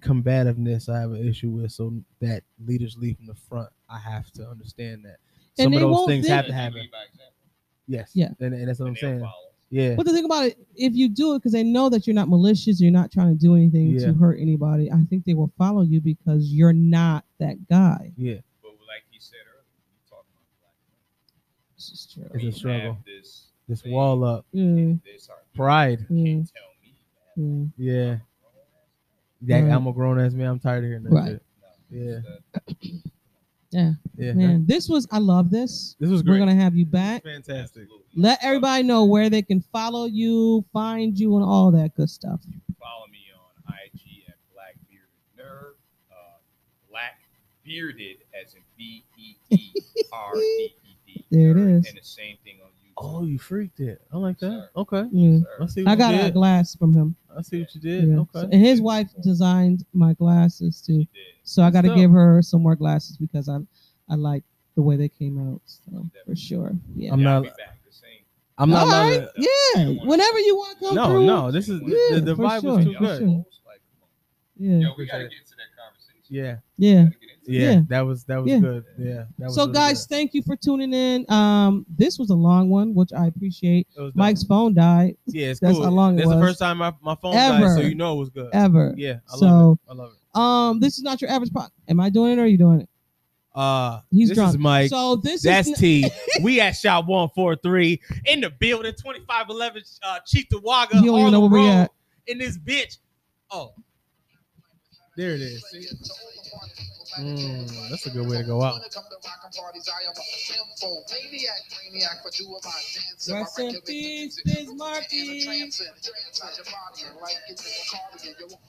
combativeness, I have an issue with. So that leaders lead from the front. I have to understand that
And
some of
they
those
won't
things
think-
have to
They
happen.
lead by example,
Yes.
Yeah.
And, and that's what I'm
and they'll
saying.
follow.
Yeah.
But the thing about it, if you do it because they know that you're not malicious, you're not trying to do anything
Yeah.
to hurt anybody. I think they will follow you because you're not that guy.
Yeah.
But like he said earlier, you talking about black men.
This is true.
It's a
We
struggle.
Have this
this wall up.
Yeah.
This our
Pride.
Yeah.
can't tell me. that.
Yeah.
Yeah. That
Right.
I'm a grown ass man. I'm tired of hearing that
Mm-hmm. Right.
shit.
No,
Yeah.
the-
Yeah.
Man, this was I love this.
This was great.
We're gonna have you back.
Fantastic.
absolutely.
Let everybody know where they can follow you, find you, and all that good stuff.
Follow me on IG at Blackbearded Nerd. Uh, Blackbearded as in B E E R D E D.
There it
nerd,
is.
And the same thing on YouTube.
Oh, you freaked it. I like that.
Sorry.
Okay.
Yeah.
Sir.
I see what
I got
you
a
did.
glass from him.
I see what you
Yeah.
did.
So-
Okay.
and his wife designed my glasses too.
You did.
So I
That's
got to
dope.
give her some more glasses because I I like the way they came out. So for sure, yeah.
I'm
Yeah,
not-
I'll be back. The same.
I'm not
All
allowed
right.
to-
yeah. Whenever you want to come
No,
through.
no. This is
Yeah,
the, the
for
vibe
sure,
was too
for
good.
sure.
Like, come on.
Yeah.
Yo, we gotta get into that conversation.
Yeah.
Yeah.
Gotta get into
yeah.
Yeah.
That was that was
Yeah.
good. Yeah. That was
So
really
guys,
good.
thank you for tuning in. Um, this was a long one, which I appreciate.
It was dope.
Mike's phone died
Yeah, it's
That's
cool.
how long it
That's the
was.
first time my, my phone died,
Ever.
so you know it was good.
ever.
Yeah, I love
So-
it. I love it.
Um, this is not your average podcast. Am I doing it or are you doing it?
Uh,
He's
this
drunk.
is Mike.
so this
That's
is
T. We at Shop One Four Three in the building, twenty five eleven uh, Cheektowaga
You don't even
on the
know where we
road
at.
in this bitch. Oh, there it is. See? Mm, that's a good way to go out.
Rest in peace, Bismarck.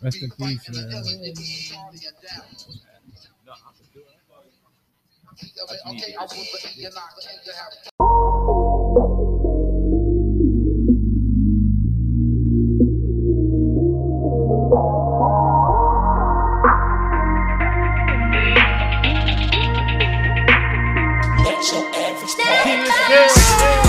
Rest in peace, man.
that. No, I'm gonna do it.
Okay, I was the E and I came to have
That's your average podcast.